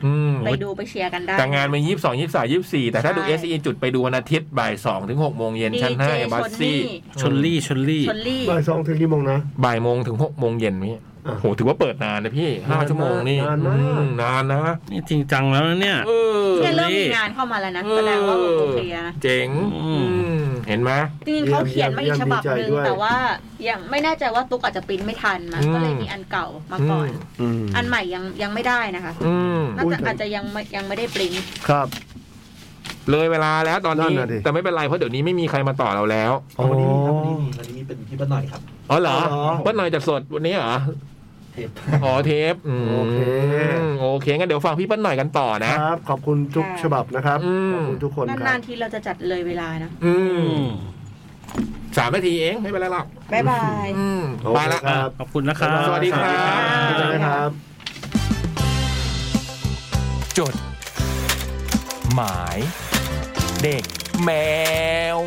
Speaker 1: อืม
Speaker 5: 5 ไปดูไปเชียร์กันได้
Speaker 1: แต่งานมันยี่สิบสองยี่สิบสามยี่สิบสี่แต่ถ้าดู
Speaker 5: ใช่
Speaker 1: SE จุดไปดูวันอาทิตย์บ่ายสองถึงหกโมงเย็น
Speaker 5: DJ
Speaker 1: ชั้นห้าบัสซี่
Speaker 5: ชนนี่
Speaker 3: ชนลี่ชนลี่
Speaker 5: ชลลี่
Speaker 2: บ่ายสองถึงกี่โมงนะ
Speaker 1: บ่ายโมงถึงหกโมงเย็นนี่
Speaker 2: อ่ะ
Speaker 1: โหถือว่าเปิดนานนะพี่ห้าชั่วโมงนี่
Speaker 2: นานมาก
Speaker 1: อืมนานนะ
Speaker 3: นี่จริงจังแล้วนะเนี่ย
Speaker 1: เออ
Speaker 5: เนี่ยเริ่มมีงานเข้ามาแล้วนะแสดงว่าโอเคนะ
Speaker 1: เจ๋ง
Speaker 3: อืม
Speaker 1: อืมเห็นไหม
Speaker 5: จริงๆเขาเขียนมาอีกฉบับหนึ่ง
Speaker 2: เยี่ยมเยี่ยม
Speaker 5: แต่ว่ายังไม่แน่ใจว่าตุ๊กอาจจะปริ้นไม่ทันมา
Speaker 1: อืม
Speaker 5: ก็เลยมีอันเก่ามาก่อน อันใหม่ยังยังไม่ได้นะคะ
Speaker 1: อืม
Speaker 5: น่าจะอาจจะยังไม่ยังไม่ได้ปริ้น
Speaker 2: ครับ
Speaker 1: เลยเวลาแล้วตอน
Speaker 2: นั่น
Speaker 1: นี้
Speaker 2: น่ะดิ
Speaker 1: แต่ไม่เป็นไรเพราะเดี๋ยวนี้ไม่มีใครมาต่อเราแล้ว
Speaker 2: อ๋อ
Speaker 4: วันนี้มีครับวันนี้มีวันนี้เป็นพี่ป้าหน่อยครับ
Speaker 1: อ๋อเหรอ
Speaker 2: อ๋อ
Speaker 1: ว่าหน่อยจะสดวันนี้เหรอ
Speaker 4: เทป
Speaker 1: อ๋อเทปม
Speaker 2: โอเค
Speaker 1: โอเคงั้นเดี๋ยวฟังพี่เป้ลหน่อยกันต่อนะ
Speaker 2: ครับ ขอบคุณทุกฉบับนะครับ
Speaker 1: อืม
Speaker 2: ขอบคุณทุกคนครั
Speaker 5: นา
Speaker 2: บ
Speaker 5: นๆทีเราจะจัดเลยเวลานะ
Speaker 1: อื
Speaker 3: อื
Speaker 1: ม
Speaker 3: ม
Speaker 1: สามนาทีเองไม่เป็นไรหรอก
Speaker 5: บ๊ายบาย
Speaker 1: อืม
Speaker 2: โอเค
Speaker 1: ไปละ
Speaker 2: ครั
Speaker 3: อ่ะ
Speaker 2: บ
Speaker 3: ขอบคุณนะครับ
Speaker 1: สวัสดีครับ
Speaker 2: สวัสดีครับ
Speaker 1: จด หมาย เด็กแมว